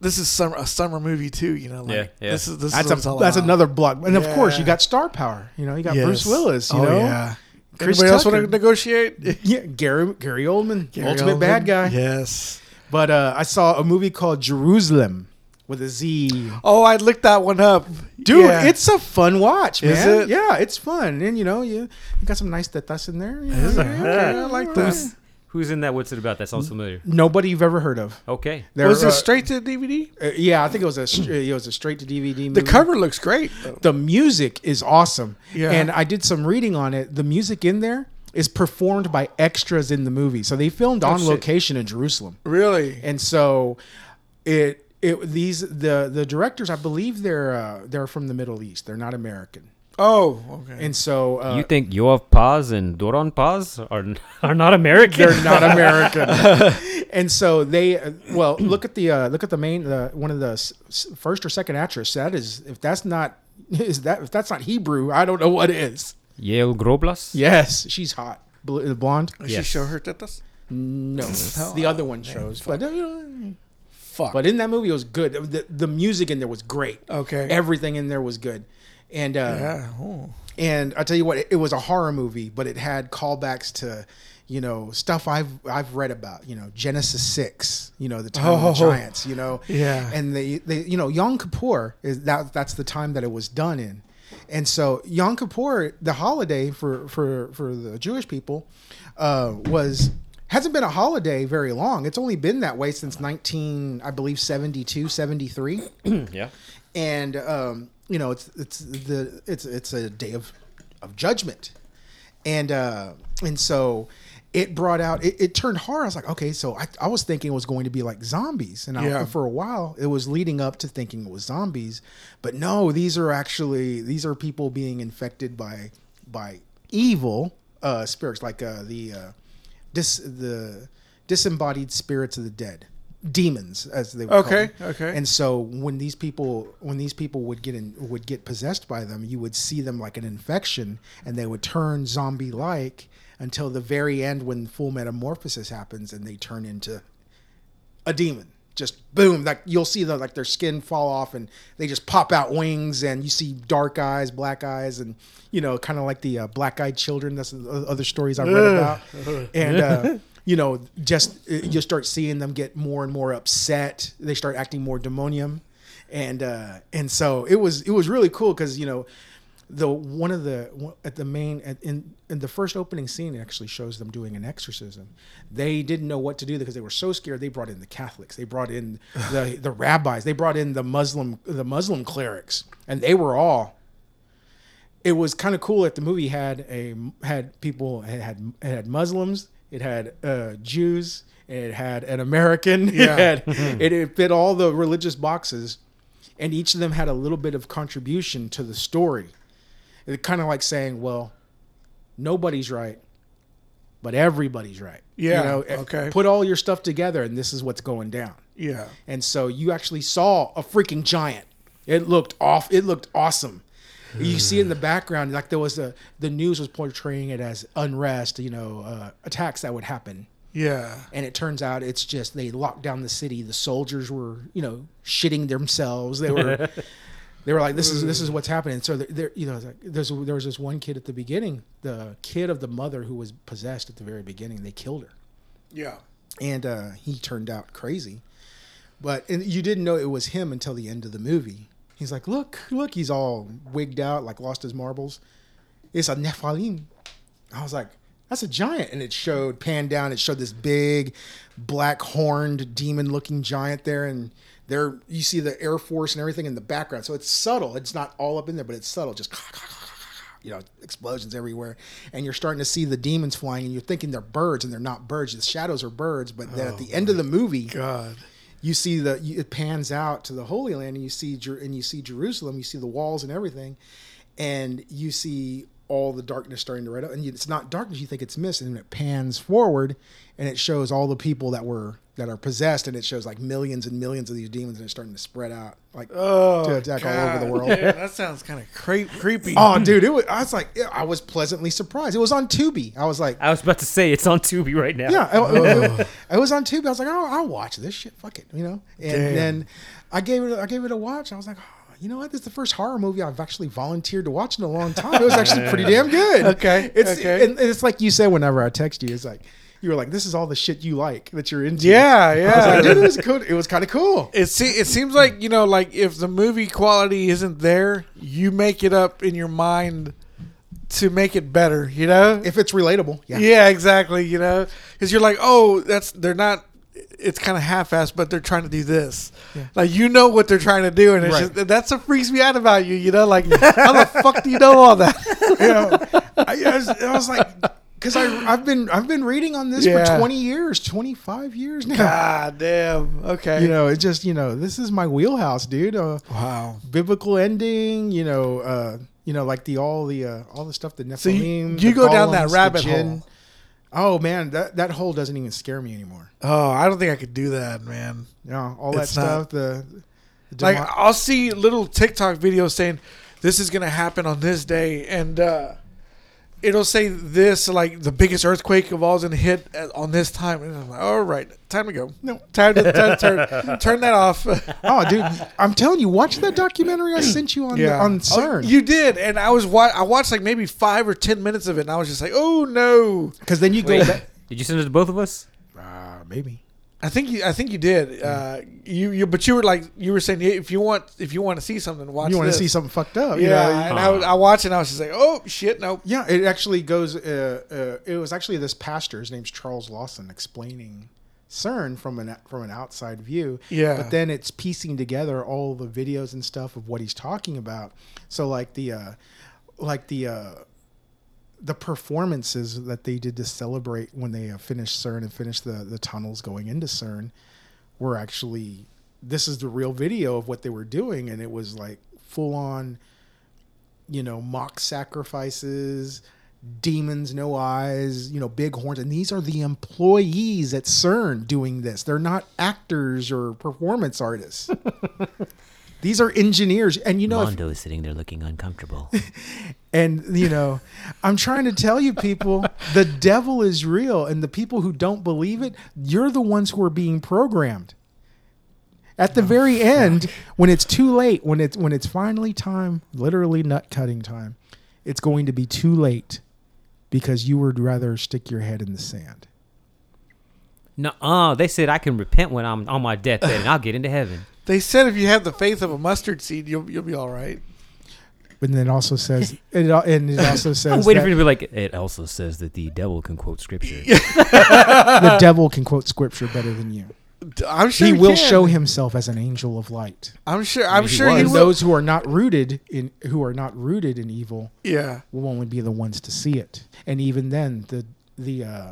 Speaker 1: This is summer, a summer movie too, you know. Like,
Speaker 2: Yeah, yeah.
Speaker 1: This is this
Speaker 3: That's
Speaker 1: is what it's
Speaker 3: a,
Speaker 1: all
Speaker 3: that's
Speaker 1: about.
Speaker 3: another block. And of course, you
Speaker 1: Yeah.
Speaker 3: got star power. You know, you got
Speaker 1: Yes.
Speaker 3: Bruce Willis. You
Speaker 1: Oh,
Speaker 3: know,
Speaker 1: yeah.
Speaker 3: Chris
Speaker 1: Anybody else want
Speaker 3: Tucker.
Speaker 1: to
Speaker 3: [laughs]
Speaker 1: negotiate?
Speaker 3: Yeah, Gary Gary Oldman,
Speaker 1: Gary
Speaker 3: ultimate
Speaker 1: Oldman.
Speaker 3: bad guy.
Speaker 1: Yes.
Speaker 3: But uh, I saw a movie called Jerusalem with a Z.
Speaker 1: Oh, I looked that one up,
Speaker 3: Dude,
Speaker 1: Yeah.
Speaker 3: it's a fun watch, man.
Speaker 1: Is it?
Speaker 3: Yeah, it's fun, and you know, you, you got some nice tetas in there. you know, yeah, okay, I like
Speaker 1: Who's-
Speaker 3: that.
Speaker 2: Who's in that? What's it about? That
Speaker 3: Mm.
Speaker 2: sounds familiar.
Speaker 3: Nobody you've ever heard of.
Speaker 2: Okay.
Speaker 3: There,
Speaker 1: was
Speaker 3: uh,
Speaker 1: it straight to DVD?
Speaker 3: uh, yeah, I think it was a str- it was a straight to DVD.
Speaker 1: The cover looks great. though.
Speaker 3: the music is awesome.
Speaker 1: Yeah.
Speaker 3: And I did some reading on it. The music in there is performed by extras in the movie. So they filmed on
Speaker 1: Oh, shit.
Speaker 3: location in Jerusalem.
Speaker 1: Really?
Speaker 3: And so it it these the the directors I believe they're uh, they're from the Middle East. They're not American,
Speaker 1: Oh, okay.
Speaker 3: and so uh,
Speaker 2: you think Yoav Paz and Doron Paz are [laughs] are not American?
Speaker 3: they're not American. and so they uh, well look at the uh, look at the main uh, one of the s- s- first or second actress. That is if that's not [laughs] is that if that's not Hebrew, I don't know what is.
Speaker 2: Yale Groblas.
Speaker 3: Yes, she's hot, Bl- the blonde.
Speaker 1: Does
Speaker 2: yes.
Speaker 1: she show her tetas?
Speaker 3: No, the other one shows, but uh, you know,
Speaker 1: Fuck.
Speaker 3: But in that movie, it was good. The, the music in there was great.
Speaker 1: Okay.
Speaker 3: Everything in there was good. And uh,
Speaker 1: yeah. Oh.
Speaker 3: and I tell you what, it, it was a horror movie, but it had callbacks to, you know, stuff I've I've read about. You know, Genesis six. You know, the time
Speaker 1: Oh.
Speaker 3: of the giants. You know.
Speaker 1: Yeah.
Speaker 3: And they they you know Yom Kippur is that that's the time that it was done in. And so Yom Kippur, the holiday for for for the Jewish people, uh, was hasn't been a holiday very long. It's only been that way since 19 I believe 72, 73
Speaker 2: Yeah.
Speaker 3: and um, you know it's it's the it's it's a day of of judgment and uh and so it brought out it, it turned hard i was like okay so I, I was thinking it was going to be like zombies and I,
Speaker 1: Yeah.
Speaker 3: for a while it was leading up to thinking it was zombies but no these are actually these are people being infected by by evil uh spirits like uh the uh dis the disembodied spirits of the dead demons as they were
Speaker 1: Okay, okay.
Speaker 3: and so when these people when these people would get in would get possessed by them, you would see them like an infection, and they would turn zombie like until the very end when full metamorphosis happens and they turn into a demon. Just boom, like you'll see the like their skin fall off and they just pop out wings and you see dark eyes, black eyes, and you know, kind of like the uh, black eyed children. That's the other stories I've read about. And uh, you know, just uh, you start seeing them get more and more upset. They start acting more demonium, and uh, and so it was it was really cool because you know the one of the one- at the main at, in in the first opening scene it actually shows them doing an exorcism. They didn't know what to do because they were so scared. They brought in the Catholics, they brought in the the rabbis, they brought in the Muslim the Muslim clerics, and they were all. It was kind of cool that the movie had a had people it had it had Muslims, it had uh, Jews, it had an American,
Speaker 1: [laughs]
Speaker 3: [laughs] it had it, it fit all the religious boxes, and each of them had a little bit of contribution to the story it's kind of like saying, well, nobody's right, but everybody's right.
Speaker 1: Yeah,
Speaker 3: eh,
Speaker 1: okay.
Speaker 3: Put all your stuff together, and this is what's going down.
Speaker 1: Yeah.
Speaker 3: And so you actually saw a freaking giant. It looked off. It looked awesome. You see in the background, like there was a the news was portraying it as unrest, you know, uh, attacks that would happen.
Speaker 1: Yeah.
Speaker 3: And it turns out it's just they locked down the city. The soldiers were, you know, shitting themselves. They were, they were like, this is this is what's happening. So they're, they're- you know, it's like, there's there was this one kid at the beginning, the kid of the mother who was possessed at the very beginning. They killed her,
Speaker 1: Yeah.
Speaker 3: and uh, he turned out crazy. But and you didn't know it was him until the end of the movie. He's like, look, look, he's all wigged out, like lost his marbles. It's a Nephilim. I was like, that's a giant. And it showed pan down, it showed this big black horned demon looking giant there. And there you see the Air Force and everything in the background. So it's subtle. It's not all up in there, but it's subtle. Just you know, explosions everywhere. And you're starting to see the demons flying and you're thinking they're birds and they're not birds. The shadows are birds, but then at the end of the movie,
Speaker 1: Oh God.
Speaker 3: you see the you- it pans out to the Holy Land, and you see Jer- and you see Jerusalem, you see the walls and everything, and you see all the darkness starting to red up, and you, it's not darkness. You think it's mist, and then it pans forward, and it shows all the people that were that are possessed, and it shows like millions and millions of these demons, and it's starting to spread out like
Speaker 1: Oh.
Speaker 3: to attack all over the
Speaker 1: God.
Speaker 3: world.
Speaker 1: Yeah, that sounds kind of cre- creepy.
Speaker 3: Oh, dude! It was, I was like, I was pleasantly surprised. It was on Tubi. I was like,
Speaker 1: Oh.
Speaker 2: I was about to say it's on Tubi right now.
Speaker 3: Yeah, I, I- I was on Tubi. I was like, oh, I'll watch this shit. Fuck it, you know. And
Speaker 1: Damn.
Speaker 3: then I gave it. I gave it a watch. I was like, oh, you know what? This is the first horror movie I've actually volunteered to watch in a long time. It was actually pretty damn good.
Speaker 1: Okay,
Speaker 3: It's
Speaker 1: okay.
Speaker 3: And, and it's like you said whenever I text you, it's like you were like, this is all the shit you like that you're into.
Speaker 1: Yeah.
Speaker 3: I was
Speaker 1: Yeah.
Speaker 3: like, dude, it was cool. It was kind of cool.
Speaker 1: [laughs] It se- it seems like you know, like if the movie quality isn't there, you make it up in your mind to make it better. You know?
Speaker 3: If it's relatable, yeah.
Speaker 1: yeah, exactly. You know, because you're like, oh, that's they're not. It's kind of half-assed, but they're trying to do this. Like you know what they're trying to do, and it's
Speaker 3: Right.
Speaker 1: just that's what freaks me out about [laughs]
Speaker 3: [laughs]
Speaker 1: you. You know, like how the fuck do you know all that?
Speaker 3: You know, I, I was, I was like, because I I've been I've been reading on this
Speaker 1: Yeah.
Speaker 3: for twenty years, twenty five years
Speaker 1: [laughs]
Speaker 3: now.
Speaker 1: God damn. Okay.
Speaker 3: You know, it just you know this is my wheelhouse, dude. Uh,
Speaker 1: wow.
Speaker 3: biblical ending, you know, uh, you know, like the all the uh, all the stuff the Nephilim.
Speaker 1: So you- you
Speaker 3: the
Speaker 1: go down that
Speaker 3: golems, the
Speaker 1: rabbit
Speaker 3: jinn. Oh man, that that hole doesn't even scare me anymore.
Speaker 1: Oh, I don't think I could do that, man.
Speaker 3: You know, all that
Speaker 1: It's not-
Speaker 3: stuff. The, the
Speaker 1: Like
Speaker 3: demo-
Speaker 1: I'll see little TikTok videos saying this is gonna happen on this day, and uh, it'll say this like the biggest earthquake of all is gonna hit at, on this time. And I'm like, all right, time to go. No, time to, time to
Speaker 3: [laughs]
Speaker 1: turn, turn that off. [laughs]
Speaker 3: oh, dude, I'm telling you, watch that documentary I sent you on the, on
Speaker 1: Oh,
Speaker 3: CERN.
Speaker 1: you did, and I was wa- I watched like maybe five or ten minutes of it, and I was just like, oh no.
Speaker 3: Because then you go back.
Speaker 2: Did you send it to both of us?
Speaker 3: Ah, maybe.
Speaker 1: I think you, I think you
Speaker 3: Mm.
Speaker 1: did. Uh, you, you, but you were like, you were saying, "Hey, if you want, if you want to see something, watch.
Speaker 3: You want to
Speaker 1: this."
Speaker 3: see something fucked up. you
Speaker 1: Yeah,
Speaker 3: know?
Speaker 1: and I, was- I watched it. and I was just like, oh shit, no.
Speaker 3: Yeah, it actually goes. Uh, uh, it was actually this pastor. His name's Charles Lawson, explaining CERN from an from an outside view.
Speaker 1: Yeah.
Speaker 3: But then it's piecing together all the videos and stuff of what he's talking about. So like the, uh, like the. Uh, the performances that they did to celebrate when they uh, finished CERN and finished the, the tunnels going into CERN were actually this is the real video of what they were doing and it was like full on you know mock sacrifices demons no eyes you know big horns and these are the employees at CERN doing this they're not actors or performance artists these are engineers and you know if-
Speaker 4: Mondo is sitting there looking
Speaker 3: [laughs]
Speaker 4: uncomfortable.
Speaker 3: and you know, I'm trying to tell you people, the devil is real, and the people who don't believe it, you're the ones who are being programmed. At the very end, when it's too late, when it's when it's finally time, literally nut cutting time, it's going to be too late because you would rather stick your head in the sand.
Speaker 2: No, uh, they said I can repent when I'm on my deathbed and I'll get into
Speaker 3: [laughs]
Speaker 2: heaven.
Speaker 1: They said if you have the faith of a mustard seed, you'll you'll be all right.
Speaker 3: But then it also says, and it, al- and it also
Speaker 2: I'm
Speaker 3: says
Speaker 2: waiting
Speaker 3: that
Speaker 2: for you to be like. It also says that the devil can quote scripture.
Speaker 3: the devil can quote scripture better than you.
Speaker 1: D- I'm sure
Speaker 3: he will
Speaker 1: can.
Speaker 3: show himself as an angel of light.
Speaker 1: I'm sure. I'm
Speaker 2: he
Speaker 1: sure he
Speaker 3: and
Speaker 1: will.
Speaker 3: those who are not rooted in who are not rooted in evil
Speaker 1: Yeah.
Speaker 3: will only be the ones to see it and even then the the uh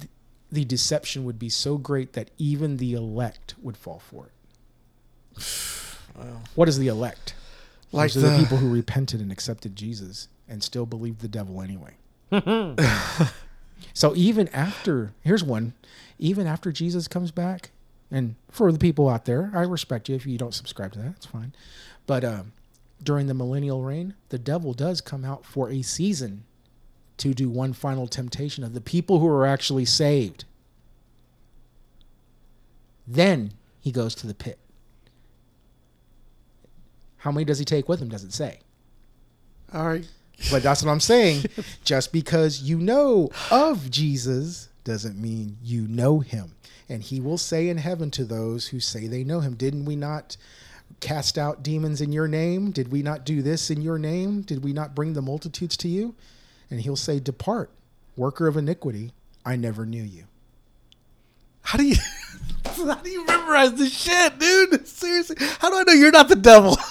Speaker 3: th- the deception would be so great that even the elect would fall for it. What is the elect?
Speaker 1: Like
Speaker 3: Those are the
Speaker 1: the-
Speaker 3: people who repented and accepted Jesus and still believed the devil anyway. so even after, here's one, even after Jesus comes back, and for the people out there, I respect you if you don't subscribe to that, it's fine. But um, during the millennial reign, the devil does come out for a season to do one final temptation of the people who are actually saved. Then he goes to the pit. How many does he take with him doesn't say.
Speaker 1: All right.
Speaker 3: But that's what I'm saying. [laughs] Just because you know of Jesus doesn't mean you know him. And he will say in heaven to those who say they know him, Didn't we not cast out demons in your name? Did we not do this in your name? Did we not bring the multitudes to you? And he'll say, Depart, worker of iniquity, I never knew you.
Speaker 1: How do you? [laughs] How do you memorize this shit, dude? Seriously, how do I know you're not the devil? [laughs]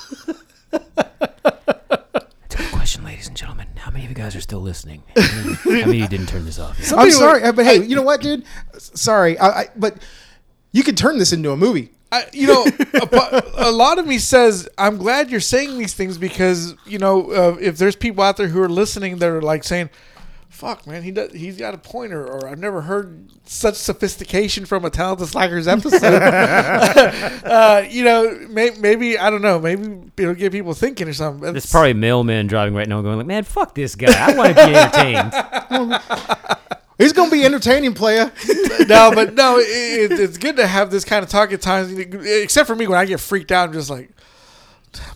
Speaker 4: It's a good [laughs] question, ladies and gentlemen. How many of you guys are still
Speaker 3: [laughs]
Speaker 4: listening? How many of you didn't turn this off? yet?
Speaker 3: I'm sorry, uh, but hey, you know what, dude? S- Sorry, I, I, but you could turn this into a movie. [laughs]
Speaker 1: I, you know, a, po- a lot of me says I'm glad you're saying these things because you know uh, if there's people out there who are listening that are like saying, "Fuck, man, he does, he's got a pointer," or "I've never heard such sophistication from a
Speaker 2: [laughs]
Speaker 1: talented slackers episode." uh, you know, may, maybe I don't know. Maybe it'll get people thinking or something.
Speaker 2: There's probably mailman driving right now, going like, "Man, fuck this guy. I want to be entertained."
Speaker 4: [laughs]
Speaker 3: It's gonna be entertaining, player. [laughs]
Speaker 1: no, but no, it, it, it's good to have this kind of talk at times. Except for me when I get freaked out, I'm just like,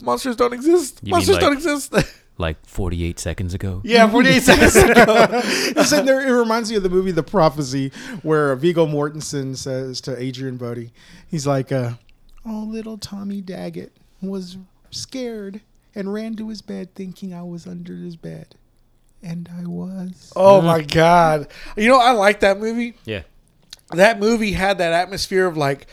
Speaker 1: "Monsters don't exist.
Speaker 2: mean
Speaker 1: Monsters don't
Speaker 2: like-
Speaker 1: exist." [laughs]
Speaker 2: Like 48 seconds ago.
Speaker 1: yeah, 48 seconds ago.
Speaker 3: It's in there- it reminds me of the movie The Prophecy, where Vigo Mortensen says to Adrian Bodie, he's like, uh, "Oh, little Tommy Daggett was scared and ran to his bed, thinking I was under his bed, and I was."
Speaker 2: Mm-hmm.
Speaker 1: Oh my god! You know I like that movie.
Speaker 2: Yeah.
Speaker 1: That movie had that atmosphere of like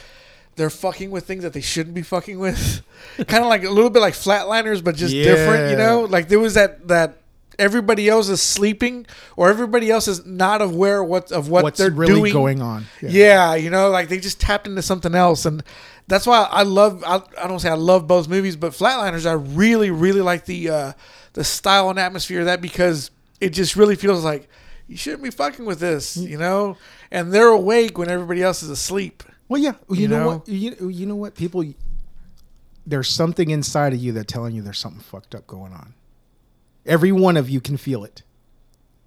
Speaker 1: they're fucking with things that they shouldn't be fucking [laughs] with. kind of like a little bit like Flatliners, but just different. You
Speaker 3: Yeah.
Speaker 1: know, like there was that that everybody else is sleeping or everybody else is not aware what of what
Speaker 3: What's
Speaker 1: they're
Speaker 3: really
Speaker 1: doing.
Speaker 3: going on?
Speaker 1: Yeah. you know, like they just tapped into something else, and that's why I love. I, I don't say I love both movies, but Flatliners, I really, really like the uh, the style and atmosphere of that because it just really feels like you shouldn't be fucking with this, you know. And they're awake when everybody else is asleep.
Speaker 3: Well, yeah. You,
Speaker 1: You
Speaker 3: know,
Speaker 1: know?
Speaker 3: what? You, you know what? People, there's something inside of you that's telling you there's something fucked up going on. Every one of you can feel it.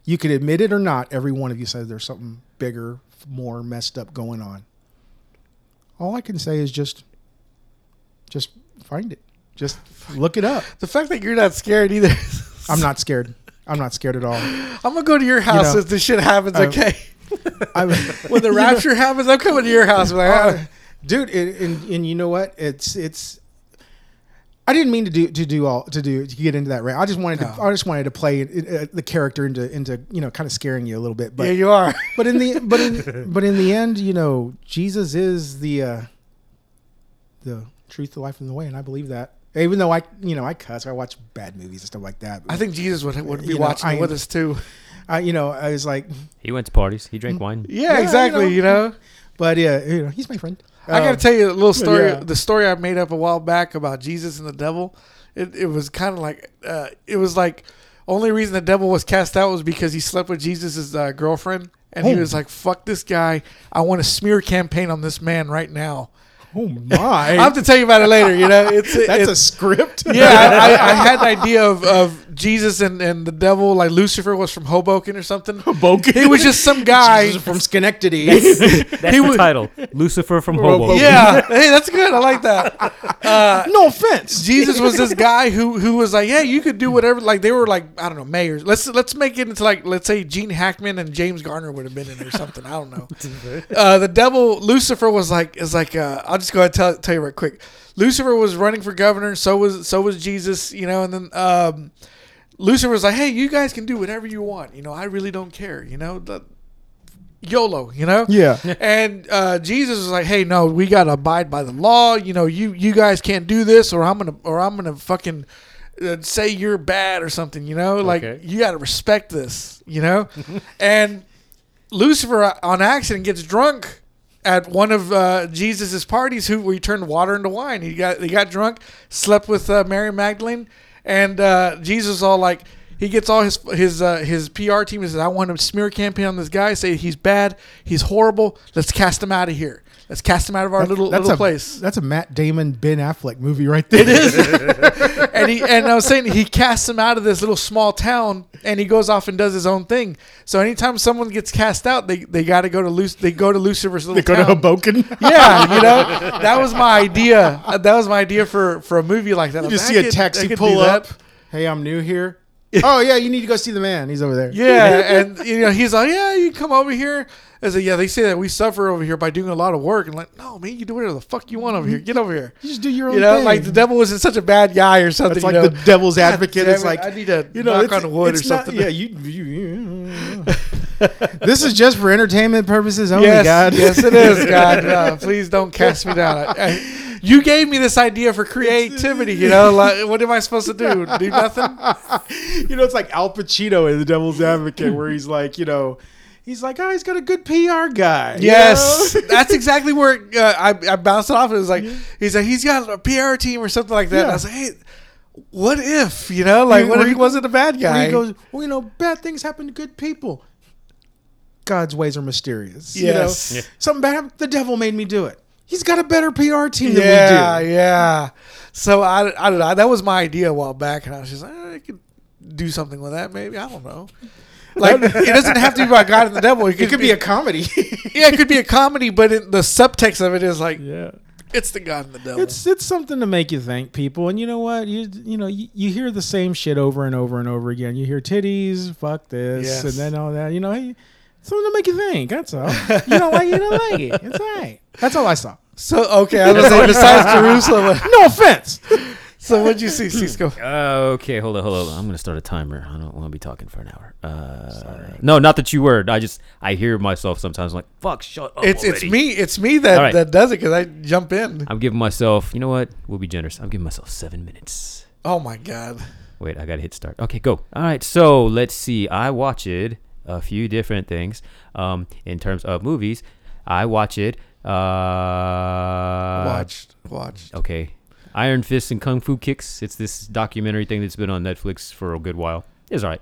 Speaker 3: You could admit it or not. Every one of you says there's something bigger, more messed up going on. All I can say is just, just find it. Just look it up.
Speaker 1: The fact that you're not scared either. [laughs]
Speaker 3: I'm not scared. I'm not scared at all.
Speaker 1: I'm gonna go to your house
Speaker 3: know,
Speaker 1: if this shit happens.
Speaker 3: I-
Speaker 1: okay.
Speaker 3: I,
Speaker 1: when
Speaker 3: [laughs]
Speaker 1: the rapture happens, I'm coming to your house. Like,
Speaker 3: Uh,
Speaker 1: ah.
Speaker 3: dude it, and, and you know what it's it's i didn't mean to do to do all to do to get into that rant i just wanted to
Speaker 1: No.
Speaker 3: i just wanted to play it, it, uh, the character into into you know kind of scaring you a little bit but
Speaker 1: yeah, you are.
Speaker 3: but in
Speaker 1: [laughs]
Speaker 3: the but in but in the end you know jesus is the uh the truth the life and the way and i believe that even though i you know i cuss i watch bad movies and stuff like that
Speaker 1: I think Jesus would would be
Speaker 3: You know,
Speaker 1: watching
Speaker 3: I-
Speaker 1: with us too.
Speaker 3: I you know i was like
Speaker 2: He went to parties. He drank wine.
Speaker 1: Mm.
Speaker 2: [laughs]
Speaker 1: Yeah, [laughs]
Speaker 3: you
Speaker 1: exactly.
Speaker 3: know.
Speaker 1: You know,
Speaker 3: but yeah you know he's my friend Uh,
Speaker 1: I got to tell you a little story.
Speaker 3: Um, yeah.
Speaker 1: The story I made up a while back about Jesus and the devil. It, it was kind of like uh, it was like only reason the devil was cast out was because he slept with Jesus' uh, girlfriend, and he
Speaker 3: Oh.
Speaker 1: was like, "Fuck this guy! I want a smear campaign on this man right now."
Speaker 3: oh
Speaker 1: [laughs] I
Speaker 3: my
Speaker 1: will have to tell you about it later. You
Speaker 3: [laughs]
Speaker 1: know, it's
Speaker 3: that's
Speaker 1: it's,
Speaker 3: a script
Speaker 1: yeah, I,
Speaker 3: [laughs]
Speaker 1: I, I had an idea of, of Jesus and, and the devil, like Lucifer was from Hoboken or something.
Speaker 3: Hoboken.
Speaker 1: He was just some guy.
Speaker 3: [laughs] Jesus from [laughs]
Speaker 1: [laughs]
Speaker 3: Schenectady.
Speaker 2: That's
Speaker 1: He
Speaker 2: the
Speaker 1: would-
Speaker 2: title. Lucifer from Hobo.
Speaker 1: yeah. Hey, that's good. I like
Speaker 3: [laughs]
Speaker 1: that. Uh,
Speaker 3: no offense.
Speaker 1: Jesus was this guy who who was like, yeah, you could do whatever. Like they were like, I don't know, mayors. Let's let's make it into like let's say Gene Hackman and James Garner would have been in it or something. I don't know. Uh, the devil Lucifer was like is like uh, I'll just go ahead and tell tell you right quick. Lucifer was running for governor. So was so was Jesus. You know, and then. Um, Lucifer was like, "Hey, you guys can do whatever you want. You know, I really don't care. You know, the, YOLO. You know,
Speaker 3: Yeah.
Speaker 1: And uh, Jesus was like, "Hey, no, we gotta abide by the law. You know, you you guys can't do this, or I'm gonna or I'm gonna fucking uh, say you're bad or something. You know, like
Speaker 2: Okay.
Speaker 1: you gotta respect this. You know, and Lucifer uh, on accident gets drunk." At one of uh, Jesus's parties, who we turned water into wine. He got he got drunk, slept with uh, Mary Magdalene, and uh, Jesus all like he gets all his his uh, his PR team and says, "I want to smear campaign on this guy. Say he's bad, he's horrible. Let's cast him out of here. Let's cast him out of our little little
Speaker 3: a, [laughs]
Speaker 1: place."
Speaker 3: That's a Matt Damon, Ben Affleck movie right there. It is.
Speaker 1: and he and I was saying he casts him out of this little small town, and he goes off and does his own thing. So anytime someone gets cast out, they they got to go to Luc- they go to Lucifer's little
Speaker 3: They [laughs] go to
Speaker 1: town.
Speaker 3: [laughs] Hoboken.
Speaker 1: yeah, you
Speaker 3: [laughs]
Speaker 1: know, that was my idea. That was my idea for for a movie like that. I
Speaker 3: You
Speaker 1: was
Speaker 3: just
Speaker 1: like,
Speaker 3: see
Speaker 1: I
Speaker 3: a
Speaker 1: could- I
Speaker 3: taxi
Speaker 1: could do
Speaker 3: pull
Speaker 1: that.
Speaker 3: up. Hey, I'm new here. [laughs] oh yeah, you need to go see the man. He's over there.
Speaker 1: Yeah, and you know he's like, yeah, you come over here. I said, yeah, they say that we suffer over here by doing a lot of work, and like, no, man, you do whatever the fuck you want over here. Get over here.
Speaker 3: You just do your own
Speaker 1: You know,
Speaker 3: thing.
Speaker 1: like the devil wasn't such a bad guy or something.
Speaker 3: That's
Speaker 1: you
Speaker 3: like
Speaker 1: know?
Speaker 3: the devil's advocate.
Speaker 1: damn
Speaker 3: It's
Speaker 1: it,
Speaker 3: like
Speaker 1: I need to knock
Speaker 3: it's-
Speaker 1: on wood or
Speaker 3: it's not-
Speaker 1: something.
Speaker 3: yeah, you. you, you- [laughs] this is just for entertainment purposes only,
Speaker 1: yes,
Speaker 3: God.
Speaker 1: yes,
Speaker 3: [laughs]
Speaker 1: it is, God. No, please don't cast me down. I, I, you gave me this idea
Speaker 3: uh,
Speaker 1: for creativity. You know, like, what am I supposed to do? Do nothing?
Speaker 3: [laughs] you know, it's like Al Pacino in The Devil's Advocate, where he's like, you know, he's like, oh, he's got a good PR guy. you
Speaker 1: Yes,
Speaker 3: know? [laughs]
Speaker 1: that's exactly where uh, I, I bounced it off. It was like he's like he's got a PR team or something like that. And I
Speaker 3: Yeah.
Speaker 1: was like, hey, what if you know, [laughs] like, what if
Speaker 3: where
Speaker 1: he
Speaker 3: he-
Speaker 1: wasn't a bad
Speaker 3: When
Speaker 1: guy?
Speaker 3: he goes, well, you know, bad things happen to good people. God's ways are mysterious.
Speaker 1: Yes.
Speaker 3: You know?
Speaker 1: Yeah.
Speaker 3: Something bad happened. The devil made me do it. He's got a better PR team
Speaker 1: yeah,
Speaker 3: than we do.
Speaker 1: yeah. So I, I don't know. That was my idea a while back, and I was just like, eh, I could do something with that. Maybe I don't
Speaker 3: [laughs]
Speaker 1: know. Like it doesn't have to be about God and the devil.
Speaker 3: It could be a comedy.
Speaker 1: [laughs] yeah, it could be a comedy, but it, the subtext of it is like
Speaker 3: yeah.
Speaker 1: it's the God and the devil.
Speaker 3: It's it's something to make you think, people. And you know what? You you know you, you hear the same shit over and over and over again. You hear titties, fuck this,
Speaker 1: Yes.
Speaker 3: and then all that. You know, hey, something to make you think. That's all. You don't like it, you don't like it. It's all right. That's all I [laughs] saw.
Speaker 1: so okay, I was gonna
Speaker 3: [laughs]
Speaker 1: say besides Jerusalem.
Speaker 3: No offense.
Speaker 1: So what'd you see, Cisco?
Speaker 2: Uh, okay, hold on, hold on. I'm gonna start a timer. I don't want to be talking for an hour. Uh, No, not that you were. I just I hear myself sometimes. like, fuck, shut up.
Speaker 1: It's it's
Speaker 2: Oh, already."
Speaker 1: me. It's me that
Speaker 2: All right.
Speaker 1: that does it because I jump in.
Speaker 2: I'm giving myself. You know what? We'll be generous. I'm giving myself seven minutes.
Speaker 1: Oh my god.
Speaker 2: Wait, I gotta hit start. Okay, go. All right, so let's see. I watched a few different things um, in terms of movies. I watched Uh,
Speaker 1: Watched, watched.
Speaker 2: Okay. Iron Fist and Kung Fu Kicks. It's this documentary thing that's been on Netflix for a good while. It's all right.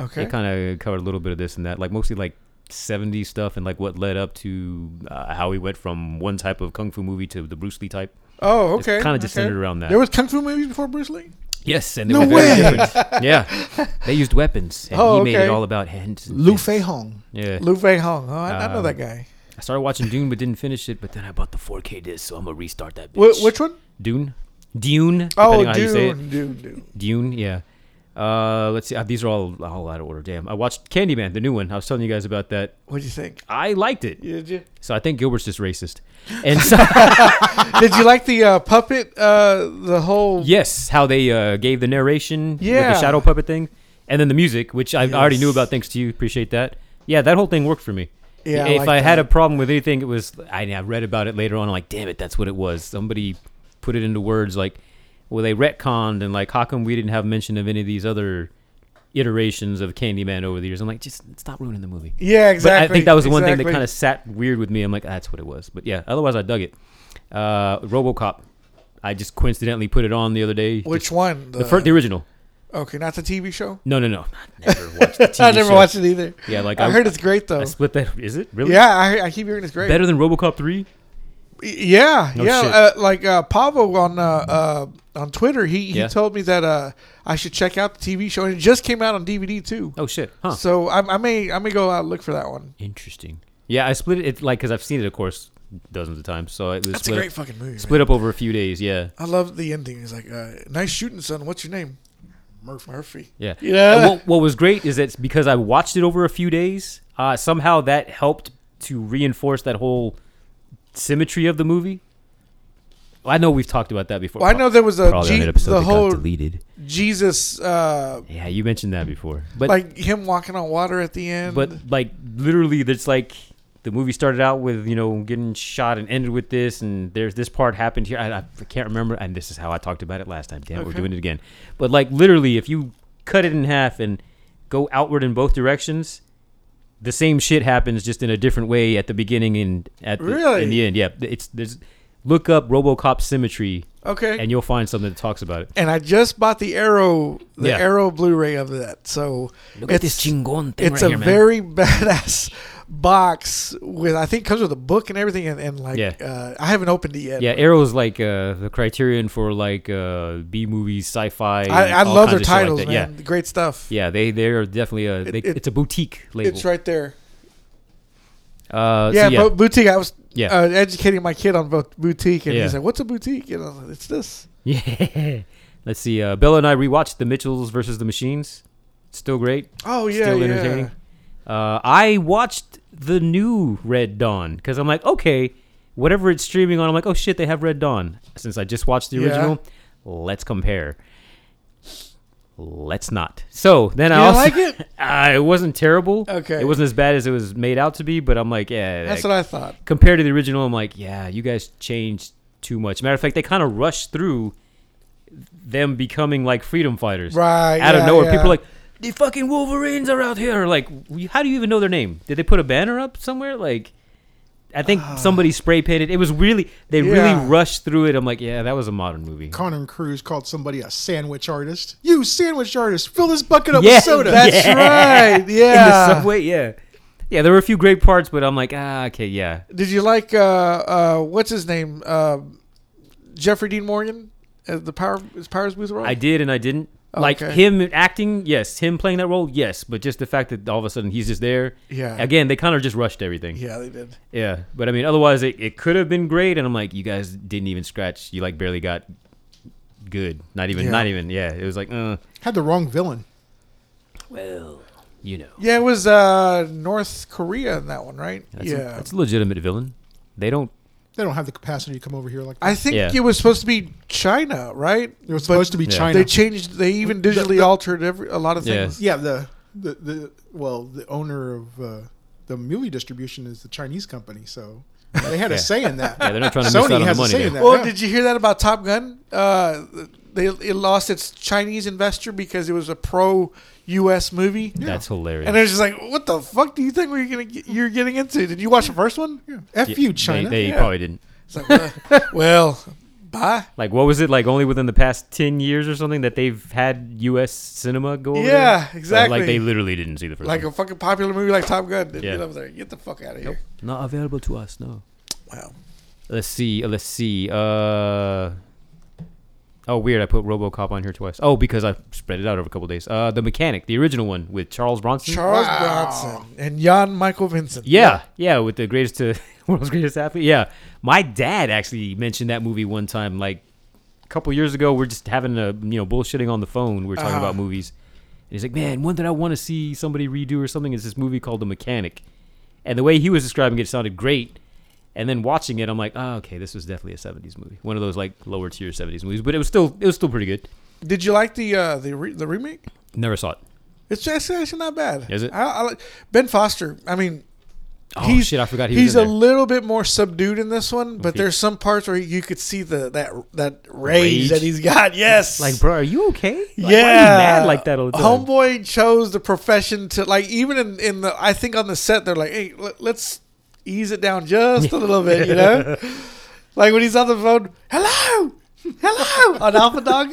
Speaker 1: Okay.
Speaker 2: It kind of covered a little bit of this and that, like mostly like 70s stuff and like what led up to uh, how he went from one type of kung fu movie to the Bruce Lee type.
Speaker 1: oh, okay.
Speaker 2: It's kind
Speaker 1: okay.
Speaker 2: of just centered around that.
Speaker 1: There was kung fu movies before Bruce Lee.
Speaker 2: yes, and they
Speaker 1: No
Speaker 2: were very
Speaker 1: way!
Speaker 2: different. [laughs] yeah, they used weapons, and
Speaker 1: Oh,
Speaker 2: he made
Speaker 1: okay.
Speaker 2: it all about hands. and
Speaker 3: Lu
Speaker 2: fists.
Speaker 3: Fei Hong.
Speaker 2: Yeah,
Speaker 1: Lu Fei Hong. Oh, I, I know
Speaker 2: Um,
Speaker 1: that guy.
Speaker 2: I started watching Dune but didn't finish it. But then I bought the 4K disc, so I'm gonna restart that.
Speaker 1: Wh-
Speaker 2: Bitch.
Speaker 1: which one?
Speaker 2: Dune? Dune. depending
Speaker 1: Oh,
Speaker 2: on how you say it.
Speaker 1: Dune, Dune, Dune.
Speaker 2: Dune, yeah. Uh, let's see. Uh, these are all all out of order. Damn. I watched Candyman, the new one. I was telling you guys about that.
Speaker 1: What'd you think?
Speaker 2: I liked it.
Speaker 1: Did you
Speaker 2: So I think Gilbert's just racist. And so,
Speaker 1: did you like the uh, puppet? Uh, the whole
Speaker 2: yes, how they uh, gave the narration with
Speaker 1: Yeah.
Speaker 2: the shadow puppet thing, and then the music, which I already knew
Speaker 1: Yes.
Speaker 2: about. Thanks to you, appreciate that. Yeah, that whole thing worked for me.
Speaker 1: Yeah, I
Speaker 2: if
Speaker 1: liked
Speaker 2: I had a
Speaker 1: that.
Speaker 2: problem with anything, it was I, I read about it later on. I'm like, damn it, that's what it was. Somebody put it into words like, well, they retconned and like, how come we didn't have mention of any of these other iterations of Candyman over the years? I'm like, just stop ruining the movie.
Speaker 1: yeah,
Speaker 2: But
Speaker 1: exactly.
Speaker 2: I think that was the one thing that
Speaker 1: exactly.
Speaker 2: kind of sat weird with me. I'm like, "Ah, that's what it was. But yeah, otherwise I dug it. Uh, RoboCop, I just coincidentally put it on the other day.
Speaker 1: Which
Speaker 2: Just-
Speaker 1: one?
Speaker 2: The, fir- the original.
Speaker 1: okay, not the TV show.
Speaker 2: No, no, no. I never watched the
Speaker 1: [laughs]
Speaker 2: TV
Speaker 1: I never
Speaker 2: show.
Speaker 1: watched it either.
Speaker 2: Yeah, like
Speaker 1: I,
Speaker 2: I,
Speaker 1: heard it's great though.
Speaker 2: I split that. Is it really?
Speaker 1: Yeah, I, I keep hearing it's great.
Speaker 2: Better than RoboCop three.
Speaker 1: Yeah,
Speaker 2: No
Speaker 1: yeah.
Speaker 2: shit.
Speaker 1: Uh, like uh, Pavo on uh, uh, on Twitter, he, he
Speaker 2: Yeah.
Speaker 1: told me that uh, I should check out the TV show, and it just came out on DVD too.
Speaker 2: Oh shit. Huh.
Speaker 1: So I, I may I may go out and look for that one.
Speaker 2: Interesting. Yeah, I split it, it like because I've seen it, of course, dozens of times. So it was
Speaker 1: That's a
Speaker 2: split,
Speaker 1: great fucking movie.
Speaker 2: split up over a few days. Yeah.
Speaker 1: I love the ending. He's like, uh, "Nice shooting, son. What's your name?" Murphy. Murphy.
Speaker 2: Yeah.
Speaker 1: Yeah.
Speaker 2: And what, what was great is that because I watched it over a few days, uh, somehow that helped to reinforce that whole symmetry of the movie. Well, I know we've talked about that before.
Speaker 1: Well, I know there was a
Speaker 2: Probably on
Speaker 1: Je-
Speaker 2: an episode
Speaker 1: the
Speaker 2: that
Speaker 1: whole
Speaker 2: got deleted.
Speaker 1: Jesus, uh,
Speaker 2: Yeah, you mentioned that before, but
Speaker 1: like him walking on water at the end. [laughs]
Speaker 2: but like literally, it's like the movie started out with you know getting shot and ended with this, and there's this part happened here. I, I can't remember, and this is how I talked about it last time. Damn, we're
Speaker 1: Okay.
Speaker 2: doing it again. But like literally, if you cut it in half and go outward in both directions, the same shit happens just in a different way at the beginning and at the,
Speaker 1: Really?
Speaker 2: in the end. Yeah, it's there's look up RoboCop symmetry,
Speaker 1: okay,
Speaker 2: and
Speaker 1: and,
Speaker 2: you'll find something that talks about it.
Speaker 1: I just bought the Arrow the
Speaker 2: Yeah.
Speaker 1: Arrow Blu-ray of that. So
Speaker 4: Look at this chingon thing
Speaker 1: it's
Speaker 4: right
Speaker 1: a
Speaker 4: here, man.
Speaker 1: very [laughs] badass box with I think comes with a book and everything and, and like
Speaker 2: Yeah.
Speaker 1: uh, I haven't opened it yet.
Speaker 2: Yeah, Arrow's like uh, the criterion for like uh, B movies, sci-fi.
Speaker 1: I, I
Speaker 2: all kinds
Speaker 1: love their
Speaker 2: of shit like
Speaker 1: titles,
Speaker 2: that.
Speaker 1: man. Great stuff.
Speaker 2: Yeah, yeah, they they are definitely a. They,
Speaker 1: It- it-
Speaker 2: it's a boutique label.
Speaker 1: It's right there.
Speaker 2: Uh, so
Speaker 1: yeah,
Speaker 2: yeah,
Speaker 1: but boutique. I was
Speaker 2: Yeah.
Speaker 1: uh, educating my kid on both boutique, and
Speaker 2: Yeah.
Speaker 1: he's like, "What's a boutique?" You know, it's this.
Speaker 2: [laughs] yeah. Let's see. Uh, Bella and I rewatched The Mitchells versus the Machines. Still great.
Speaker 1: Oh yeah,
Speaker 2: still
Speaker 1: yeah.
Speaker 2: entertaining. Uh, I watched the new Red Dawn because I'm like, okay, whatever it's streaming on, I'm like, oh shit, they have Red Dawn. Since I just watched the
Speaker 1: Yeah.
Speaker 2: original, let's compare. Let's not. So then I
Speaker 1: You didn't
Speaker 2: also,
Speaker 1: like it?
Speaker 2: [laughs] Uh, it wasn't terrible.
Speaker 1: Okay.
Speaker 2: it wasn't as bad as it was made out to be, but I'm like, yeah,
Speaker 1: That's
Speaker 2: that-
Speaker 1: what I thought.
Speaker 2: compared to the original, I'm like, yeah, you guys changed too much. Matter of fact, they kind of rushed through them becoming like freedom fighters.
Speaker 1: Right,
Speaker 2: Out
Speaker 1: yeah,
Speaker 2: of nowhere,
Speaker 1: yeah.
Speaker 2: people are like, the fucking Wolverines are out here. Like, w- how do you even know their name? Did they put a banner up somewhere? Like, I think somebody spray painted. It was really, they
Speaker 1: Ah. Yeah.
Speaker 2: really rushed through it. I'm like, yeah, that was a modern movie.
Speaker 3: Conan Cruz called somebody a sandwich artist. You sandwich artist, fill this bucket up
Speaker 2: Yeah,
Speaker 3: with soda.
Speaker 2: that-
Speaker 1: That's
Speaker 2: Yeah.
Speaker 1: right. Yeah.
Speaker 2: [laughs] In the subway, yeah. Yeah, there were a few great parts, but I'm like, ah, okay, yeah.
Speaker 1: Did you like uh uh what's his name? Uh, Jeffrey Dean Morgan as the power as powers booth role?
Speaker 2: I did and I didn't. Like
Speaker 1: Okay.
Speaker 2: him acting, yes. Him playing that role, yes. But just the fact that all of a sudden he's just there.
Speaker 1: Yeah.
Speaker 2: Again, they kind of just rushed everything. Yeah.
Speaker 1: Yeah, they did.
Speaker 2: But I mean, otherwise it, it could have been great. And I'm like, you guys didn't even scratch. You like barely got good. Not even.
Speaker 1: Yeah.
Speaker 2: Not even. Yeah. It was like, uh,
Speaker 3: Had the wrong villain.
Speaker 4: Well,
Speaker 2: you know.
Speaker 1: Yeah, it was uh North Korea in that one, right?
Speaker 2: That's A,
Speaker 1: yeah.
Speaker 2: that's a legitimate villain. They don't.
Speaker 3: They don't have the capacity to come over here like that.
Speaker 1: I think
Speaker 2: Yeah.
Speaker 1: it was supposed to be China, right?
Speaker 3: it was supposed to be
Speaker 2: Yeah.
Speaker 3: China.
Speaker 1: They changed. They even
Speaker 3: The-
Speaker 1: digitally
Speaker 3: the-
Speaker 1: altered every, a lot of
Speaker 2: Yeah.
Speaker 1: things.
Speaker 3: yeah, the, the the well, the owner of uh, the movie distribution is the Chinese company, so they
Speaker 2: [laughs]
Speaker 3: had
Speaker 2: Yeah.
Speaker 3: a say in that.
Speaker 2: Yeah, they're not trying to miss out
Speaker 3: Sony
Speaker 2: on the
Speaker 3: has a
Speaker 2: money
Speaker 3: say
Speaker 2: there.
Speaker 3: in that.
Speaker 1: Well,
Speaker 3: yeah.
Speaker 1: did you hear that about Top Gun? Uh, th- they it lost its Chinese investor because it was a pro U.S. movie.
Speaker 2: That's hilarious.
Speaker 1: And it was just like, what the fuck do you think we're gonna get, you're getting into? Did you watch the first one?
Speaker 3: F
Speaker 2: Yeah,
Speaker 3: you,
Speaker 2: they-
Speaker 3: China.
Speaker 2: They, probably didn't.
Speaker 1: It's like, well,
Speaker 2: [laughs]
Speaker 1: well, bye.
Speaker 2: Like, what was it like? Only within the past ten years or something that they've had U.S. cinema go. Over
Speaker 1: Yeah,
Speaker 2: there? So,
Speaker 1: exactly.
Speaker 2: like they literally didn't see the first.
Speaker 1: Like
Speaker 2: one.
Speaker 1: a fucking popular movie like Top Gun. Did
Speaker 2: Yeah.
Speaker 1: Get over there. Get the fuck out of here.
Speaker 2: not available to us. No.
Speaker 1: Wow.
Speaker 2: Let's see. Let's see. Uh. Oh, weird. I put RoboCop on here twice. Oh, because I spread it out over a couple days. Uh, the mechanic, the original one with Charles Bronson.
Speaker 1: Charles Bronson and Jan Michael Vincent.
Speaker 2: Yeah, yeah, with the greatest to [laughs] world's greatest athlete. Yeah, my dad actually mentioned that movie one time, like a couple years ago. We're just having a you know bullshitting on the phone. We are talking
Speaker 1: Uh-huh.
Speaker 2: about movies, and he's like, "Man, one that I want to see somebody redo or something is this movie called The Mechanic." And the way he was describing it sounded great. And then watching it, I'm like, "Oh, okay, this was definitely a '70s movie, one of those like lower tier '70s movies." But it was still it was still pretty good.
Speaker 1: Did you like the uh, the re- the remake?
Speaker 2: Never saw it.
Speaker 1: It's just it's actually not bad.
Speaker 2: Is it?
Speaker 1: I, I like Ben Foster. I mean,
Speaker 2: Oh shit, I forgot he was
Speaker 1: he's
Speaker 2: in
Speaker 1: a
Speaker 2: there.
Speaker 1: little bit more subdued in this one, but
Speaker 2: Okay.
Speaker 1: there's some parts where you could see the that that rage,
Speaker 2: Rage?
Speaker 1: that he's got. [laughs] Yes,
Speaker 2: like, bro, are you okay? Like, why are you
Speaker 1: yeah,
Speaker 2: mad like that all the time?
Speaker 1: Homeboy chose the profession to like even in in the I think on the set they're like, hey, let, let's ease it down just a little bit,
Speaker 2: [laughs]
Speaker 1: you know. [laughs] like when he's on the phone, hello, hello, on Alpha Dog.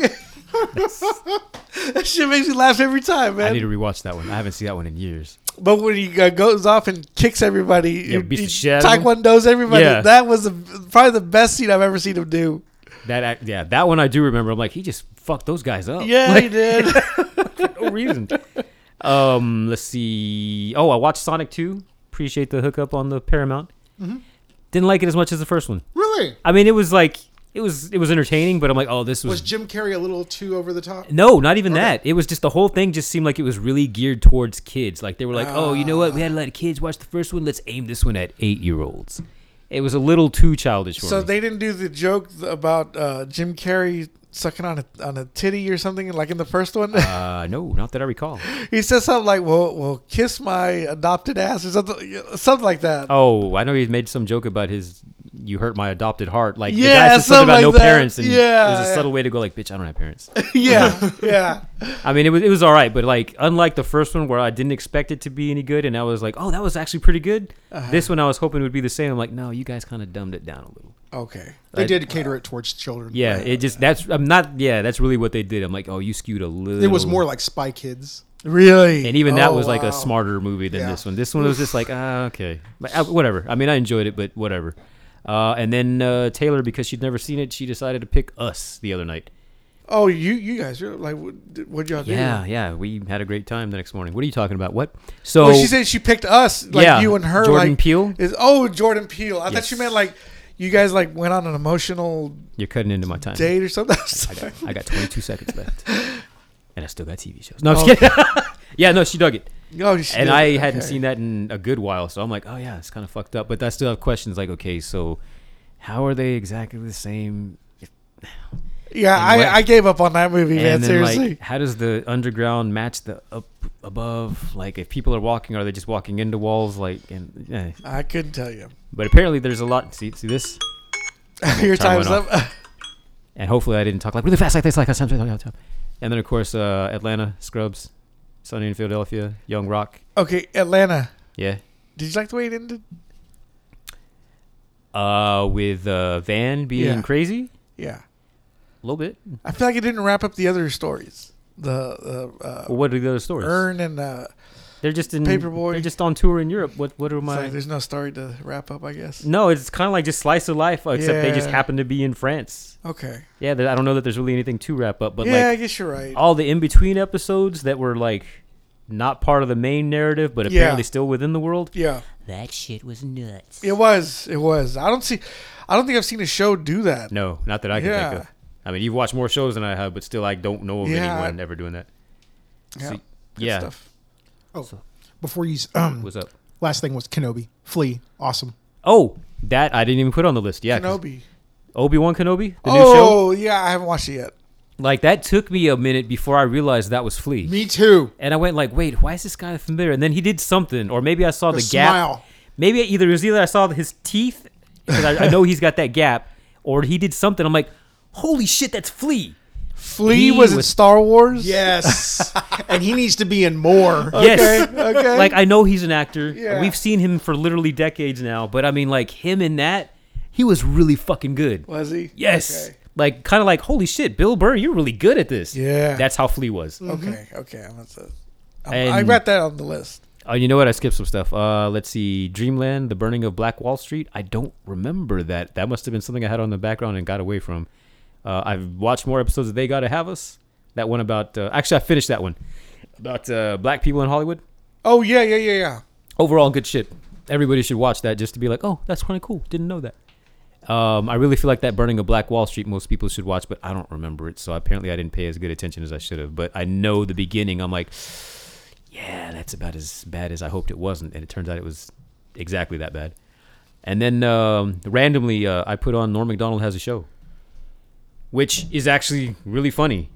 Speaker 1: that shit makes me laugh every time, man.
Speaker 2: I need to rewatch that one. I haven't seen that one in years.
Speaker 1: But when he uh, goes off and kicks everybody, he-
Speaker 2: beats
Speaker 1: he
Speaker 2: the shit out of them.
Speaker 1: taekwondo's everybody.
Speaker 2: Yeah.
Speaker 1: That was the, probably the best scene I've ever seen him do.
Speaker 2: That act- yeah, that one I do remember. I'm like, he just fucked those guys up.
Speaker 1: Yeah, he [laughs] did.
Speaker 2: no
Speaker 1: [laughs]
Speaker 2: reason. um, let's see. Oh, I watched Sonic Two. Appreciate the hookup on the Paramount.
Speaker 1: Mm-hmm.
Speaker 2: Didn't like it as much as the first one.
Speaker 3: really?
Speaker 2: I mean, it was like it was it was entertaining, but I'm like, oh, this was,
Speaker 3: Was Jim Carrey a little too over the top?
Speaker 2: no, not even that. It was just the whole thing just seemed like it was really geared towards kids. Like they were like, oh, you know what? We had a lot of kids watch the first one. Let's aim this one at eight year olds. It was a little too childish for
Speaker 1: so
Speaker 2: me.
Speaker 1: they didn't do the joke th- about uh, Jim Carrey sucking on a on a titty or something like in the first one.
Speaker 2: uh, no, not that I recall.
Speaker 1: [laughs] he says something like, "Well, well, kiss my adopted ass" or something, something like that.
Speaker 2: Oh, I know he made some joke about his "you hurt my adopted heart." Like the
Speaker 1: Yeah,
Speaker 2: guy said something about
Speaker 1: something
Speaker 2: no
Speaker 1: like that.
Speaker 2: parents, and
Speaker 1: Yeah,
Speaker 2: there's a
Speaker 1: yeah.
Speaker 2: subtle way to go like, "Bitch, I don't have parents."
Speaker 1: [laughs] yeah, yeah.
Speaker 2: I mean, it was it was all right, but like unlike the first one where I didn't expect it to be any good, and I was like, "Oh, that was actually pretty good." This one I was hoping would be the same. I'm like, "No, you guys kind of dumbed it down a little."
Speaker 1: Okay.
Speaker 3: They
Speaker 2: I-
Speaker 3: did cater it towards children.
Speaker 2: uh, Yeah, it just that's I'm not. Yeah, that's really what they did. I'm like, "Oh, you skewed a little."
Speaker 3: It was more like Spy Kids.
Speaker 1: Really?
Speaker 2: And even that
Speaker 1: Oh,
Speaker 2: was like
Speaker 1: wow.
Speaker 2: a smarter movie than
Speaker 3: Yeah.
Speaker 2: this one. This one was just like, ah, okay, but, uh, whatever. I mean, I enjoyed it, but whatever. Uh, and then uh, Taylor, because she'd never seen it, she decided to pick us the other night.
Speaker 1: Oh, you you guys, you're like, what, what'd y'all
Speaker 2: Yeah,
Speaker 1: do?
Speaker 2: yeah, we had a great time the next morning. What are you talking about? What? So
Speaker 1: Well, she said she picked us, like
Speaker 2: Yeah,
Speaker 1: you and her,
Speaker 2: Jordan
Speaker 1: like
Speaker 2: Peele.
Speaker 1: Is oh Jordan Peele? I thought you
Speaker 2: Yes.
Speaker 1: meant like you guys like went on an emotional
Speaker 2: you're cutting into my time.
Speaker 1: date or something. [laughs]
Speaker 2: I got, I got 22 seconds left, and I still got TV shows. No, I'm just kidding. [laughs] yeah, no, she dug it.
Speaker 1: oh, shit.
Speaker 2: and I hadn't
Speaker 1: Okay.
Speaker 2: seen that in a good while, so I'm like, oh yeah, it's kind of fucked up. But I still have questions like, okay, so how are they exactly the same?
Speaker 1: [laughs] Yeah,
Speaker 2: and what-
Speaker 1: I, I gave up on that movie, man.
Speaker 2: and then
Speaker 1: Seriously,
Speaker 2: like, how does the underground match the up above? Like, if people are walking, are they just walking into walls? Like, and eh.
Speaker 1: I couldn't tell you.
Speaker 2: but apparently there's a lot. See, see this,
Speaker 1: [laughs] Your
Speaker 2: Time
Speaker 1: time's
Speaker 2: went
Speaker 1: up.
Speaker 2: and hopefully I didn't talk like really fast like this, like this. And then of course uh, Atlanta Scrubs, Sunny in Philadelphia, Young Rock,
Speaker 1: okay, Atlanta.
Speaker 2: yeah,
Speaker 1: Did you like the way it ended?
Speaker 2: uh, with uh, Van being
Speaker 1: Yeah.
Speaker 2: crazy
Speaker 1: Yeah,
Speaker 2: a little bit.
Speaker 1: I feel like it didn't wrap up the other stories. The uh, uh,
Speaker 2: Well, what are the other stories?
Speaker 1: Earn and uh,
Speaker 2: They're just in
Speaker 1: Paperboy.
Speaker 2: They're just on tour in Europe. What what are
Speaker 1: it's
Speaker 2: my?
Speaker 1: like there's no story to wrap up, I guess.
Speaker 2: no, it's kind of like just slice of life, except they just
Speaker 1: Yeah.
Speaker 2: happen to be in France.
Speaker 1: Okay.
Speaker 2: Yeah, there- I don't know that there's really anything to wrap up, but
Speaker 1: yeah, I
Speaker 2: like
Speaker 1: guess you're right.
Speaker 2: all the in between episodes that were like not part of the main narrative, but
Speaker 1: Yeah.
Speaker 2: apparently still within the world.
Speaker 1: yeah.
Speaker 4: That shit was nuts.
Speaker 1: It was. It was. I don't see. I don't think I've seen a show do that.
Speaker 2: No, not that I can
Speaker 1: Yeah.
Speaker 2: think of. I mean, you've watched more shows than I have, but still, I don't know of
Speaker 1: Yeah,
Speaker 2: anyone
Speaker 1: I-
Speaker 2: ever doing that.
Speaker 1: Yeah.
Speaker 2: See,
Speaker 1: Good
Speaker 2: yeah.
Speaker 1: Stuff.
Speaker 3: Oh, before you, s- [clears throat] um,
Speaker 2: What's up?
Speaker 3: last thing was Kenobi. Flea, awesome.
Speaker 2: Oh, that I didn't even put on [laughs] the list. Yeah,
Speaker 1: Kenobi.
Speaker 2: Obi Wan Kenobi, the new show.
Speaker 1: Oh yeah, I haven't watched it yet.
Speaker 2: Like that took me a minute before I realized that was Flea.
Speaker 3: Me too.
Speaker 2: And I went like, wait, why is this guy familiar? And then he did something, or maybe I saw the,
Speaker 3: The
Speaker 2: gap.
Speaker 3: smile.
Speaker 2: Maybe it either it was either I saw his teeth, because I, I know he's got that gap, or he did something. I'm like, holy shit, that's Flea.
Speaker 1: Flea
Speaker 2: He
Speaker 1: was in
Speaker 2: was-
Speaker 1: Star Wars.
Speaker 3: Yes, and he needs to be in more.
Speaker 2: Yes.
Speaker 1: okay.
Speaker 2: Like I know he's an actor.
Speaker 1: Yeah.
Speaker 2: We've seen him for literally decades now, but I mean like him in that, he was really fucking good.
Speaker 1: was he?
Speaker 2: Yes.
Speaker 1: Okay.
Speaker 2: Like kind of like holy shit, Bill Burr, you're really good at this.
Speaker 1: Yeah. Mm.
Speaker 2: That's how Flea was.
Speaker 1: Okay. Okay. I'm gonna say- I'm-
Speaker 2: Mm-hmm. And-
Speaker 1: I got that on the list.
Speaker 2: Oh, you know what? I skipped some stuff. Uh, let's see. Dreamland, The Burning of Black Wall Street. I don't remember that. That must have been something I had on the background and got away from. Uh, I've watched more episodes of They Gotta Have Us. That one about. Uh, actually, I finished that one about uh, black people in Hollywood.
Speaker 1: Oh yeah, yeah, yeah, yeah.
Speaker 2: Overall, good shit. Everybody should watch that just to be like, oh, that's kind of cool. Didn't know that. Um, I really feel like that Burning of Black Wall Street. Most people should watch, but I don't remember it. So apparently, I didn't pay as good attention as I should have. But I know the beginning. I'm like, yeah, that's about as bad as I hoped it wasn't, and it turns out it was exactly that bad. And then um, randomly, uh, I put on Norm Macdonald has a show, which is actually really funny.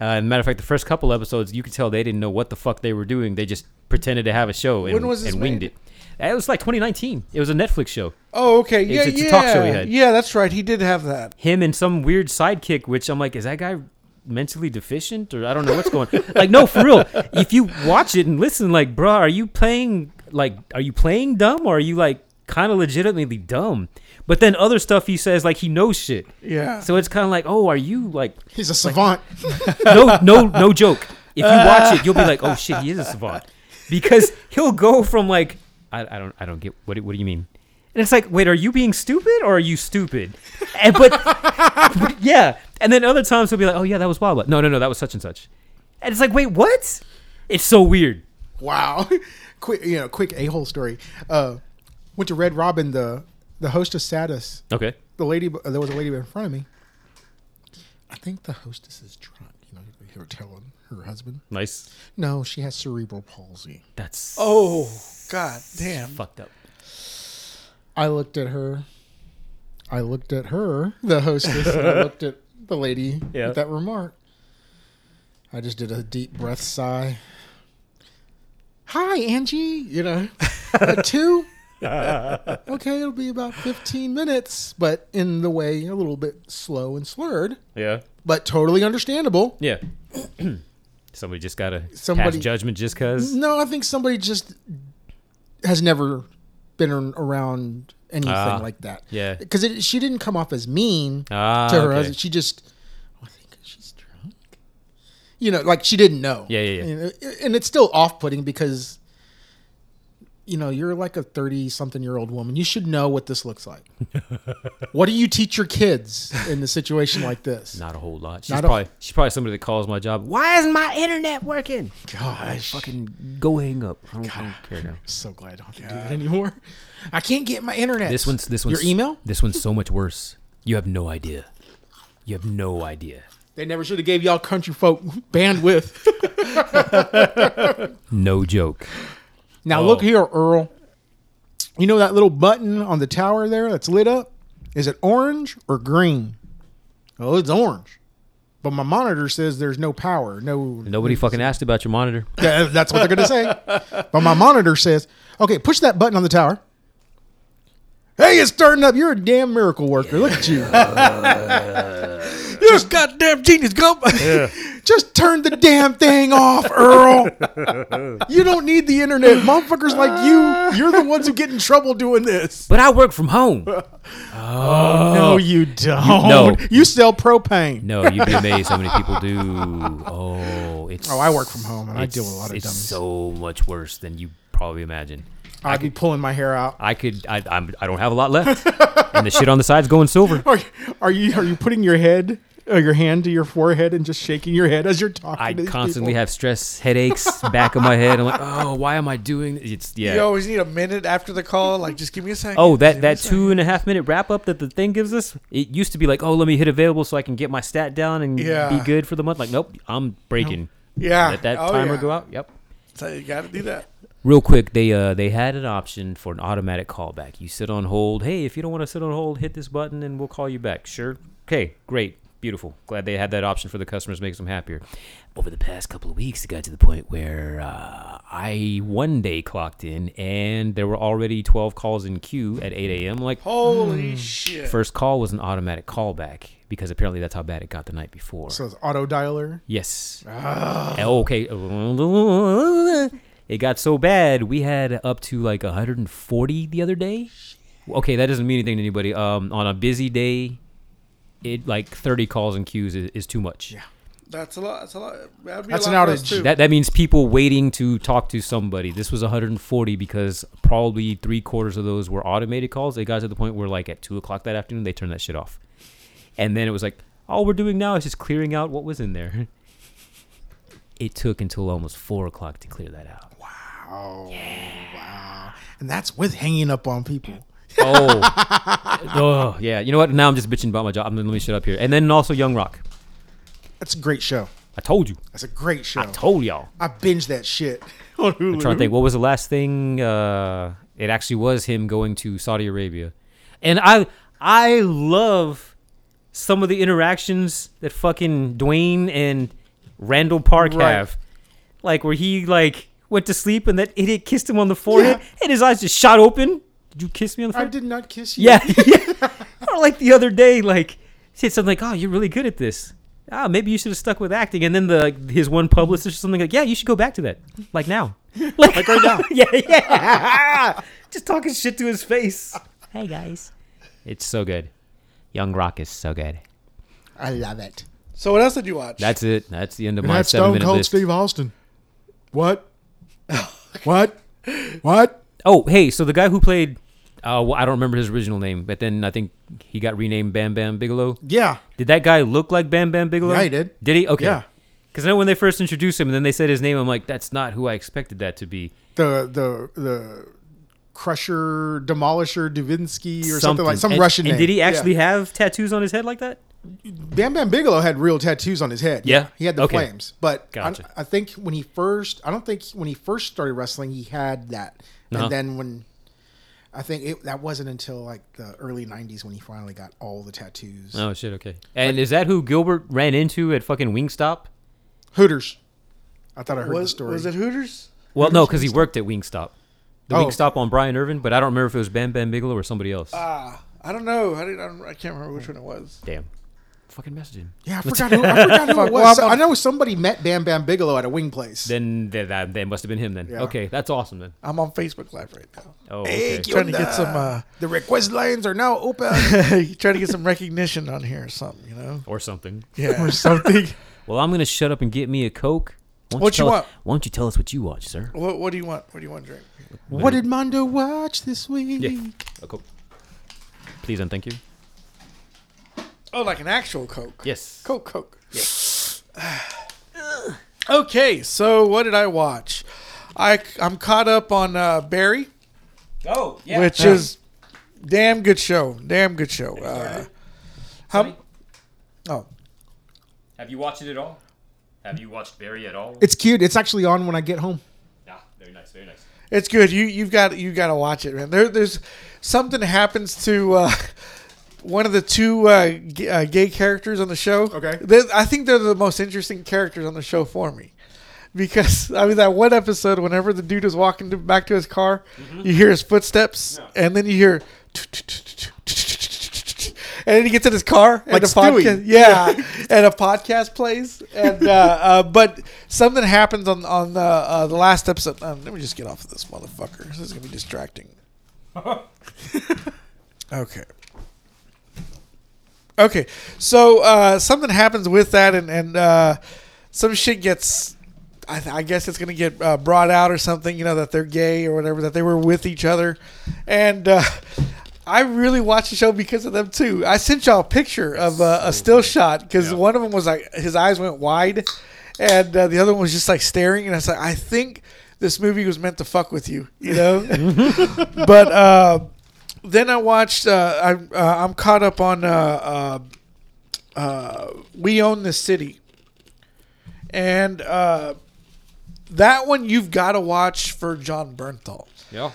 Speaker 2: Uh, and matter of fact, the first couple episodes, you could tell they didn't know what the fuck they were doing. They just pretended to have a show and,
Speaker 1: When was this
Speaker 2: and winged
Speaker 1: made?
Speaker 2: it. It was like 2019. It was a Netflix show.
Speaker 1: Oh, okay. Yeah,
Speaker 2: It's- it's
Speaker 1: yeah.
Speaker 2: a talk show he had.
Speaker 1: Yeah, that's right. He did have that.
Speaker 2: him and some weird sidekick, which I'm like, is that guy mentally deficient or I don't know what's going [laughs] like no for real if you watch it and listen like bruh are you playing like are you playing dumb or are you like kind of legitimately dumb but then other stuff he says like he knows shit
Speaker 1: Yeah.
Speaker 2: so it's kind of like oh are you like
Speaker 3: He's a savant.
Speaker 2: no, no, no joke. If you watch it, you'll be like, "Oh shit, he is [laughs] a savant," because he'll go from like, "I, I don't, I don't get what, do- what do you mean?" And it's like, "Wait, are you being stupid or are you stupid?" And but, but yeah, and then other times he'll be like, "Oh yeah, that was blah blah." No, no, no, that was such and such. And it's like, "Wait, what?" It's so weird.
Speaker 3: Wow. [laughs] quick, you know, quick a hole story. Uh, went to Red Robin. The the hostess sat us.
Speaker 2: Okay.
Speaker 3: The lady, uh, there was a lady in front of me. I think the hostess is drunk. You know, you hear her telling her husband.
Speaker 2: Nice.
Speaker 3: No, she has cerebral palsy.
Speaker 2: That's
Speaker 1: Oh God, damn.
Speaker 2: fucked up.
Speaker 3: I looked at her. I looked at her, the hostess. and I looked at the lady
Speaker 2: Yeah.
Speaker 3: with that remark. I just did a deep breath sigh. Hi, Angie. You know, at two. okay, it'll be about fifteen minutes, but in the way a little bit slow and slurred,
Speaker 2: Yeah.
Speaker 3: but totally understandable.
Speaker 2: Yeah. [clears throat] Somebody just gotta
Speaker 3: Somebody- Mm-hmm.
Speaker 2: pass judgment just cause.
Speaker 3: No, I think somebody just has never been ar- around anything
Speaker 2: Ah,
Speaker 3: like that.
Speaker 2: yeah.
Speaker 3: because she didn't come off as mean
Speaker 2: Ah,
Speaker 3: to her
Speaker 2: okay.
Speaker 3: husband. She just, "Oh, I think she's drunk. You know, like she didn't know.
Speaker 2: Yeah, yeah, yeah.
Speaker 3: You know, And it's still off-putting because, you know, you're like a thirty-something-year-old woman. You should know what this looks
Speaker 2: [laughs]
Speaker 3: like. what do you teach your kids in a situation like this?
Speaker 2: Not a whole lot. She's
Speaker 3: Not a-
Speaker 2: probably she's probably somebody that calls my job. Why isn't my internet working?
Speaker 3: Gosh,
Speaker 2: Fucking go hang up. I don't, I don't care now.
Speaker 3: so glad I don't have to do that anymore. I can't get my internet.
Speaker 2: This one's this one's
Speaker 3: your email.
Speaker 2: This one's so much worse. You have no idea. You have no idea.
Speaker 3: They never should have gave y'all country folk bandwidth.
Speaker 2: No joke.
Speaker 3: now look here, Earl. You know that little button on the tower there that's lit up? Is it orange or green? Oh, it's orange. But my monitor says there's no power. No,
Speaker 2: Nobody fucking asked about your monitor.
Speaker 3: Yeah, that's what they're gonna say. But my monitor says, "Okay, push that button on the tower." Hey, it's starting up. You're a damn miracle worker. Look at you.
Speaker 1: You're a goddamn genius, Gump.
Speaker 3: [laughs] Just turn the damn thing off, Earl. You don't need the internet. Motherfuckers like you, you're the ones who get in trouble doing this.
Speaker 2: But I work from
Speaker 3: [laughs]
Speaker 2: home.
Speaker 3: Oh, No, you don't.
Speaker 2: no.
Speaker 3: You sell propane.
Speaker 2: No, you'd be amazed how many people do. Oh, it's
Speaker 3: Oh, I work from home and I deal with a lot of
Speaker 2: it's
Speaker 3: dummies.
Speaker 2: so much worse than you probably imagine.
Speaker 3: I'd be pulling my hair out.
Speaker 2: I could. I. I'm, I don't have a lot
Speaker 3: [laughs]
Speaker 2: left, and the shit on the side's going silver.
Speaker 3: Are, are you are you putting your head or your hand to your forehead and just shaking your head as you're talking?
Speaker 2: I
Speaker 3: to these
Speaker 2: constantly
Speaker 3: people?
Speaker 2: have stress, headaches, back of my head. I'm like, oh, why am I doing? This? It's yeah.
Speaker 1: You always need a minute after the call. Like, just give me a second.
Speaker 2: oh, that
Speaker 1: Give me a
Speaker 2: that
Speaker 1: second.
Speaker 2: two and a half minute wrap up that the thing gives us. It used to be like, oh, let me hit available so I can get my stat down and
Speaker 1: Yeah.
Speaker 2: be good for the month. Like, nope, I'm breaking.
Speaker 1: Yeah.
Speaker 2: Let that
Speaker 1: Oh,
Speaker 2: timer
Speaker 1: yeah.
Speaker 2: go out. Yep.
Speaker 1: So you got to do that.
Speaker 2: Real quick, they uh they had an option for an automatic callback. You sit on hold. Hey, if you don't want to sit on hold, hit this button and we'll call you back. Sure. Okay, great. Beautiful. Glad they had that option for the customers. Makes them happier. Over the past couple of weeks, it got to the point where uh, I one day clocked in and there were already 12 calls in queue at 8 a.m. Like, Hmm.
Speaker 1: Holy shit.
Speaker 2: first call was an automatic callback because apparently that's how bad it got the night before.
Speaker 3: So it's auto dialer.
Speaker 2: Yes. Oh, okay. It got so bad we had up to like 140 the other day. Okay, that doesn't mean anything to anybody. Um, on a busy day, it like 30 calls and queues is, is too much. Yeah.
Speaker 1: That's a lot. That's a lot. That'd be
Speaker 3: That's
Speaker 1: a
Speaker 3: an
Speaker 1: lot for us,
Speaker 3: outage.
Speaker 1: too.
Speaker 2: That that means people waiting to talk to somebody. This was 140 because probably three quarters of those were automated calls. They got to the point where like at two o'clock that afternoon they turned that shit off, and then it was like all we're doing now is just clearing out what was in there. [laughs] It took until almost four o'clock to clear that out.
Speaker 3: And that's with hanging up on people.
Speaker 2: Oh, oh yeah. You know what? Now I'm just bitching about my job. I'm, let me shut up here. And then also Young Rock.
Speaker 3: That's a great show.
Speaker 2: I told you.
Speaker 3: That's a great show.
Speaker 2: I told y'all.
Speaker 3: I binged that shit [laughs] on Hulu.
Speaker 2: I'm trying to think. What was the last thing? Uh, it actually was him going to Saudi Arabia, and I I love some of the interactions that fucking Dwayne and Randall Park
Speaker 1: Right.
Speaker 2: have, like where he like went to sleep and that idiot kissed him on the forehead and his eyes just shot open. Did you kiss me on the
Speaker 3: I
Speaker 2: forehead?
Speaker 3: did not kiss you.
Speaker 2: Yeah. [laughs] yeah. or like the other day, like said something like, "Oh, you're really good at this. Ah, maybe you should have stuck with acting." And then the like, his one publicist or something like, "Yeah, you should go back to that. Like now. [laughs] Like, right now. [laughs] yeah, yeah. [laughs] Just talking shit to his face.
Speaker 4: Hey guys.
Speaker 2: It's so good. Young Rock is so good.
Speaker 3: I love it.
Speaker 1: So what else did you watch?
Speaker 2: That's it. That's the end of
Speaker 3: And
Speaker 2: my
Speaker 3: that's
Speaker 2: seven
Speaker 3: Stone
Speaker 2: minute
Speaker 3: Cold
Speaker 2: list.
Speaker 3: Steve Austin. What? what? What?
Speaker 2: Oh, hey, so the guy who played. Uh, well, I don't remember his original name, but then I think he got renamed Bam Bam Bigelow.
Speaker 3: Yeah.
Speaker 2: Did that guy look like Bam Bam Bigelow?
Speaker 3: Yeah, he did.
Speaker 2: Did he? Okay.
Speaker 3: Yeah.
Speaker 2: Because I know when they first introduced him and then they said his name, I'm like, that's not who I expected that to be.
Speaker 3: The the the Crusher Demolisher Davinsky or something, like some
Speaker 2: And-
Speaker 3: Russian
Speaker 2: and
Speaker 3: name.
Speaker 2: Did he
Speaker 3: Yeah.
Speaker 2: actually have tattoos on his head like that?
Speaker 3: Bam Bam Bigelow had real tattoos on his head.
Speaker 2: Yeah?
Speaker 3: he had the
Speaker 2: Okay.
Speaker 3: flames. But I-
Speaker 2: Gotcha.
Speaker 3: I, think when he first, I don't think when he first started wrestling, he had that.
Speaker 2: Uh-huh.
Speaker 3: And then when I think it, that wasn't until like the early '90s when he finally got all the tattoos.
Speaker 2: Oh, shit. Okay. And is that who Gilbert ran into at fucking Wingstop?
Speaker 3: Hooters. I thought I heard the
Speaker 1: was,
Speaker 3: story.
Speaker 1: was it Hooters?
Speaker 2: Well, no, because he worked at Wingstop. The
Speaker 3: Oh.
Speaker 2: Wingstop on Brian Irvin, but I don't remember if it was Bam Bam Bigelow or somebody else.
Speaker 3: Uh,
Speaker 1: Ah, I don't know. I, didn't, I, don't, I can't remember which one it was.
Speaker 2: Damn. Fucking message him.
Speaker 3: yeah, I forgot who,
Speaker 1: [laughs]
Speaker 3: I forgot who
Speaker 1: Fuck,
Speaker 3: it
Speaker 1: well,
Speaker 3: was.
Speaker 1: I'm-
Speaker 3: I know somebody met Bam Bam Bigelow at a wing place.
Speaker 2: Then that, that, that must have been him then.
Speaker 3: Yeah.
Speaker 2: Okay, that's awesome then.
Speaker 1: I'm on Facebook Live right now.
Speaker 2: Oh, okay.
Speaker 1: Trying to get some uh, [laughs]
Speaker 3: the request lines are now open.
Speaker 2: [laughs]
Speaker 1: trying to get some recognition on here or something, you know?
Speaker 2: or something.
Speaker 1: Yeah.
Speaker 3: [laughs] or something.
Speaker 2: Well, I'm gonna shut up and get me a coke. Why don't
Speaker 1: What you
Speaker 2: tell-
Speaker 1: want?
Speaker 2: Why don't you tell us what you watch, sir?
Speaker 1: [laughs] what, what do you want? What do you want to drink?
Speaker 3: what did Mondo watch this week?
Speaker 2: Yeah. A Coke. Please and thank you.
Speaker 1: Oh, like an actual Coke.
Speaker 2: Yes.
Speaker 1: Coke, Coke. [sighs] okay, so what did I watch? I I'm caught up on uh, Barry. Oh, yeah. Which is damn good show. Damn good show. Uh, how? Oh,
Speaker 2: Have you watched it at all? Have you watched Barry at all?
Speaker 3: It's cute. It's actually on when I get home.
Speaker 2: ah, very nice, very nice.
Speaker 1: It's good. You you've got you got to watch it, man. There there's something happens to uh, [laughs] one of the two uh, g- uh, gay characters on the show.
Speaker 3: Okay.
Speaker 1: They- I think they're the most interesting characters on the show for me. Because I mean that one episode, whenever the dude is walking to, back to his car,
Speaker 3: Mm-hmm.
Speaker 1: you hear his footsteps, and then you hear, and then he gets in his car, and
Speaker 3: Like
Speaker 1: the
Speaker 3: Stewie.
Speaker 1: podcast, yeah, [laughs] and a podcast plays, and uh, uh, but something happens on on the uh, the last episode. Um, let me just get off of this motherfucker. This is gonna be
Speaker 3: [laughs]
Speaker 1: distracting. okay. Okay, so uh, something happens with that, and and uh, some shit gets. I, I guess it's gonna get uh, brought out or something. You know that they're gay or whatever. That they were with each other, and uh, I really watched the show because of them too. I sent y'all a picture of uh, a still shot because one of them was like his eyes went wide, and uh, the other one was just like staring. And I was like, I think this movie was meant to fuck with you, you know. but uh, then I watched. Uh, I, uh, I'm caught up on. Uh, uh, uh, we own the city, and uh, that one you've got to watch for John Bernthal.
Speaker 2: Yeah.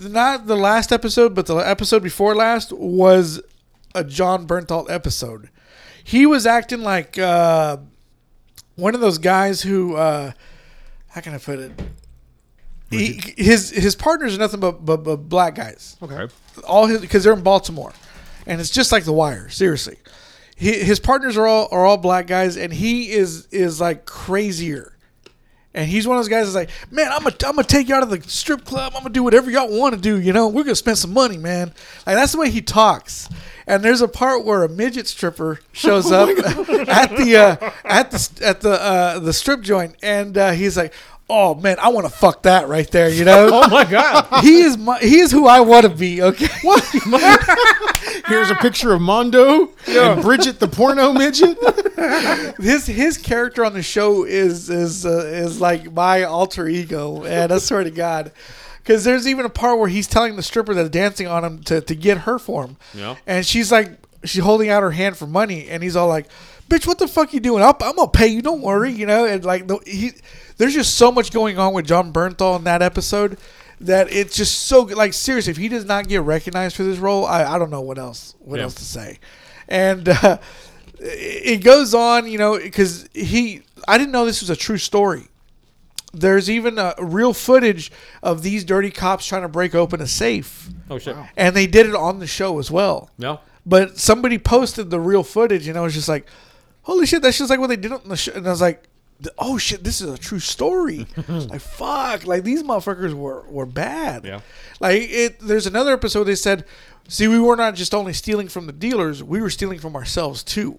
Speaker 1: Not the last episode, but the episode before last was a John Bernthal episode. He was acting like uh, one of those guys who, uh, how can I put it? He, his his partners are nothing but, but, but black guys.
Speaker 2: Okay.
Speaker 1: All his because they're in Baltimore, and it's just like The Wire. Seriously, he, his partners are all are all black guys, and he is is like crazier. And he's one of those guys that's like, man, I'm gonna I'm gonna take you out of the strip club. I'm gonna do whatever y'all want to do. You know, we're gonna spend some money, man. Like that's the way he talks. And there's a part where a midget stripper
Speaker 2: [laughs]
Speaker 1: shows
Speaker 2: Oh
Speaker 1: up [laughs] at the uh, at the at the uh, the strip joint, and uh, he's like, oh man, I want to fuck that right there. You know,
Speaker 2: [laughs] Oh my god.
Speaker 1: he is my, he is who I want to be. Okay, what?
Speaker 3: Here's
Speaker 1: Ah.
Speaker 3: a picture
Speaker 1: [laughs]
Speaker 3: of Mondo and Bridget the porno midget.
Speaker 1: his his character on the show is is uh, is like my alter ego, and I swear to God. Because there's even a part where he's telling the stripper that's dancing on him to, to get her for him.
Speaker 2: Yeah.
Speaker 1: And she's like, she's holding out her hand for money, and he's all like, "Bitch, what the fuck you doing? I'll, I'm gonna pay you. Don't worry, you know." And like, the, he, there's just so much going on with John Bernthal in that episode that it's just so good. Like, seriously, if he does not get recognized for this role, I, I don't know what else what
Speaker 2: Yeah.
Speaker 1: else to say. And uh, it goes on, you know, because he, I didn't know this was a true story. There's even uh, real footage of these dirty cops trying to break open a safe,
Speaker 2: Oh shit.
Speaker 1: and they did it on the show as well.
Speaker 2: No.
Speaker 1: But somebody posted the real footage, and I was just like, "Holy shit, that's just like what they did on the show." And I was like, th- "Oh shit, this is a true story." like fuck, like these motherfuckers were were bad.
Speaker 2: Yeah.
Speaker 1: Like it. There's another episode they said, "See, we were not just only stealing from the dealers, we were stealing from ourselves too."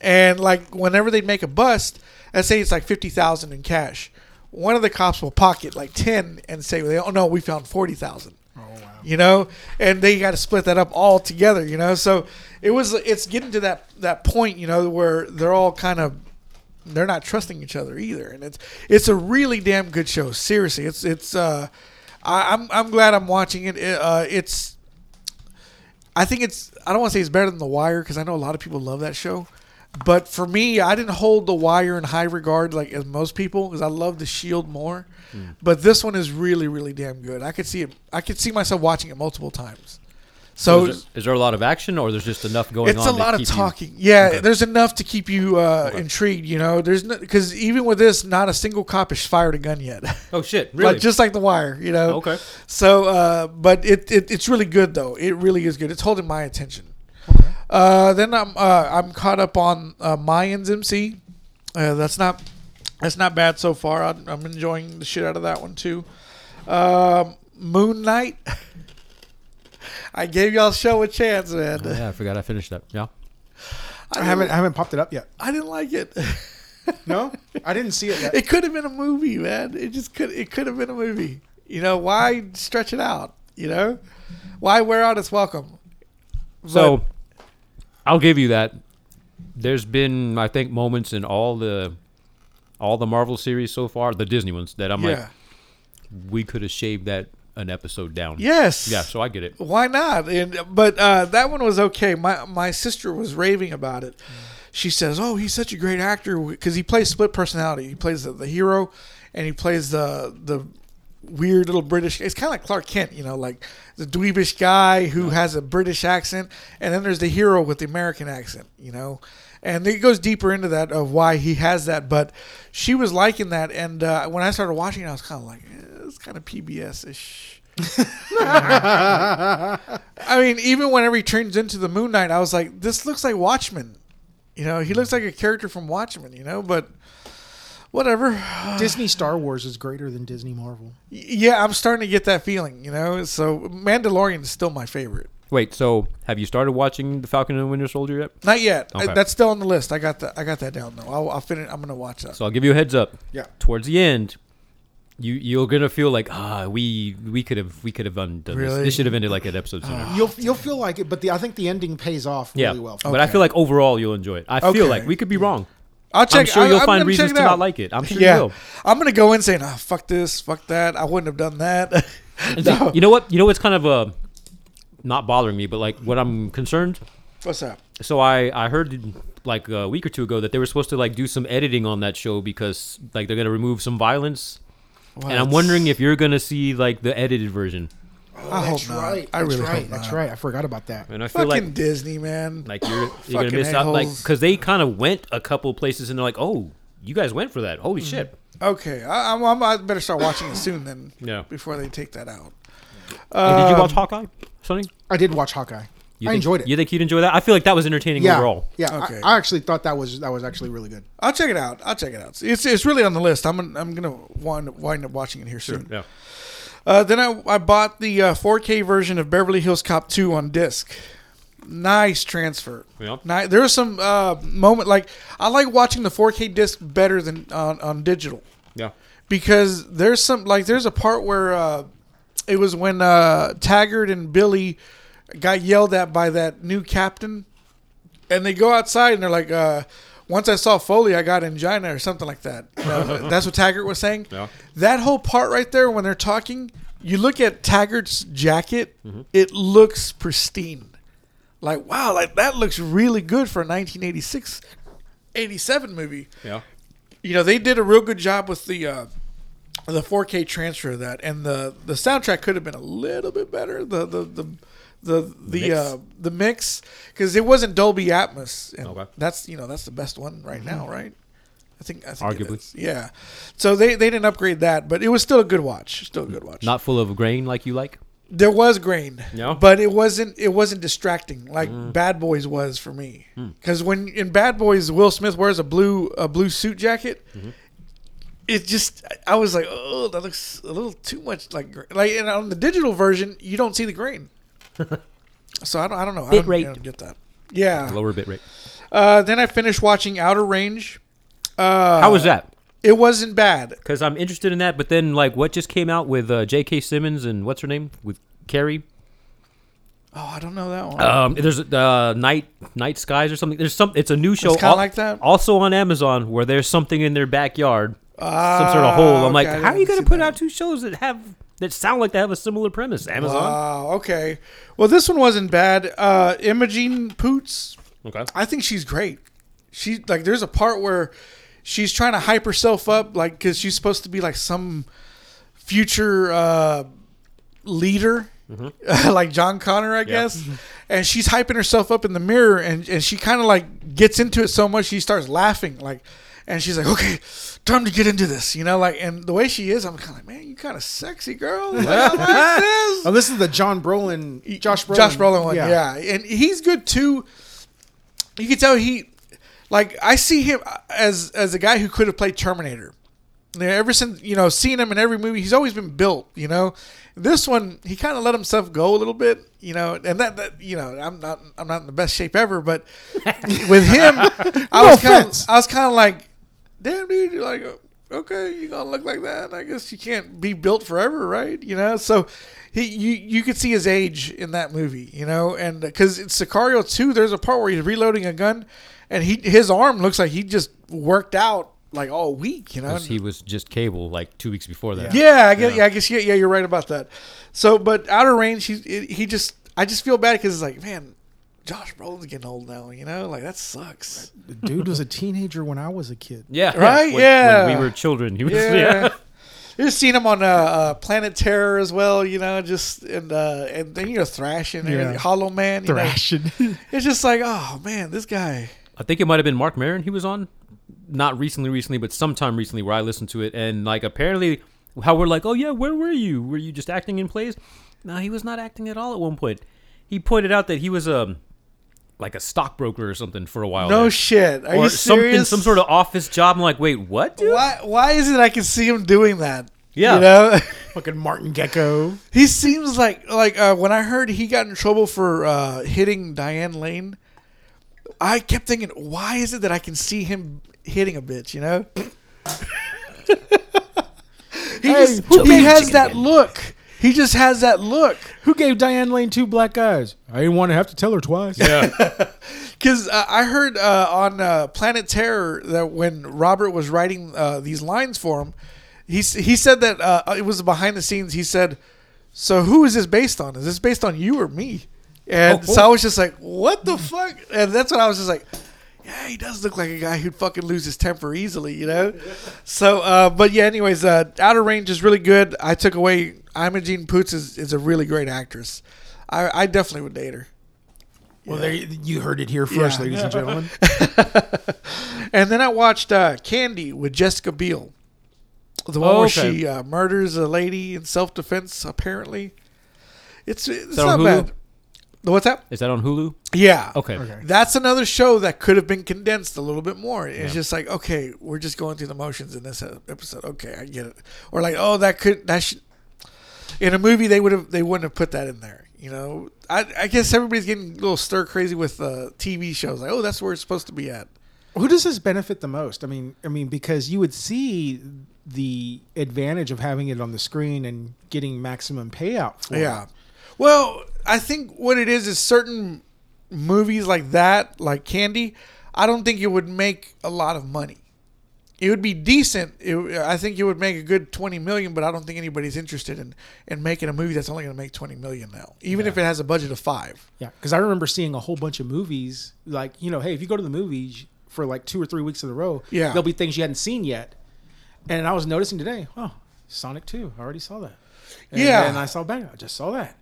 Speaker 1: And like whenever they'd make a bust, let's say it's like fifty thousand in cash, one of the cops will pocket like ten and say, "Oh no, we found forty thousand. Oh wow! You know, and they got to split that up all together. You know, so it was it's getting to that that point, you know, where they're all kind of they're not trusting each other either, and it's it's a really damn good show. Seriously, it's it's uh, I, I'm I'm glad I'm watching it. It, Uh, it's I think it's I don't want to say it's better than The Wire because I know a lot of people love that show, but for me, I didn't hold The Wire in high regard like as most people because I love The Shield more,
Speaker 2: Hmm.
Speaker 1: but this one is really really damn good. I could see it. I could see myself watching it multiple times. So.
Speaker 2: Is there, is there a lot of action, or there's just enough going
Speaker 1: It's
Speaker 2: on?
Speaker 1: a
Speaker 2: to
Speaker 1: lot of
Speaker 2: keep you-
Speaker 1: talking. Yeah,
Speaker 2: Okay.
Speaker 1: there's enough to keep you uh, intrigued. You know, there's because even with this, not a single cop has fired a gun yet. [laughs]
Speaker 2: Oh shit! Really?
Speaker 1: Like just like The Wire, you know.
Speaker 2: Okay.
Speaker 1: So, uh, but it, it it's really good though. It really is good. It's holding my attention. Uh, then I'm uh, I'm caught up on uh, Mayans MC. Uh, that's not that's not bad so far. I'm, I'm enjoying the shit out of that one too. Um, Moon Knight. [laughs] I gave y'all show a chance, man.
Speaker 2: yeah, I forgot I finished that. Yeah.
Speaker 3: I haven't I haven't popped it up yet.
Speaker 1: I didn't like it. [laughs]
Speaker 3: No, [laughs] I didn't see it yet.
Speaker 1: It could have been a movie, man. It just could. It could have been a movie. You know why stretch it out? You know why wear out its welcome?
Speaker 2: So I'll give you that. There's been, I think, moments in all the all the Marvel series so far, the Disney ones, that I'm
Speaker 1: yeah.
Speaker 2: like, we could have shaved that an episode down.
Speaker 1: yes.
Speaker 2: Yeah. So I get it.
Speaker 1: why not? And but uh, that one was okay. My my sister was raving about it. She says, "Oh, he's such a great actor because he plays split personality. He plays the, the hero, and he plays the the weird little British. It's kind of like Clark Kent, you know, like the dweebish guy who has a British accent, and then there's the hero with the American accent, you know." And it goes deeper into that of why he has that, but she was liking that. And uh, when I started watching it, I was kind of like, eh, it's kind of PBS ish. I mean, even whenever he turns into the Moon Knight, I was like, this looks like Watchmen. You know, he looks like a character from Watchmen, you know, but whatever. Y-
Speaker 3: [sighs] Disney Star Wars is greater than Disney Marvel.
Speaker 1: Yeah, I'm starting to get that feeling, you know? So Mandalorian is still my favorite.
Speaker 2: Wait. So have you started watching the Falcon and the Winter Soldier yet?
Speaker 1: Not yet. I-
Speaker 2: Okay.
Speaker 1: that's still on the list. I got that I got that down though. I'll, I'll finish I'm going to watch that.
Speaker 2: So I'll give you a heads up.
Speaker 3: Yeah.
Speaker 2: Towards the end, you you're gonna feel like ah we we could have we could have undone
Speaker 1: Really?
Speaker 2: this. This should have ended like an episode sooner.
Speaker 1: [gasps]
Speaker 3: You'll you'll feel like it, but the, I think the ending pays off
Speaker 2: yeah.
Speaker 3: really well. for
Speaker 2: But I
Speaker 1: Okay.
Speaker 2: feel like overall you'll enjoy it. I feel
Speaker 1: Okay.
Speaker 2: like we could be wrong.
Speaker 1: I'll check
Speaker 2: I'm sure
Speaker 1: I-
Speaker 2: you'll
Speaker 1: I'm
Speaker 2: find
Speaker 1: gonna check
Speaker 2: reasons
Speaker 1: it
Speaker 2: to not
Speaker 1: out.
Speaker 2: like it. I'm sure you
Speaker 1: Yeah.
Speaker 2: will.
Speaker 1: I'm going to go in saying, "Ah, fuck this, fuck that. I wouldn't have done that." [laughs]
Speaker 2: And see,
Speaker 1: no.
Speaker 2: You know what? You know what's kind of uh, not bothering me, but like what I'm concerned.
Speaker 1: What's up?
Speaker 2: So I I heard like a week or two ago that they were supposed to like do some editing on that show because like they're gonna remove some violence. And I'm
Speaker 1: What?
Speaker 2: wondering if you're gonna see like the edited version.
Speaker 1: I hope
Speaker 3: That's
Speaker 1: not.
Speaker 3: right.
Speaker 1: I really
Speaker 3: That's right.
Speaker 1: hope
Speaker 3: That's
Speaker 1: not.
Speaker 3: right. I forgot about that.
Speaker 2: And I feel
Speaker 1: Fucking
Speaker 2: like
Speaker 1: Disney, man.
Speaker 2: like you're you're gonna
Speaker 1: Fucking
Speaker 2: miss out like
Speaker 1: a-holes.
Speaker 2: because they kind of went a couple places and they're like, oh, you guys went for that.
Speaker 3: Hmm.
Speaker 2: Holy shit!
Speaker 1: okay, I, I'm, I'm, I better start watching it soon then.
Speaker 2: [laughs] Yeah.
Speaker 1: Before they take that out.
Speaker 2: And did you watch Hawkeye, Sonny?
Speaker 3: I did watch Hawkeye.
Speaker 2: You
Speaker 3: Um, I
Speaker 2: think-
Speaker 3: enjoyed it.
Speaker 2: You think you'd enjoy that? I feel like that was entertaining
Speaker 3: yeah,
Speaker 2: overall.
Speaker 3: yeah. I-
Speaker 1: Okay.
Speaker 3: I, actually thought that was that was actually really good.
Speaker 1: I'll check it out. I'll check it out. It's it's really on the list. I'm gonna, I'm gonna wind, wind up watching it here soon.
Speaker 2: Yeah.
Speaker 1: Uh, then I, I bought the uh, 4K version of Beverly Hills Cop 2 on disc. Nice transfer.
Speaker 2: Yeah.
Speaker 1: Ni- there was some uh, moment like I like watching the 4K disc better than uh, on, on digital
Speaker 2: Yeah.
Speaker 1: because there's some like there's a part where uh, it was when uh, Taggart and Billy got yelled at by that new captain, and they go outside and they're like, uh, "Once I saw Foley, I got angina or something like that." Uh, that's what Taggart was saying.
Speaker 2: Yeah.
Speaker 1: That whole part right there when they're talking, you look at Taggart's jacket, it looks pristine. Like wow, like that looks really good for a 1986 87 movie
Speaker 2: Yeah.
Speaker 1: you know they did a real good job with the uh, the 4K transfer of that, and the the soundtrack could have been a little bit better. The the the the the
Speaker 2: Mix?
Speaker 1: uh, the mix because it wasn't Dolby Atmos, and
Speaker 2: Okay. Mm-hmm.
Speaker 1: that's you know that's the best one right now, right? I think, I think it
Speaker 2: Arguably.
Speaker 1: is. yeah. So they they didn't upgrade that, but it was still a good watch, still a good watch.
Speaker 2: Not full of grain like you like.
Speaker 1: There was grain,
Speaker 2: No?
Speaker 1: but it wasn't it wasn't distracting like
Speaker 2: Mm.
Speaker 1: Bad Boys was for me.
Speaker 2: Hmm.
Speaker 1: Because when in Bad Boys, Will Smith wears a blue a blue suit jacket.
Speaker 2: Mm-hmm.
Speaker 1: It just I was like, oh, that looks a little too much like gra-" like. And on the digital version, you don't see
Speaker 2: [laughs]
Speaker 1: the grain, so I don't I don't know. I
Speaker 4: Bit
Speaker 1: don't, I
Speaker 4: rate.
Speaker 1: don't get that. Yeah.
Speaker 2: Lower bit rate.
Speaker 1: Uh, then I finished watching Outer Range. Uh,
Speaker 2: How was that?
Speaker 1: It wasn't bad.
Speaker 2: Because I'm interested in that, but then like what just came out with uh, J.K. Simmons and what's her name with Carrie?
Speaker 1: Oh, I don't know that one.
Speaker 2: Um, there's uh, night night skies or something. There's some. It's a new show.
Speaker 1: kinda
Speaker 2: al-
Speaker 1: like that?
Speaker 2: Also on Amazon, where there's something in their backyard, some sort of hole. I'm
Speaker 1: Ah, okay,
Speaker 2: like,
Speaker 1: I
Speaker 2: how are you
Speaker 1: didn't
Speaker 2: gonna
Speaker 1: see
Speaker 2: put
Speaker 1: that.
Speaker 2: out two shows that have that sound like they have a similar premise? Amazon.
Speaker 1: Wow. Oh, Okay. Well, this one wasn't bad. Uh, Imogene Poots.
Speaker 2: okay.
Speaker 1: I think she's great. She like there's a part where she's trying to hype herself up, like because she's supposed to be like some future uh, leader, [laughs] like John Connor, I guess. And she's hyping herself up in the mirror, and and she kind of like gets into it so much she starts laughing, like. And she's like, "Okay, time to get into this," you know. Like, and the way she is, I'm kind of like, "Man, you kind of sexy, girl." Like, I like this.
Speaker 3: Oh, this is the John Brolin, Josh Brolin,
Speaker 1: E, Josh Brolin one, yeah. and he's good too. You can tell he, like, I see him as as a guy who could have played Terminator. Now, ever since you know seeing him in every movie, he's always been built. You know, this one he kind of let himself go a little bit. You know, and that, that you know I'm not I'm not in the best shape ever, but with him, I was kind of
Speaker 3: offense.
Speaker 1: I was kind of like, damn dude, you're like okay, you gonna look like that? I guess you can't be built forever, right? You know, so he you you could see his age in that movie, you know, and because it's Sicario two, there's a part where he's reloading a gun, and he his arm looks like he just worked out like all week, you know.
Speaker 2: 'Cause he was just cable like two weeks before that.
Speaker 1: Yeah, I guess, yeah. I guess yeah, yeah, you're right about that. So, but Outer Range, he it- he just I just feel bad because it's like man, Josh Brolin's getting old now, you know, like that sucks.
Speaker 3: The [laughs] dude was a teenager when I was a kid.
Speaker 2: Yeah.
Speaker 1: Right?
Speaker 2: When- when
Speaker 1: Yeah.
Speaker 2: we were children. He was,
Speaker 1: Yeah.
Speaker 2: yeah.
Speaker 1: [laughs] You just seen him on uh, uh, Planet Terror as well, you know, just and uh, and then you know thrashing and
Speaker 3: Yeah.
Speaker 1: everything, Hollow Man, you know.
Speaker 3: [laughs] Thrashing.
Speaker 1: It's just like oh man, this guy.
Speaker 2: I think it might have been Mark Maron he was on. Not recently, recently, but sometime recently where I listened to it and like apparently how we're like, oh yeah, where were you? Were you just acting in plays? No, he was not acting at all at one point. He pointed out that he was um like a stockbroker or something for a while.
Speaker 1: No
Speaker 2: there.
Speaker 1: shit. Are you
Speaker 2: or something,
Speaker 1: serious?
Speaker 2: some sort of office job. I'm like, wait, what? Dude?
Speaker 1: Why? Why is it I can see him doing that?
Speaker 2: Yeah.
Speaker 1: You know.
Speaker 3: [laughs]
Speaker 1: [laughs]
Speaker 3: Fucking Martin Gecko.
Speaker 1: He seems like like uh, when I heard he got in trouble for uh, hitting Diane Lane, I kept thinking, why is it that I can see him hitting a bitch? You know, [laughs] he just
Speaker 4: who
Speaker 1: he
Speaker 4: made
Speaker 1: has
Speaker 4: chicken
Speaker 1: that
Speaker 4: again?
Speaker 1: look. He just has that look.
Speaker 3: Who gave Diane Lane two black eyes? I didn't want to have to tell her twice. Yeah.
Speaker 1: Because uh, I heard uh, on uh, Planet Terror that when Robert was writing uh, these lines for him, he s- he said that uh, it was behind the scenes. He said, "So who is this based on? Is this based on you or me?" And
Speaker 2: Oh,
Speaker 1: so I was just like, "What the fuck?" And that's when I was just like, yeah, he does look like a guy who'd fucking lose his temper easily, you know? So, uh, but yeah, anyways, uh, Outer Range is really good. I took away Imogene Poots is, is a really great actress. I, I definitely would date her.
Speaker 3: Well, there you, you heard it here first,
Speaker 1: Yeah.
Speaker 3: ladies and gentlemen.
Speaker 1: And then I watched uh, Candy with Jessica Biel. The one
Speaker 2: Oh,
Speaker 1: where
Speaker 2: okay.
Speaker 1: she uh, murders a lady in self defense, apparently. It's, it's
Speaker 2: that on
Speaker 1: not
Speaker 2: Hulu?
Speaker 1: bad. What's that?
Speaker 2: Is that on Hulu?
Speaker 1: Yeah.
Speaker 2: Okay.
Speaker 3: Okay.
Speaker 1: That's another show that could have been condensed a little bit more. It's just like, okay, we're just going through the motions in this uh, episode. Okay, I get it. Or like, oh, that could that should in a movie they would have they wouldn't have put that in there. You know, I, I guess everybody's getting a little stir crazy with uh, TV shows. Like, oh, that's where it's supposed to be at.
Speaker 3: Who does this benefit the most? I mean, I mean, because you would see the advantage of having it on the screen and getting maximum payout. For
Speaker 1: Yeah. Well, I think what it is is certain movies like that, like Candy, I don't think it would make a lot of money. It would be decent. It, I think it would make a good 20 million, but I don't think anybody's interested in, in making a movie that's only going to make 20 million now, even if it has a budget of five.
Speaker 3: Yeah, because I remember seeing a whole bunch of movies. Like, you know, hey, if you go to the movies for like two or three weeks in a row,
Speaker 1: Yeah.
Speaker 3: there'll be things you hadn't seen yet. And I was noticing today, oh, Sonic Two, I already saw that. And
Speaker 1: Yeah.
Speaker 3: and I saw Bang, I just saw that.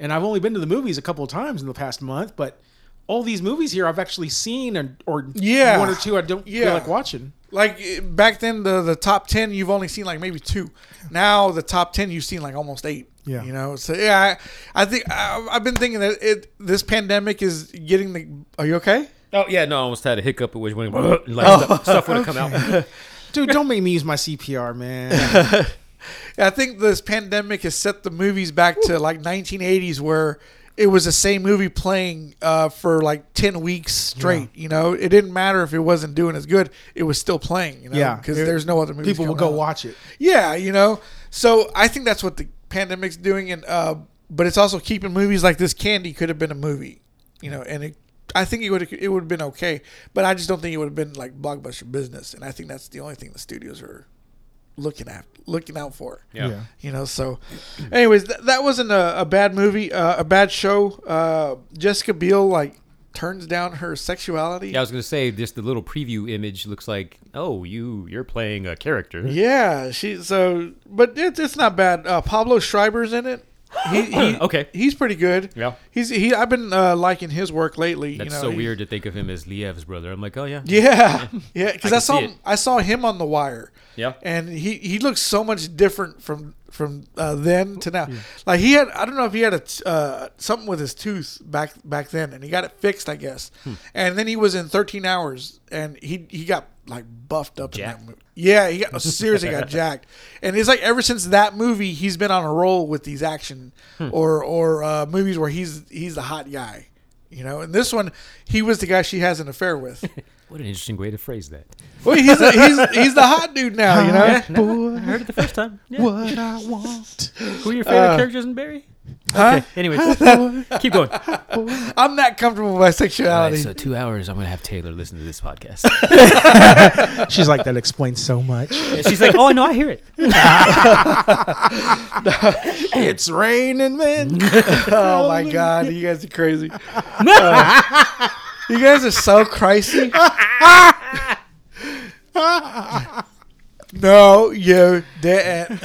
Speaker 3: And I've only been to the movies a couple of times in the past month, but all these movies here I've actually seen, and or
Speaker 1: Yeah.
Speaker 3: one or two I don't
Speaker 1: Yeah.
Speaker 3: feel like watching.
Speaker 1: Like eh, back then, the, the top 10, you've only seen like maybe two. Now, the top 10, you've seen like almost eight.
Speaker 3: Yeah.
Speaker 1: You know, so yeah, I, I think I, I've been thinking that it this pandemic is getting the. Are you okay?
Speaker 2: Oh yeah, no, I almost had a hiccup. It was when [laughs] Oh. like stuff, stuff would have come [laughs] out.
Speaker 3: Dude, don't make me use my
Speaker 1: [laughs]
Speaker 3: CPR, man.
Speaker 1: I think this pandemic has set the movies back to like 1980s, where it was the same movie playing uh, for like 10 weeks straight. You know, it didn't matter if it wasn't doing as good; it was still playing. You know,
Speaker 3: Yeah.
Speaker 1: because there's no other movies.
Speaker 3: People will go
Speaker 1: coming out.
Speaker 3: watch it.
Speaker 1: Yeah, you know. So I think that's what the pandemic's doing, and uh, but it's also keeping movies like this. Candy could have been a movie, you know, and it. I think it would it would have been okay, but I just don't think it would have been like blockbuster business, and I think that's the only thing the studios are looking at looking out for.
Speaker 2: Yeah.
Speaker 3: Yeah.
Speaker 1: You know, so, anyways, th- that wasn't a, a bad movie, uh, a bad show. Uh, Jessica Biel like turns down her sexuality.
Speaker 2: Yeah, I was gonna say just the little preview image looks like, oh, you you're playing a character.
Speaker 1: Yeah, she so, but it's it's not bad. Uh, Pablo Schreiber's in it. He, he,
Speaker 2: [clears throat] Okay.
Speaker 1: he's pretty good.
Speaker 2: Yeah.
Speaker 1: he's he. I've been uh, liking his work lately.
Speaker 2: That's
Speaker 1: you know,
Speaker 2: so
Speaker 1: he-
Speaker 2: weird to think of him as Liev's brother. I'm like, oh yeah.
Speaker 1: Yeah, yeah, because
Speaker 2: I
Speaker 1: I,
Speaker 2: can
Speaker 1: saw
Speaker 2: see it.
Speaker 1: him, I saw him on The Wire.
Speaker 2: Yeah.
Speaker 1: and he he looks so much different from from uh, then to now. Like he had, I don't know if he had a t- uh, something with his tooth back back then, and he got it fixed, I guess.
Speaker 2: Hmm.
Speaker 1: And then he was in 13 hours, and he he got like buffed up in
Speaker 2: Jacked.
Speaker 1: that movie. Yeah, he got,
Speaker 2: [laughs]
Speaker 1: seriously got jacked. And it's like ever since that movie, he's been on a roll with these action
Speaker 2: Hmm.
Speaker 1: or or uh, movies where he's he's the hot guy. You know, and this one, he was the guy she has an affair with.
Speaker 2: What an interesting way to phrase that.
Speaker 1: Well, he's, he's he's the hot dude now, you know.
Speaker 2: I heard it the first time. Yeah.
Speaker 3: What I want.
Speaker 2: Who are your favorite characters in Barry?
Speaker 1: Uh, Huh?
Speaker 2: Anyways,
Speaker 1: [laughs]
Speaker 2: keep going. All
Speaker 1: I'm not comfortable with my
Speaker 2: right,
Speaker 1: sexuality.
Speaker 2: so two hours, I'm gonna have Taylor listen to this
Speaker 1: [laughs]
Speaker 2: podcast.
Speaker 3: She's like, that explains so much.
Speaker 2: She's like, oh no, I hear it.
Speaker 3: it's raining, man.
Speaker 1: oh my god, you guys are crazy. Uh, you guys are so crazy. no, you didn't.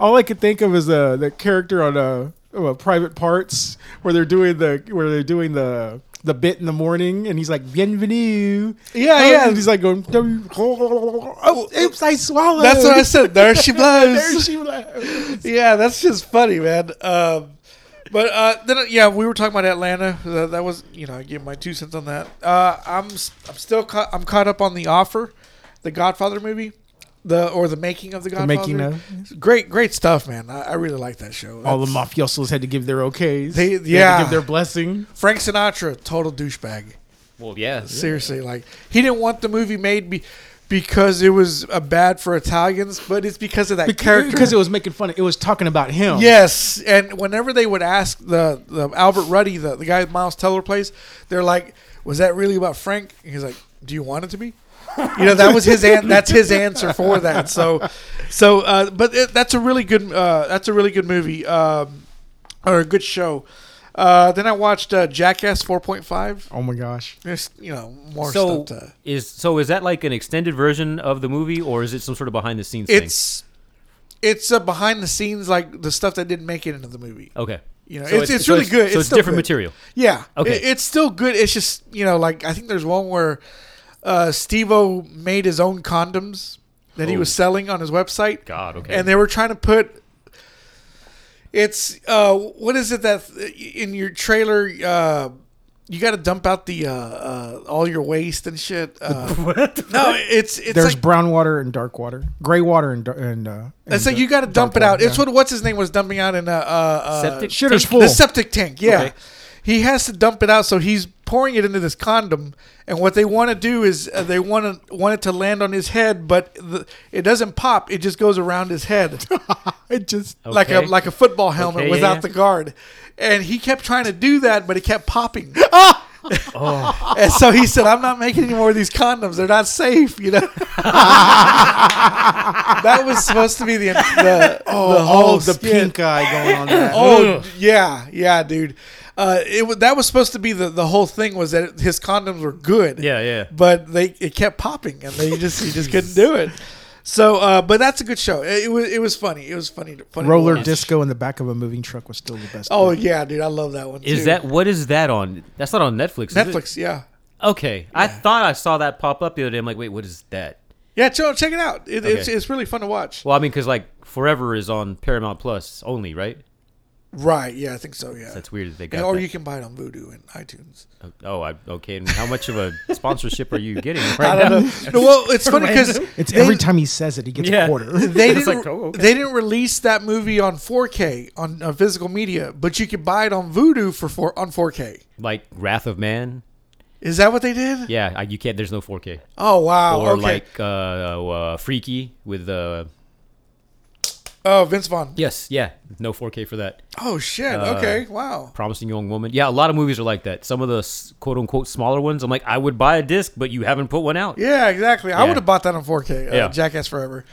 Speaker 3: All I could think of is the the character on uh, uh, Private Parts where they're doing the where they're doing the the bit in the morning, and he's like "Bienvenue."
Speaker 1: Yeah,
Speaker 3: Oh,
Speaker 1: yeah.
Speaker 3: And he's like going, "Oh, oops, I swallowed."
Speaker 1: That's
Speaker 3: [laughs]
Speaker 1: what I said. There she blows.
Speaker 3: There she was.
Speaker 1: yeah, that's just funny, man. Um, but uh, then, uh, yeah, we were talking about Atlanta. Uh, That, that was, you know, I give my two cents on that. Uh, I'm, s- I'm still, caught, I'm caught up on the offer, the Godfather movie, the or the making of the Godfather.
Speaker 3: making of.
Speaker 1: Great, great stuff, man. I, I really like that show.
Speaker 3: All the
Speaker 1: That's-
Speaker 3: mafiosos had to give their okays.
Speaker 1: They-
Speaker 3: had to
Speaker 1: yeah.
Speaker 3: give their blessing.
Speaker 1: Frank Sinatra, total douchebag.
Speaker 2: Well, yeah.
Speaker 1: Seriously, like he didn't want the movie made be, because it was uh, bad for Italians, but it's because of that character.
Speaker 3: Because it was making fun. Of, it was talking about
Speaker 2: Oh.
Speaker 3: him.
Speaker 1: Yes, and whenever they would ask the, the Albert Ruddy, the, the guy Miles Teller plays, they're like, "Was that really about Frank?" And he's like, "Do you want it to be?" You know, that was his an- that's his answer for that. So, so, uh, but it, that's a really good uh, that's a really good movie um, or a good show. Uh, then I watched uh, Jackass 4.5.
Speaker 3: Oh my gosh.
Speaker 1: There's you know more
Speaker 2: So
Speaker 1: stuff to.
Speaker 2: is so is that like an extended version of the movie, or is it some sort of behind the scenes thing?
Speaker 1: It's it's a behind the scenes like the stuff that didn't make it into the movie.
Speaker 2: okay.
Speaker 1: You know,
Speaker 2: So
Speaker 1: it's, it's,
Speaker 2: so
Speaker 1: really good.
Speaker 2: So it's,
Speaker 1: still
Speaker 2: different
Speaker 1: good.
Speaker 2: material.
Speaker 1: Yeah.
Speaker 2: Okay.
Speaker 1: It- it's still good. It's just, you know, like I think there's one where uh Stevo made his own condoms that he
Speaker 2: Oh.
Speaker 1: was selling on his website.
Speaker 2: God, okay.
Speaker 1: And they were trying to put it's uh what is it that uh, in your trailer uh you got to dump out the uh, uh all your waste and shit.
Speaker 2: [laughs]
Speaker 1: Uh, No, it's it's
Speaker 3: There's
Speaker 1: like
Speaker 3: brown water and dark water, gray water and dar- and. Uh,
Speaker 1: it's like you got to dump it out. It's what what's his name was dumping out in a uh, uh
Speaker 2: Septic
Speaker 3: shitter's
Speaker 2: tank?
Speaker 3: full.
Speaker 1: The septic tank, yeah.
Speaker 2: Okay.
Speaker 1: He has to dump it out, so he's pouring it into this condom. And what they want to do is uh, they want to want it to land on his head, but the, it doesn't pop. It just goes around his [laughs] head,
Speaker 3: [laughs] It just.
Speaker 1: like a
Speaker 2: Okay.
Speaker 1: like a football helmet
Speaker 2: Okay, yeah,
Speaker 1: without
Speaker 2: yeah.
Speaker 1: the guard. And he kept trying to do that, but it kept popping.
Speaker 2: [laughs] Oh.
Speaker 1: and so he said, "I'm not making any more of these condoms. They're not safe."
Speaker 2: [laughs]
Speaker 1: You know. that was supposed to be the the, the whole
Speaker 3: Oh, the
Speaker 1: skit.
Speaker 3: pink eye going on [laughs] there.
Speaker 1: Oh yeah, yeah, dude. Uh, it wa- that was supposed to be the, the whole thing was that his condoms were good.
Speaker 2: Yeah, yeah.
Speaker 1: But they it kept popping and they just he just couldn't do it. So, uh, but that's a good show. It, it was it was funny. It was funny. funny to
Speaker 3: Roller
Speaker 1: watch.
Speaker 3: disco in the back of a moving truck was still the best.
Speaker 1: Oh
Speaker 3: bit.
Speaker 1: yeah, dude, I love that one.
Speaker 2: Is
Speaker 1: too.
Speaker 2: that what is that on? That's not on Netflix. is it?
Speaker 1: Netflix? Yeah,
Speaker 2: Okay, I thought I saw that pop up the other day. I'm like, wait, what is that?
Speaker 1: yeah. Check, check it out. It, It's
Speaker 2: Okay.
Speaker 1: it's really fun to watch.
Speaker 2: Well, I mean, because like Forever is on Paramount Plus only, right?
Speaker 1: Right? Yeah, I think so. Yeah.
Speaker 2: That's weird that they got.
Speaker 1: Yeah, or
Speaker 2: that.
Speaker 1: you can buy it on Vudu and
Speaker 2: [laughs]
Speaker 1: iTunes.
Speaker 2: oh, I, okay. And how much of
Speaker 1: [laughs]
Speaker 2: a sponsorship are you getting right
Speaker 1: I don't
Speaker 2: now?
Speaker 1: know. No, well, it's funny [laughs] because
Speaker 3: It's every time he says it, he gets
Speaker 2: Yeah.
Speaker 3: a quarter.
Speaker 1: [laughs] they
Speaker 2: [laughs] It's
Speaker 1: didn't,
Speaker 2: like, oh, okay.
Speaker 1: they didn't release that movie on 4K on uh, physical media, but you could buy it on Vudu for four, on 4K.
Speaker 2: Like Wrath of Man.
Speaker 1: Is that what they did?
Speaker 2: Yeah, I, you can't. There's no 4K.
Speaker 1: Oh wow!
Speaker 2: Or
Speaker 1: okay.
Speaker 2: like uh, uh, Freaky with uh,
Speaker 1: oh Vince Vaughn.
Speaker 2: yes, yeah, Uh, no 4K for that.
Speaker 1: Oh shit! okay, wow.
Speaker 2: Promising Young Woman. Yeah, a lot of movies are like that. Some of the s- quote unquote smaller ones. I'm like, I would buy a disc, but you haven't put one out.
Speaker 1: Yeah, exactly. I
Speaker 2: Yeah.
Speaker 1: would have bought that on 4K. Uh,
Speaker 2: Yeah.
Speaker 1: Jackass Forever.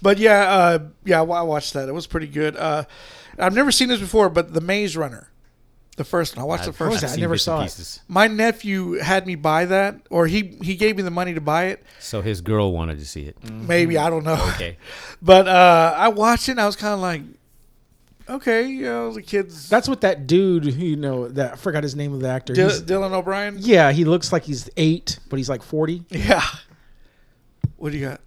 Speaker 1: But yeah, uh, yeah, I watched that. It was pretty good. Uh, I've never seen this before, but The Maze Runner, the first one. I watched the
Speaker 2: I've
Speaker 1: first one.
Speaker 3: that? I
Speaker 2: seen
Speaker 3: never
Speaker 2: bits and
Speaker 3: saw it.
Speaker 2: pieces.
Speaker 1: My nephew had me buy that, or he he gave me the money to buy it.
Speaker 2: So his girl wanted to see it.
Speaker 1: Maybe I don't know.
Speaker 2: Mm-hmm. Okay.
Speaker 1: [laughs] But uh, I watched it and I was kind of like, okay, you know, the kids.
Speaker 3: [laughs] That's what that dude, who, you know, that I forgot his name of the actor.
Speaker 1: Dy-
Speaker 3: He's-
Speaker 1: Dylan O'Brien?
Speaker 3: yeah, he looks like he's eight, but he's like forty.
Speaker 1: Yeah. What do you got?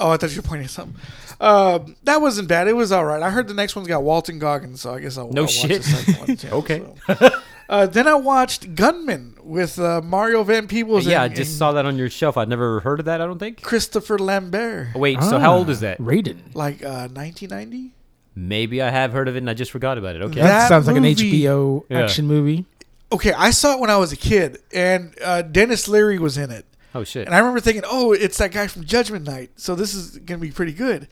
Speaker 1: Oh, I thought you were pointing at something. Um, that wasn't bad. It was all right. I heard the next one's got Walton Goggins, so I guess I'll,
Speaker 2: No
Speaker 1: I'll
Speaker 2: shit.
Speaker 1: watch the second
Speaker 2: [laughs]
Speaker 1: one. too,
Speaker 2: Okay.
Speaker 1: so. Uh, then I watched Gunman with uh, Mario Van Peebles
Speaker 2: Yeah, I
Speaker 1: and,
Speaker 2: just
Speaker 1: and
Speaker 2: saw that on your shelf. I'd never heard of that. I don't think.
Speaker 1: Christopher Lambert,
Speaker 2: Wait, so
Speaker 1: Ah.
Speaker 2: how old is that?
Speaker 3: Raiden.
Speaker 1: like uh, 1990.
Speaker 2: Maybe I have heard of it and I just forgot about it. Okay.
Speaker 3: That,
Speaker 1: That
Speaker 3: sounds like an
Speaker 1: movie-
Speaker 3: HBO
Speaker 2: Yeah.
Speaker 1: [laughs]
Speaker 3: action movie.
Speaker 1: Okay, I saw it when I was a kid, and uh, Dennis Leary was in it.
Speaker 2: oh shit.
Speaker 1: Mm-hmm. And I remember thinking, oh, it's that guy from Judgment Night, so this is going to be pretty good.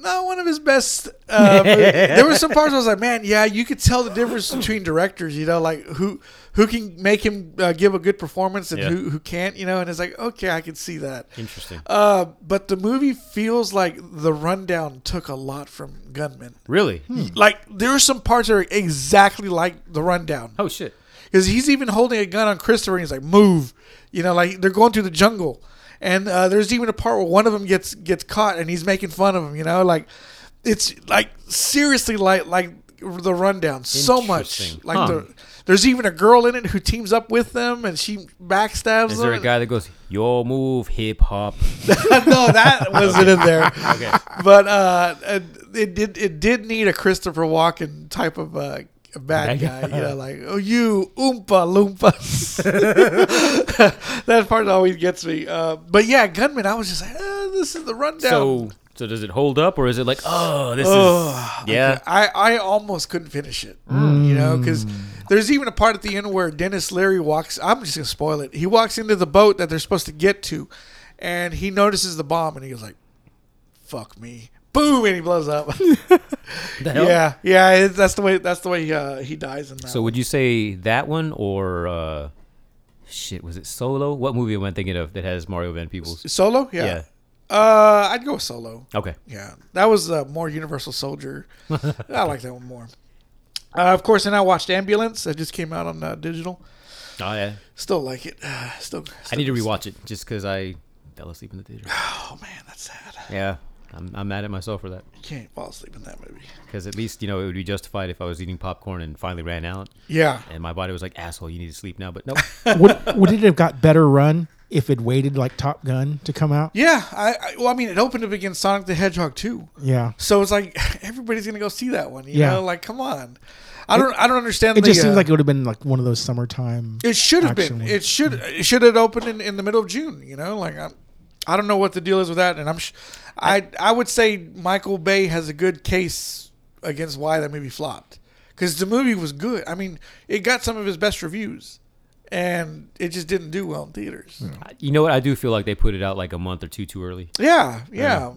Speaker 1: Not one of his best. Uh, movies. there were some parts I was like, man, yeah, you could tell the difference between directors, you know, like who who can make him uh, give a good performance and
Speaker 2: Yeah.
Speaker 1: who, who can't, you know. And it's like, okay, I can see that.
Speaker 2: Interesting.
Speaker 1: Uh, but the movie feels like the rundown took a lot from Gunman.
Speaker 2: Really?
Speaker 1: Like there are some parts that are exactly like the rundown
Speaker 2: Oh shit.
Speaker 1: because he's even holding a gun on Christopher. and He's like, "Move!" You know, like they're going through the jungle, and uh, there's even a part where one of them gets gets caught, and he's making fun of him. You know, like it's like seriously, like like the rundown so much.
Speaker 2: Interesting.
Speaker 1: Like
Speaker 2: Huh.
Speaker 1: the, there's even a girl in it who teams up with them, and she backstabs.
Speaker 2: Is there a
Speaker 1: them.
Speaker 2: guy that goes, "Yo, move, hip hop"?
Speaker 1: [laughs] no, that wasn't in there. okay. But uh, uh, it did it did need a Christopher Walken type of uh, bad
Speaker 2: Bad
Speaker 1: guy,
Speaker 2: guy.
Speaker 1: you know, like oh you oompa loompa. [laughs] that part always gets me. Uh, but yeah, Gunman, I was just like, "Ah, this is the rundown.
Speaker 2: So, so does it hold up, or is it like, oh, this
Speaker 1: Ugh,
Speaker 2: is yeah?
Speaker 1: I, I almost couldn't finish it,
Speaker 2: Mm.
Speaker 1: you know, because there's even a part at the end where Dennis Leary walks. I'm just gonna spoil it. He walks into the boat that they're supposed to get to, and he notices the bomb, and he goes like, "Fuck me." Boom! And he blows up.
Speaker 2: [laughs] The hell?
Speaker 1: yeah, yeah. It, that's the way. That's the way uh, he dies in that.
Speaker 2: So, would you say that one or uh, shit? Was it Solo? What movie am I thinking of that has Mario Van Peebles?
Speaker 1: solo? Yeah.
Speaker 2: Yeah.
Speaker 1: Uh, I'd go with solo. [laughs]
Speaker 2: Okay. [laughs]
Speaker 1: Yeah, that was uh, more Universal Soldier. I like that one more. Uh, of course, and I watched Ambulance. That just came out on uh, digital.
Speaker 2: Oh yeah,
Speaker 1: Still like it. [sighs] Uh, still,
Speaker 2: I
Speaker 1: still-
Speaker 2: need to rewatch it just because I fell asleep in the
Speaker 1: [sighs]
Speaker 2: theater.
Speaker 1: Oh man, that's sad.
Speaker 2: Yeah, I'm, I'm mad at myself for that
Speaker 1: You can't fall asleep in that movie.
Speaker 2: because at least you know it would be justified if I was eating popcorn and finally ran out
Speaker 1: Yeah.
Speaker 2: and my body was like, asshole, you need to sleep now. But no,
Speaker 3: would, would it have got better run if it waited like Top Gun to come out?
Speaker 1: Yeah. I, I well, I mean, it opened up against Sonic the Hedgehog too.
Speaker 3: Yeah.
Speaker 1: So it's like [sighs] everybody's gonna go see that one. You
Speaker 3: Yeah.
Speaker 1: know, like come on. I don't. I don't understand.
Speaker 3: It
Speaker 1: the,
Speaker 3: just seems
Speaker 1: uh,
Speaker 3: like it would have been like one of those summertime.
Speaker 1: It should have been.
Speaker 3: Actually.
Speaker 1: It should. It should have opened in, in the middle of June. You know, like I'm, I don't know what the deal is with that, and I'm. Sh- I I would say Michael Bay has a good case against why that movie flopped, because the movie was good. I mean, it got some of his best reviews, and it just didn't do well in theaters.
Speaker 2: I- you know what? I do feel like they put it out like a month or two too early.
Speaker 1: Yeah, yeah,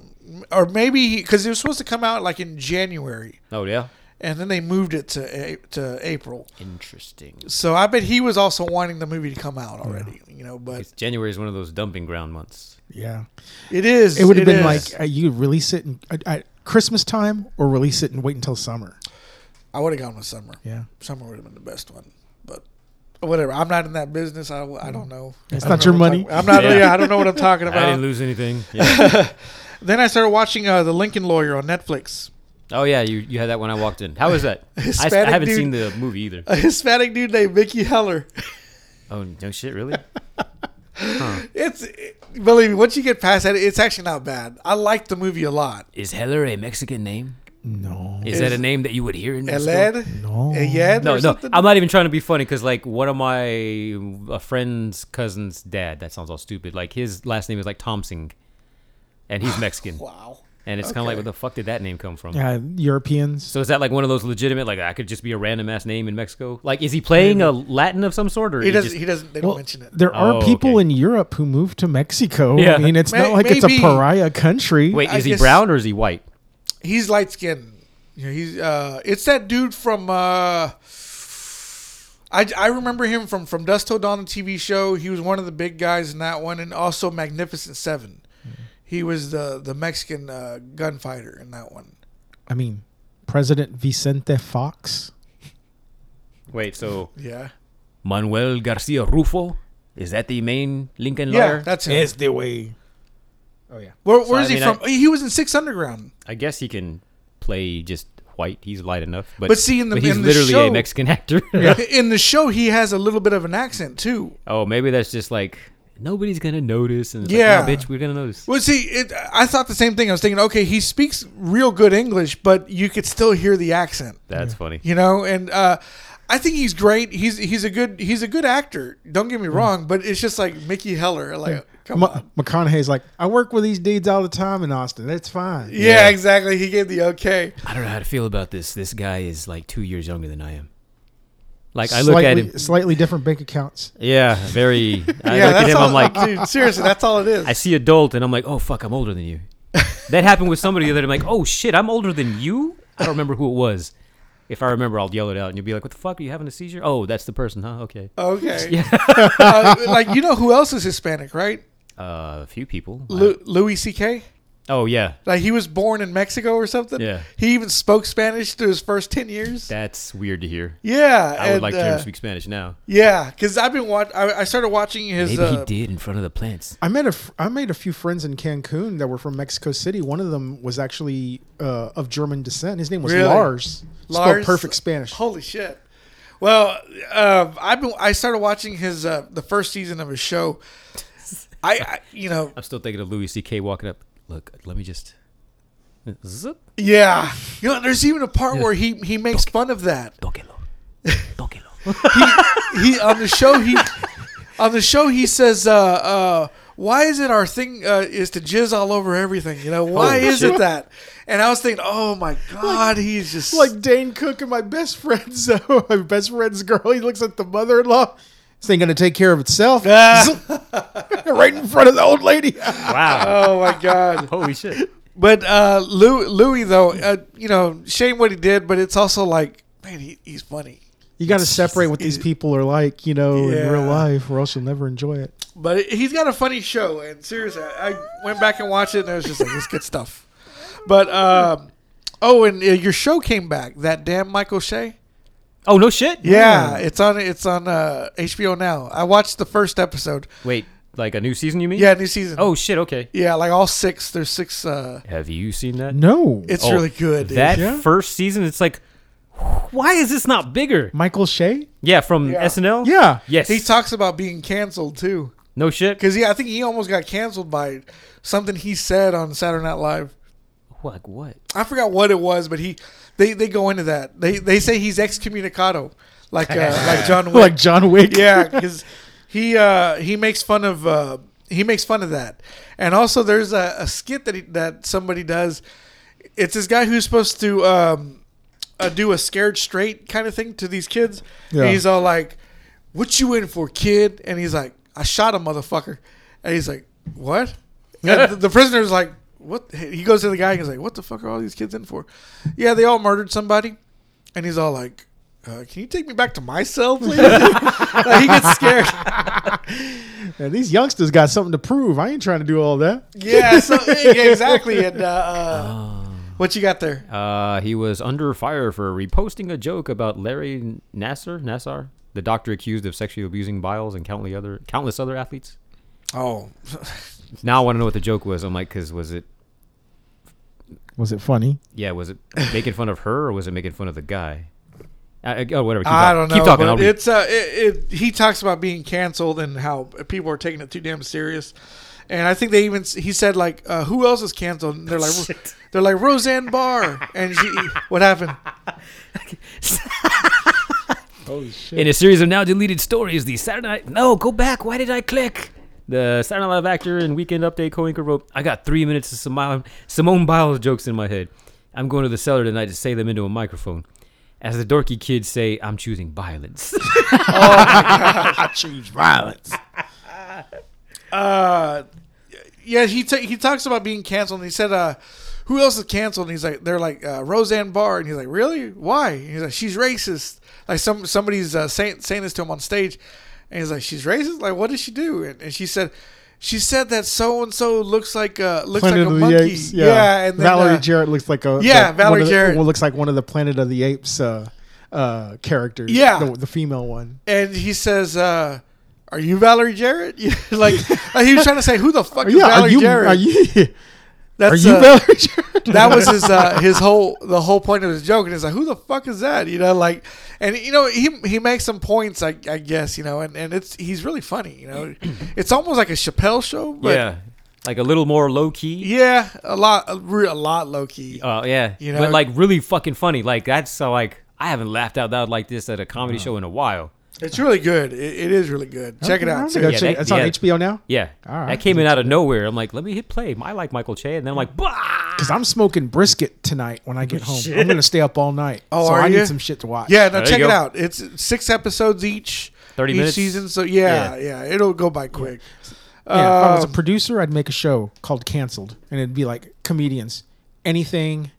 Speaker 1: or maybe because it was supposed to come out like in January,
Speaker 2: Oh yeah,
Speaker 1: and then they moved it to A- to April.
Speaker 2: interesting.
Speaker 1: So I bet he was also wanting the movie to come out already. You know, but
Speaker 2: It's January is one of those dumping ground months.
Speaker 3: Yeah.
Speaker 1: it is.
Speaker 3: It would have been
Speaker 1: is.
Speaker 3: like uh, you release it in, at, at Christmas time or release it and wait until summer.
Speaker 1: I would have gone with summer.
Speaker 3: Yeah.
Speaker 1: Summer would have been the best one, but whatever. I'm not in that business. I, I don't know.
Speaker 3: Mm. It's
Speaker 1: I don't
Speaker 3: not
Speaker 1: know
Speaker 3: your
Speaker 1: what
Speaker 3: money.
Speaker 1: I'm, talking- I'm not.
Speaker 2: Yeah.
Speaker 1: Yeah. I don't know what I'm
Speaker 2: [laughs]
Speaker 1: talking
Speaker 2: I didn't
Speaker 1: about.
Speaker 2: lose anything. Yeah.
Speaker 1: Then I started watching uh, the Lincoln Lawyer on Netflix.
Speaker 2: [laughs]
Speaker 1: [laughs]
Speaker 2: oh yeah, you, you had that when I walked in. How is [laughs] that? I, s- I
Speaker 1: Hispanic
Speaker 2: haven't
Speaker 1: dude.
Speaker 2: seen the movie [laughs] either.
Speaker 1: A Hispanic dude named Mickey Heller.
Speaker 2: Oh no, shit, [laughs] really?
Speaker 1: It's it- believe me. Once you get past that, it's actually not bad. I liked the movie a lot.
Speaker 2: Is Heller a Mexican name?
Speaker 3: No.
Speaker 2: Is, that a name that you would hear in Mexico?
Speaker 1: Eled,
Speaker 3: No.
Speaker 1: Ayed,
Speaker 2: No,
Speaker 1: or
Speaker 2: no.
Speaker 1: something?
Speaker 2: I'm not even trying to be funny because, like, one of my a friend's cousin's dad. That sounds all stupid. Like his last name is like Thompson, and [laughs] he's Mexican.
Speaker 1: wow.
Speaker 2: And it's kind of like, where
Speaker 1: Okay.
Speaker 2: the fuck did that name come from?
Speaker 3: Yeah, Europeans.
Speaker 2: So is that like one of those legitimate? Like, I could just be a random ass name in Mexico. Like, is he playing a Latin of some sort, or
Speaker 1: He doesn't.
Speaker 2: just-
Speaker 1: He doesn't. They don't
Speaker 3: well,
Speaker 1: mention it.
Speaker 3: there are
Speaker 2: Oh,
Speaker 3: people
Speaker 2: okay.
Speaker 3: in Europe who move to Mexico.
Speaker 2: Yeah.
Speaker 3: I mean, it's
Speaker 1: May-
Speaker 3: not like it's a
Speaker 1: maybe-
Speaker 3: pariah country.
Speaker 2: Wait,
Speaker 1: I
Speaker 2: is he
Speaker 1: guess-
Speaker 2: brown or is he white?
Speaker 1: He's light skinned. You know, he's uh, it's that dude from uh, I, I remember him from from Dust Till Dawn, the TV show. He was one of the big guys in that one, and also Magnificent 7 He was the the Mexican uh, gunfighter in that one.
Speaker 3: I mean, President Vicente Fox.
Speaker 2: Wait, so
Speaker 1: Yeah,
Speaker 2: Manuel Garcia Rufo is that the main Lincoln
Speaker 1: yeah,
Speaker 2: lawyer?
Speaker 1: that's him.
Speaker 3: the way. Oh yeah.
Speaker 1: Where, where's
Speaker 2: So, I
Speaker 1: he
Speaker 2: mean,
Speaker 1: from? he was in Six Underground.
Speaker 2: I guess he can play just white. He's light enough, but
Speaker 1: But see, in the-
Speaker 2: but he's
Speaker 1: in the
Speaker 2: literally a
Speaker 1: show-
Speaker 2: Mexican [laughs] actor.
Speaker 1: [laughs] In the show, he has a little bit of an accent too.
Speaker 2: oh, maybe that's just like nobody's gonna notice. And it's
Speaker 1: Yeah.
Speaker 2: like, "No, bitch, we're gonna notice.
Speaker 1: Well, see, it, I thought the same thing. I was thinking, okay, he speaks real good English, but you could still hear the accent.
Speaker 2: That's funny.
Speaker 1: you know and uh I think he's great. He's he's a good he's a good actor. Don't get me
Speaker 2: Mm.
Speaker 1: wrong, but it's just like Mickey Heller. Like, come
Speaker 3: Ma-
Speaker 1: on.
Speaker 3: McConaughey's like, I work with these dudes all the time in Austin. That's fine.
Speaker 1: Yeah, exactly. He gave the okay.
Speaker 2: I don't know how to feel about this. This guy is like two years younger than I am. Like I
Speaker 3: Slightly,
Speaker 2: look at him.
Speaker 3: Slightly different bank accounts.
Speaker 2: Yeah, very. I
Speaker 1: [laughs] yeah,
Speaker 2: look at him.
Speaker 1: all.
Speaker 2: I'm like,
Speaker 1: [laughs] dude, seriously, that's all it is.
Speaker 2: I see adult, and I'm like, oh fuck, I'm older than you. That happened with somebody the other day. I'm like, oh shit, I'm older than you. I don't remember who it was. If I remember, I'll yell it out, and you'll be like, what the fuck? Are you having a seizure? Oh, that's the person, huh? Okay. [laughs]
Speaker 1: okay. [laughs] Uh, like you know who else is Hispanic, right?
Speaker 2: Uh, a few people.
Speaker 1: Lu- Louis C.K.
Speaker 2: oh yeah,
Speaker 1: Like he was born in Mexico or something.
Speaker 2: Yeah.
Speaker 1: He even spoke Spanish through his first ten years.
Speaker 2: that's weird to hear.
Speaker 1: yeah.
Speaker 2: I would
Speaker 1: and,
Speaker 2: like to hear
Speaker 1: uh,
Speaker 2: him speak Spanish now.
Speaker 1: Yeah, because I've been watch. I, I started watching his.
Speaker 2: Maybe
Speaker 1: uh,
Speaker 2: he did in front of the plants.
Speaker 3: I met a fr- I made a few friends in Cancun that were from Mexico City. One of them was actually uh, of German descent. His name was
Speaker 1: Really?
Speaker 3: Lars.
Speaker 1: Lars?
Speaker 3: Spoke perfect Spanish.
Speaker 1: Holy shit! Well, uh, I've been. I started watching his uh, the first season of his show. I, I, you know,
Speaker 2: I'm still thinking of Louis C.K. walking up. Look, let me just. Zip.
Speaker 1: [laughs] yeah, you know. There's even a part where he he makes fun of that.
Speaker 4: Tóquelo. Tóquelo.
Speaker 1: He on the show he on the show he says, uh, uh, "Why is it our thing uh, is to jizz all over everything? You know, why
Speaker 2: Holy
Speaker 1: is
Speaker 2: shit.
Speaker 1: it that?" And I was thinking, "Oh my god, he's just like." [laughs]
Speaker 3: like Dane Cook and my best friend's [laughs] my best friend's girl. He looks at the mother-in-law. This ain't gonna take care of [laughs] itself.
Speaker 1: Ah,
Speaker 3: right in front of the old [laughs] lady.
Speaker 2: Wow.
Speaker 1: Oh my
Speaker 2: [laughs]
Speaker 1: god.
Speaker 2: Holy shit.
Speaker 1: But uh, Lou, Louis, though, uh, you know, shame what he did, but it's also like, man, he, he's funny.
Speaker 3: You got to separate what these people are like, you know,
Speaker 1: Yeah.
Speaker 3: in real life, or else you'll never enjoy it.
Speaker 1: But he's got a funny show, and seriously, I I went back and watched it, and I was just like, it's good stuff. But um, oh, and uh, your show came back, that damn Michael Shea.
Speaker 2: Oh no shit.
Speaker 1: Yeah, it's on it's on uh, HBO now. I watched the first episode.
Speaker 2: Wait, like a new season? You mean?
Speaker 1: Yeah, new season.
Speaker 2: Oh shit. Okay.
Speaker 1: yeah, like all six. There's six. Uh,
Speaker 2: Have you seen that?
Speaker 3: No.
Speaker 1: it's
Speaker 2: Oh,
Speaker 1: really good. dude.
Speaker 2: That
Speaker 3: Yeah.
Speaker 2: first season, it's like, why is this not bigger?
Speaker 3: Michael Shea?
Speaker 2: Yeah, from
Speaker 1: Yeah.
Speaker 2: SNL.
Speaker 3: Yeah.
Speaker 2: Yes.
Speaker 1: he talks about being canceled too,
Speaker 2: no shit.
Speaker 1: because yeah, I think he almost got canceled by something he said on Saturday Night Live.
Speaker 2: Like what?
Speaker 1: I forgot what it was, but he they they go into that. They they say he's excommunicado, like
Speaker 3: [laughs]
Speaker 1: uh, like John Wick.
Speaker 3: Like John Wick.
Speaker 1: yeah,
Speaker 3: [laughs]
Speaker 1: because he uh, he makes fun of uh, he makes fun of that, and also there's a, a skit that he, that somebody does. It's this guy who's supposed to um, uh, do a scared straight kind of thing to these kids.
Speaker 3: Yeah.
Speaker 1: And he's all like, "What you in for, kid?" And he's like, "I shot a motherfucker," and he's like, "What?" And the, the prisoner's like. What he goes to the guy and he's like, "What the fuck are all these kids in for?" Yeah, they all murdered somebody, and he's all like, uh, "Can you take me back to my [laughs] cell, please?" Like, he gets scared.
Speaker 3: Yeah, these youngsters got something to prove. I ain't trying to do all that.
Speaker 1: [laughs] Yeah, so yeah, exactly. And uh, uh, what you got there?
Speaker 2: Uh, he was under fire for reposting a joke about Larry Nasser, Nassar, the doctor accused of sexually abusing Biles and countless other countless other athletes.
Speaker 1: Oh,
Speaker 2: Now I want to know what the joke was. I'm like, cause was it?
Speaker 3: Was it funny?
Speaker 2: Yeah, was it making fun of her or was it making fun of the guy? I, I- oh, whatever. Keep talk-
Speaker 1: I don't know.
Speaker 2: Keep talking. I'll
Speaker 1: but
Speaker 2: read.
Speaker 1: it's uh, it, it, he talks about being canceled and how people are taking it too damn serious. And I think they even he said like, uh, "Who else is canceled?" And they're like, "They're like Roseanne Barr." And she, what happened?
Speaker 2: In a series of now deleted stories, the Saturday Night. No, go back. Why did I click? The Saturday Night Live actor and Weekend Update co-anchor wrote, "I got three minutes of Simone, Simone Biles jokes in my head. I'm going to the cellar tonight to say them into a microphone." As the dorky kids say, "I'm choosing violence." [laughs]
Speaker 3: I choose violence.
Speaker 1: Uh, yeah, he ta he talks about being canceled. and He said, uh, "Who else is canceled?" And he's like, "They're like uh, Roseanne Barr," and he's like, "Really? Why?" And he's like, "She's racist." Like some somebody's uh, saying saying this to him on stage, and he's like, "She's racist? Like what did she do?" And, and she said. She said that so and so looks like a looks
Speaker 3: Planet
Speaker 1: like a
Speaker 3: of the
Speaker 1: monkey.
Speaker 3: Apes.
Speaker 1: yeah.
Speaker 3: Yeah.
Speaker 1: and then,
Speaker 3: Valerie
Speaker 1: uh,
Speaker 3: Jarrett looks like a
Speaker 1: Yeah,
Speaker 3: the-
Speaker 1: Valerie
Speaker 3: one of the-
Speaker 1: Jarrett.
Speaker 3: well, looks like one of the Planet of the Apes uh, uh, characters.
Speaker 1: Yeah.
Speaker 3: the, the female one.
Speaker 1: and he says, uh, "Are you Valerie Jarrett?" [laughs] like, like he was trying to say, "Who the fuck is
Speaker 3: yeah,
Speaker 1: Valerie
Speaker 3: are you
Speaker 1: Jarrett?"
Speaker 3: [laughs] are you
Speaker 1: That's,
Speaker 3: are you
Speaker 1: uh,
Speaker 3: Valerie Jarrett?
Speaker 1: that was his uh, his whole the whole point of his joke, and it's like, who the fuck is that? You know, like, and you know, he he makes some points, I, I guess, you know, and, and it's he's really funny,
Speaker 2: [clears throat]
Speaker 1: you know, it's almost like a Chappelle show, but yeah,
Speaker 2: yeah, like a little more low key.
Speaker 1: a lot, a, re- a lot low key.
Speaker 2: Uh, yeah,
Speaker 1: You know-
Speaker 2: but like really fucking funny. Like that's uh, like I haven't laughed out loud like this at a comedy show in a while.
Speaker 1: It's really good. It, it is really good. [laughs] Check it
Speaker 3: I
Speaker 1: out.
Speaker 3: think
Speaker 1: too.
Speaker 3: I've
Speaker 2: Yeah,
Speaker 3: seen-
Speaker 2: that-
Speaker 3: It's
Speaker 2: yeah.
Speaker 3: on HBO now.
Speaker 2: Yeah,
Speaker 3: All right.
Speaker 2: that came in out of nowhere. I'm like, let me hit play. I like Michael Che, and then I'm like, bah!
Speaker 3: Because I'm smoking brisket tonight when
Speaker 2: [laughs]
Speaker 3: I get home. I'm gonna stay up all night.
Speaker 1: Oh,
Speaker 3: so
Speaker 1: are
Speaker 3: I
Speaker 1: you?
Speaker 3: need some shit to watch.
Speaker 1: Yeah, no,
Speaker 2: There you
Speaker 1: check it
Speaker 2: go.
Speaker 1: out. It's six episodes each,
Speaker 2: 30
Speaker 1: each
Speaker 2: minutes.
Speaker 1: season. So yeah, yeah, it'll go by quick.
Speaker 3: Yeah, if I was a
Speaker 1: Um,
Speaker 3: producer, I'd make a show called Cancelled, and it'd be like comedians. Anything,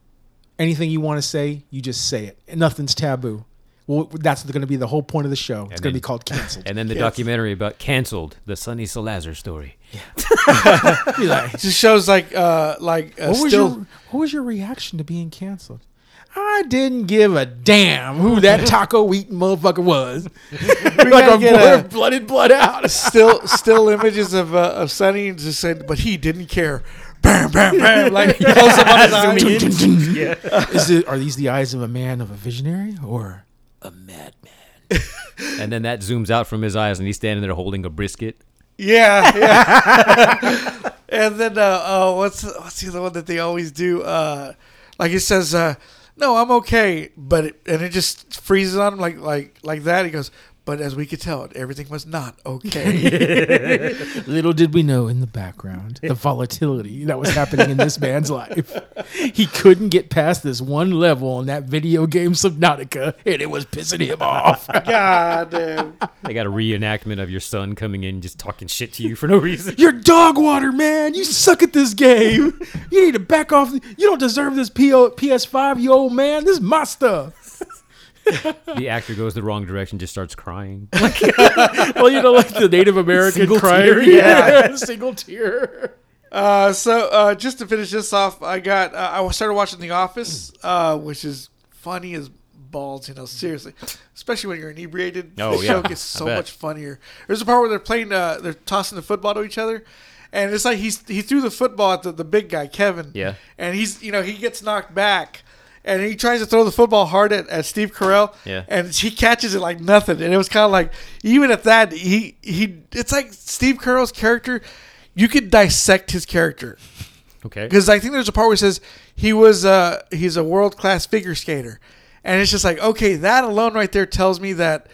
Speaker 3: anything you want to say, you just say it. And nothing's taboo. Well, that's going to be the whole point of the show. It's
Speaker 2: then-
Speaker 3: going to be
Speaker 1: [laughs]
Speaker 3: called Cancelled.
Speaker 2: And then the documentary about canceled, the Sonny Salazar story.
Speaker 3: Be
Speaker 1: [laughs]
Speaker 3: like,
Speaker 1: It just shows like uh like uh,
Speaker 3: what was
Speaker 1: still.
Speaker 3: your What was your reaction to being canceled? I didn't give a damn
Speaker 1: [laughs]
Speaker 3: who that taco eating motherfucker was. like
Speaker 1: gotta
Speaker 3: a
Speaker 1: get
Speaker 3: blood,
Speaker 1: a-
Speaker 3: blooded
Speaker 1: [laughs]
Speaker 3: blood out. [laughs]
Speaker 1: still still images of uh, of Sonny and just said, but he didn't care. Bam, bam,
Speaker 3: [laughs]
Speaker 1: bam. Like close up on his eyes.
Speaker 3: Is it, are these the eyes of a man of a visionary or a madman?
Speaker 2: And then that zooms out from his eyes, and he's standing there holding a brisket.
Speaker 1: Yeah, yeah. [laughs] and then uh, uh, what's what's the other one that they always do? Uh, like it says, uh, "No, I'm okay," but it, and it just freezes on him like like like that. He goes. But as we could tell, everything was not okay.
Speaker 3: Little did we know in the background [laughs] the volatility that was happening in [laughs] this man's life. He couldn't get past this one level on that video game Subnautica, and it was pissing him [laughs] off.
Speaker 1: God damn.
Speaker 2: They got a reenactment of your son coming in, just talking shit to you for no reason.
Speaker 3: You're dog water, man. You suck at this game. You need to back off. You don't deserve this PO, PS5, you old man. This is my stuff.
Speaker 2: the actor goes the wrong direction, just starts crying.
Speaker 3: Well, you know, like the Native American
Speaker 2: Single
Speaker 3: crying.
Speaker 2: tear,
Speaker 3: yeah. [laughs] Single tear.
Speaker 1: Uh, so uh, just
Speaker 2: Hmm.
Speaker 1: to finish this off, I got uh, I started watching The Office, uh, which is funny as balls, you know, seriously. Especially when you're inebriated.
Speaker 2: Oh,
Speaker 1: the
Speaker 2: yeah,
Speaker 1: show gets
Speaker 2: I
Speaker 1: so
Speaker 2: bet.
Speaker 1: much funnier. There's a part where they're playing, uh, they're tossing the football to each other. And it's like he's he threw the football at the, the big guy, Kevin.
Speaker 2: Yeah.
Speaker 1: And he's, you know, he gets knocked back. And he tries to throw the football hard at, at Steve Carell.
Speaker 2: Yeah.
Speaker 1: And he catches it like nothing. And it was kind of like, even at that, he, he, it's like Steve Carell's character, you could dissect his character
Speaker 2: Okay.
Speaker 1: because I think there's a part where it says he was uh he's a world class figure skater, and it's just like okay, that alone right there tells me that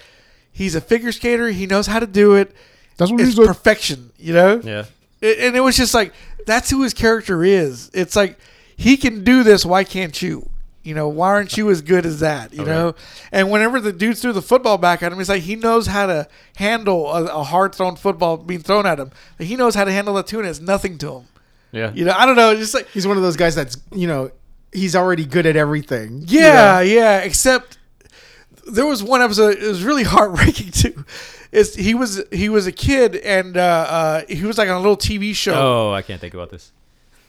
Speaker 1: he's a figure skater. He knows how to do it.
Speaker 3: That's what
Speaker 1: it's
Speaker 3: he's like-
Speaker 1: perfection, you know.
Speaker 2: Yeah.
Speaker 1: It- and it was just like that's who his character is. It's like he can do this. Why can't you? You know, why aren't you as good as that? You know. And whenever the dudes threw the football back at him, it's like he knows how to handle a, a hard thrown football being thrown at him. He knows how to handle that too, and it's nothing to him.
Speaker 2: Yeah.
Speaker 1: You know, I don't know. It's just like
Speaker 3: He's one of those guys that's you know he's already good at everything. you
Speaker 1: Yeah,
Speaker 3: know?
Speaker 1: yeah. Except there was one episode. It was really [laughs] heartbreaking too. Is he was he was a kid and uh, uh, he was like on a little TV show.
Speaker 2: Oh, I can't think about this.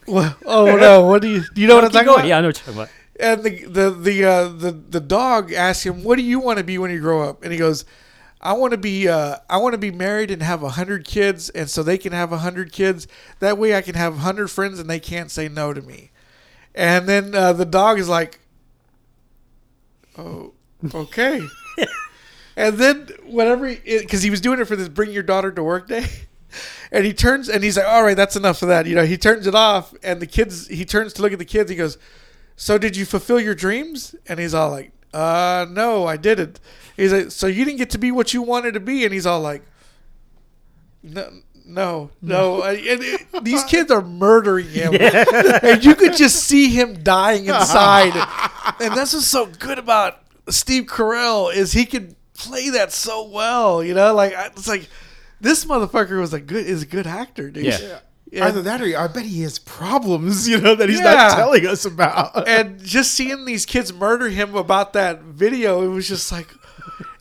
Speaker 1: Wha- [laughs] Oh, no! What do you do? You know what I'm
Speaker 2: Keep
Speaker 1: talking
Speaker 2: going.
Speaker 1: about?
Speaker 2: Yeah, I know what you're talking about.
Speaker 1: And the the the uh, the the dog asked him, "What do you want to be when you grow up?" And he goes. I want to be uh, I want to be married and have a hundred kids, and so they can have a hundred kids. That way, I can have a hundred friends, and they can't say no to me. And then uh, the dog is like, "Oh, okay." and then whatever, because he was doing it for this "Bring Your Daughter to Work" day, [laughs] and he turns and he's like, "All right, that's enough of that." You know, he turns it off, and the kids. He turns to look at the kids. He goes, "So did you fulfill your dreams?" And he's all like, "Uh, no, I didn't." He's like, "So you didn't get to be what you wanted to be?" And he's all like, "No." No,
Speaker 2: [laughs]
Speaker 1: no. I- and it- these kids are murdering him, [laughs] and you could just see him
Speaker 2: [laughs]
Speaker 1: dying inside. and that's what's so good about Steve Carell is he could play that so well. You know, like I, it's like this motherfucker was a good is a good actor, dude.
Speaker 2: Yeah. Yeah.
Speaker 1: Yeah.
Speaker 3: Either that or he- I bet he has problems, [laughs] you know, that he's
Speaker 1: Yeah.
Speaker 3: not telling us about.
Speaker 1: and just seeing these kids murder him about that video, it was just like,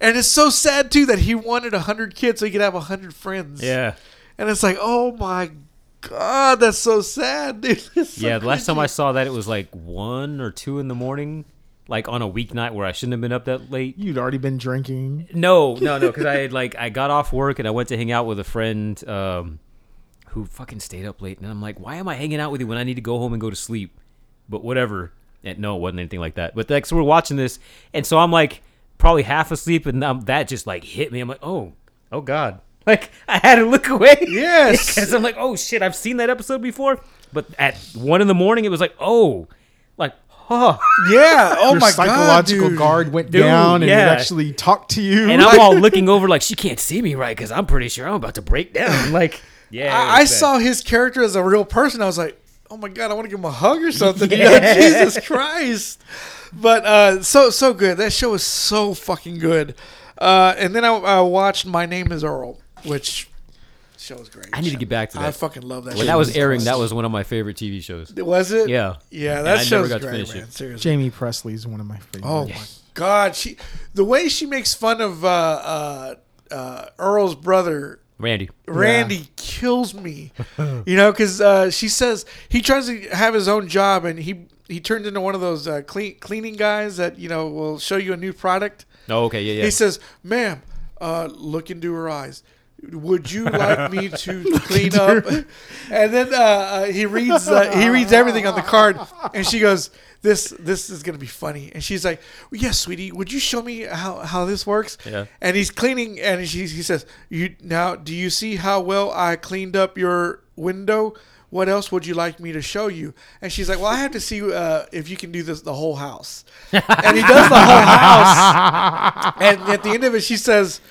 Speaker 1: and it's so sad too that he wanted hundred kids so he could have hundred friends.
Speaker 2: Yeah.
Speaker 1: and it's like, oh my god, that's so sad, [laughs] dude. It's so
Speaker 2: yeah, the last time
Speaker 1: cringy.
Speaker 2: I saw that, it was like one or two in the morning, like on a weeknight where I shouldn't have been up that late.
Speaker 3: You'd already been drinking.
Speaker 2: No, no, no, because I had like I got off work and I went to hang out with a friend um, who fucking stayed up late, and I'm like, why am I hanging out with you when I need to go home and go to sleep? But whatever. And no, it wasn't anything like that. But like, so we're watching this, and so I'm like probably half asleep, and i that just like hit me. I'm like, oh, oh god. [laughs] Like I had to look away. [laughs]
Speaker 1: Yes.
Speaker 2: because I'm like, oh shit, I've seen that episode before. But at one in the morning, it was like, oh, like, huh.
Speaker 1: yeah, oh
Speaker 3: Your
Speaker 1: my
Speaker 3: psychological
Speaker 1: god, dude.
Speaker 3: guard went
Speaker 2: Dude,
Speaker 3: down and
Speaker 2: yeah.
Speaker 3: he actually talked to you.
Speaker 2: And I'm all looking over like she can't see me right because I'm pretty sure I'm about to break down. Like, yeah, it was
Speaker 1: I, I
Speaker 2: bad.
Speaker 1: saw his character as a real person. I was like, oh my god, I want to give him a hug
Speaker 2: [laughs]
Speaker 1: or something. You know, Jesus Christ! But uh, so so good. That show is so fucking good. Uh, and then I, I watched My Name Is Earl, which show is great.
Speaker 2: I need to get back to
Speaker 1: I
Speaker 2: that.
Speaker 1: fucking love that.
Speaker 2: when
Speaker 1: show.
Speaker 2: that was airing, that was one of my favorite TV shows.
Speaker 1: was it.
Speaker 2: Yeah. And
Speaker 1: yeah.
Speaker 2: I
Speaker 1: That
Speaker 2: never
Speaker 1: show's
Speaker 2: got to
Speaker 1: great,
Speaker 2: finish
Speaker 1: man.
Speaker 2: it.
Speaker 1: Seriously.
Speaker 3: Jamie Presley is one of my favorites.
Speaker 1: Oh my God, she the way she makes fun of uh, uh, uh, Earl's brother
Speaker 2: Randy.
Speaker 1: Randy kills me, you know, because uh, she says he tries to have his own job and he he turns into one of those uh, clean, cleaning guys that you know will show you a new product.
Speaker 2: Oh, okay, yeah, yeah.
Speaker 1: He says, "Ma'am, uh, look into her eyes. Would you like
Speaker 2: [laughs]
Speaker 1: me to clean up?" And then uh, uh, he reads uh, he reads everything on the card, and she goes, "This this is gonna be funny." And she's like, "Yes, sweetie. Would you show me how, how this works?"
Speaker 2: Yeah.
Speaker 1: And he's cleaning, and she, he says, "You now do you see how well I cleaned up your window?" What else would you like me to show you? And she's like, "Well, I have to see uh, if you can do this the
Speaker 2: [laughs]
Speaker 1: whole house." And he does the whole house, and at the end of it, she says,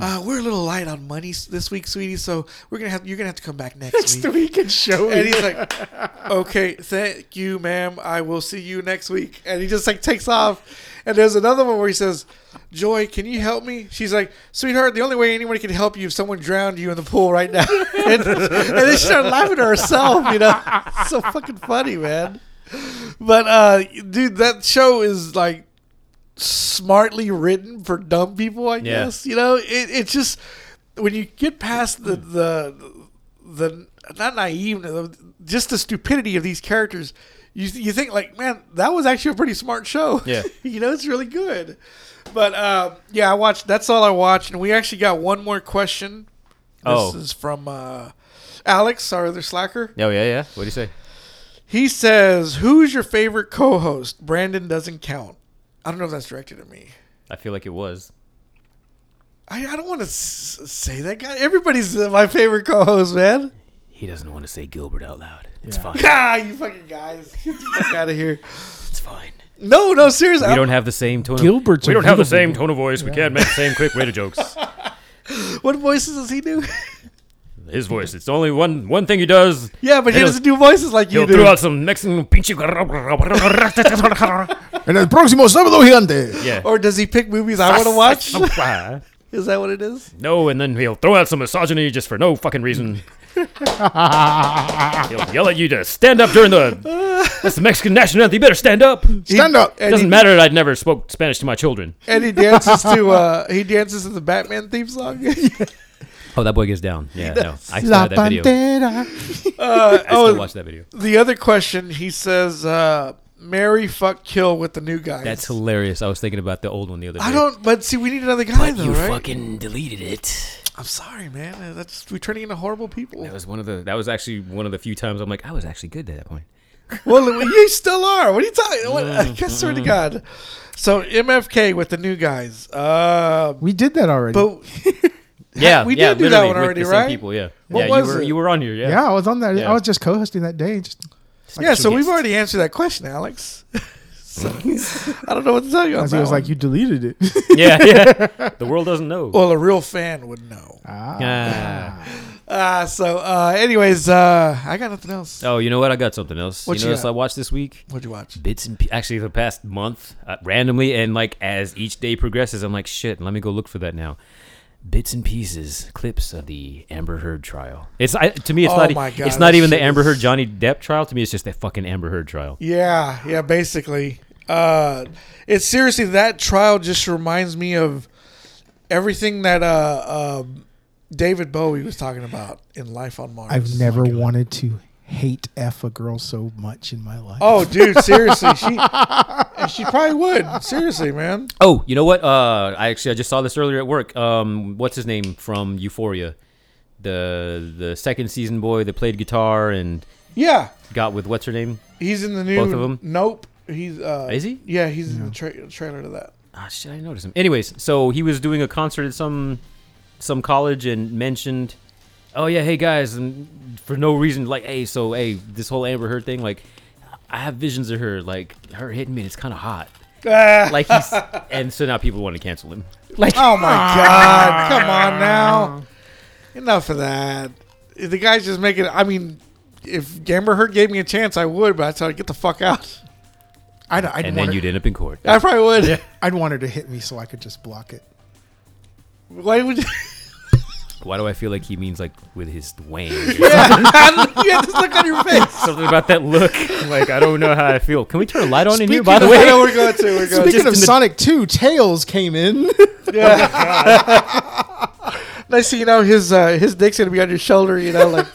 Speaker 1: uh, "We're a little light on money s- this week, sweetie. So we're gonna have you're gonna have to come back next week."
Speaker 3: We can show
Speaker 1: And
Speaker 3: it.
Speaker 1: he's like, "Okay, thank you, ma'am. I will see you next week." And he just like takes off. And there's another one where he says, "Joy, can you help me?" She's like, "Sweetheart, the only way anyone can help you is if someone drowned you in the pool right now." [laughs] and, and then she started laughing to herself. You know, so fucking funny, man. But uh, dude, that show is like smartly written for dumb people, I
Speaker 2: Yeah.
Speaker 1: guess. You know, it, it's just when you get past the uh, the the not naive, just the stupidity of these characters, you you think like, man, that was actually a pretty smart show.
Speaker 2: Yeah.
Speaker 1: [laughs] you know, it's really good. But uh, yeah, I watched. That's all I watched, and we actually got one more question.
Speaker 2: Oh.
Speaker 1: This is from uh, Alex, our other slacker.
Speaker 2: Oh yeah, yeah. What do you say?
Speaker 1: He says, "Who's your favorite co-host?" Brandon doesn't count. I don't know if that's directed at me.
Speaker 2: I feel like it was.
Speaker 1: I, I don't want to s- say that guy. Everybody's uh, my favorite co-host, man.
Speaker 2: He doesn't want to say Gilbert out loud. It's fine.
Speaker 1: Ah, you fucking guys, get the fuck out of here.
Speaker 2: It's fine.
Speaker 1: No, no, seriously.
Speaker 2: We
Speaker 1: I'm-
Speaker 2: don't have the same tone.
Speaker 3: Gilbert's
Speaker 2: Of, we
Speaker 3: a
Speaker 2: don't have the
Speaker 3: little
Speaker 2: same
Speaker 3: bit-
Speaker 2: tone of voice. We can't make the same quick way to jokes.
Speaker 1: what voices does he do? [laughs]
Speaker 2: His voice. It's only one one thing he does.
Speaker 1: yeah, but he
Speaker 2: He'll-
Speaker 1: doesn't do voices like you
Speaker 2: He'll
Speaker 1: do.
Speaker 2: throw out some Mexican pinche.
Speaker 6: [laughs]
Speaker 2: [laughs]
Speaker 6: En el próximo sábado gigante.
Speaker 2: yeah.
Speaker 1: Or does he pick movies I want to watch? [laughs] is that what it is?
Speaker 2: No, and then he'll throw out some misogyny just for no fucking
Speaker 1: [laughs]
Speaker 2: reason. he'll yell at you to stand up during the that's the Mexican national anthem. You better stand up. It
Speaker 6: Stand up.
Speaker 1: And
Speaker 2: doesn't
Speaker 1: he,
Speaker 2: matter that I'd never spoke Spanish to my children.
Speaker 1: And he dances to uh, he dances to the Batman
Speaker 2: [laughs]
Speaker 1: theme song.
Speaker 2: Oh, that boy gets down. Yeah, no, I
Speaker 3: La
Speaker 2: saw that video.
Speaker 3: Pantera.
Speaker 1: uh,
Speaker 2: I still
Speaker 1: oh,
Speaker 2: watch that video.
Speaker 1: the other question he says, uh, "Marry, fuck, kill" with the new guys.
Speaker 2: That's hilarious. I was thinking about the old one the other day.
Speaker 1: I don't. But see, we need another guy though,
Speaker 2: you
Speaker 1: right?
Speaker 2: fucking deleted it.
Speaker 1: I'm sorry, man. That's we're turning into horrible people.
Speaker 2: That was one of the. That was actually one of the few times I'm like, I was actually good at that
Speaker 1: [laughs]
Speaker 2: point.
Speaker 1: [laughs] well, you still are. What are you talking? What, [laughs] I guess, swear to God. So MFK with the new guys. Uh,
Speaker 3: We did that already.
Speaker 1: but [laughs]
Speaker 2: Yeah,
Speaker 1: we
Speaker 2: yeah,
Speaker 1: did do
Speaker 2: literally,
Speaker 1: that one
Speaker 2: with
Speaker 1: already,
Speaker 2: the same
Speaker 1: right?
Speaker 2: People, yeah. yeah,
Speaker 1: What was
Speaker 2: you were
Speaker 1: it?
Speaker 2: you were on here. Yeah.
Speaker 3: yeah, I was on that.
Speaker 2: Yeah.
Speaker 3: I was just co-hosting that day. Just
Speaker 1: yeah, so we've
Speaker 2: guest.
Speaker 1: already answered that question, Alex. [laughs] So, I don't know what to tell you. On
Speaker 3: as he
Speaker 1: that
Speaker 3: was like,
Speaker 1: one.
Speaker 3: "You deleted [laughs]
Speaker 2: [laughs]
Speaker 3: it."
Speaker 2: yeah, yeah. The world doesn't know.
Speaker 1: well, a real fan would know.
Speaker 2: Ah.
Speaker 1: Uh, so, uh, anyways, uh, I got nothing else.
Speaker 2: Oh, you know what? I got something else.
Speaker 1: What
Speaker 2: you
Speaker 1: you
Speaker 2: know what else
Speaker 1: got?
Speaker 2: I watched this week?
Speaker 1: What'd you watch?
Speaker 2: Bits and p- actually the past month, uh, randomly and like as each day progresses, I'm like, shit. Let me go look for that now. Bits and pieces, clips of the Amber Heard trial. It's I, to me, it's
Speaker 1: Oh
Speaker 2: not. e-
Speaker 1: my God,
Speaker 2: it's not
Speaker 1: that
Speaker 2: even the
Speaker 1: shit
Speaker 2: Amber
Speaker 1: is-
Speaker 2: Heard Johnny Depp trial. To me, it's just that fucking Amber Heard trial.
Speaker 1: Yeah, yeah, basically. Uh, it's seriously that trial just reminds me of everything that uh, um David Bowie was talking about in Life on Mars.
Speaker 3: I've never wanted to hate f a girl so much in my life.
Speaker 1: Oh, dude, seriously, she and she probably would. Seriously, man.
Speaker 2: Oh, you know what? Uh, I actually I just saw this earlier at work. Um, what's his name from Euphoria? The the second season boy that played guitar and
Speaker 1: Yeah,
Speaker 2: got with what's her name?
Speaker 1: he's in the new.
Speaker 2: Both of 'em?
Speaker 1: Nope. He's. Uh,
Speaker 2: Is he?
Speaker 1: Yeah, he's in the tra- trailer to that.
Speaker 2: Ah, shit, I noticed him. Anyways, so he was doing a concert at some some college and mentioned, oh yeah, hey guys, and for no reason, like, hey, so hey, this whole Amber Heard thing, like, I have visions of her, like her hitting me, and it's kind of hot.
Speaker 1: Ah,
Speaker 2: Like
Speaker 1: [laughs]
Speaker 2: he's, and so now people want to cancel him.
Speaker 1: oh my God! Come on now. Enough of that. The guy's just making. I mean, if Amber Heard gave me a chance, I would, but I tell her get the fuck out.
Speaker 3: I'd, I'd,
Speaker 2: And
Speaker 3: want
Speaker 2: then
Speaker 3: her,
Speaker 2: you'd end up in court.
Speaker 1: I probably would.
Speaker 3: I'd want her to hit me so I could just block it.
Speaker 1: [laughs] Why would? You, [laughs]
Speaker 2: Why do I feel like he means like with his wang?
Speaker 1: yeah, [laughs] you have this look on your [laughs] face.
Speaker 2: Something about that look. Like I don't know how I feel. Can we turn a light on in here? By the
Speaker 1: I
Speaker 2: way,
Speaker 1: know we're going to. We're going
Speaker 3: Speaking
Speaker 1: to.
Speaker 3: of Sonic Two, Tails came in. [laughs]
Speaker 1: Nice, you know his uh, his dick's gonna be on your shoulder. You know, like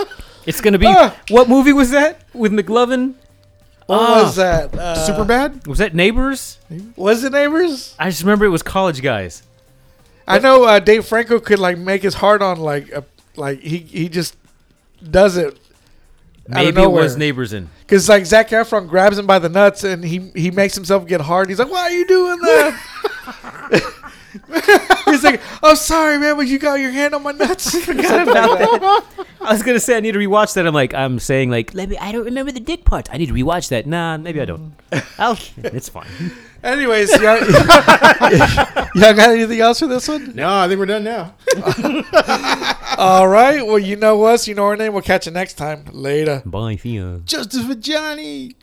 Speaker 2: it's gonna be
Speaker 1: Ah.
Speaker 2: what movie was that with McLovin?
Speaker 1: [laughs] what
Speaker 2: Ah.
Speaker 1: was that? Uh,
Speaker 3: Super bad.
Speaker 2: Was that Neighbors?
Speaker 1: Was it neighbors?
Speaker 2: I just remember it was college guys.
Speaker 1: I know uh, Dave Franco could like make his heart on like a, like he he just does it out of
Speaker 2: Maybe it
Speaker 1: nowhere.
Speaker 2: was neighbors
Speaker 1: [laughs]
Speaker 2: in.
Speaker 1: Because like Zach Efron grabs him by the nuts and he he makes himself get hard. He's like, "Why are you doing
Speaker 3: [laughs]
Speaker 1: that?" He's like, "I'm sorry, man, but you got your hand on my
Speaker 3: [laughs]
Speaker 1: nuts." Forgot about that.
Speaker 2: I was gonna say I need to rewatch that. I'm like I'm saying like
Speaker 4: Let me. I don't remember the dick parts.
Speaker 2: I need to rewatch that. Nah, maybe I don't.
Speaker 1: Mm.
Speaker 2: I'll, it's fine.
Speaker 1: [laughs] Anyways,
Speaker 3: [laughs]
Speaker 1: y'all, [laughs] y'all got anything else for this one?
Speaker 3: No, I think we're done now.
Speaker 1: [laughs] All right. Well, you know us. You know our name. We'll catch you next time. Later.
Speaker 2: Bye, Theo.
Speaker 3: Justice for Johnny.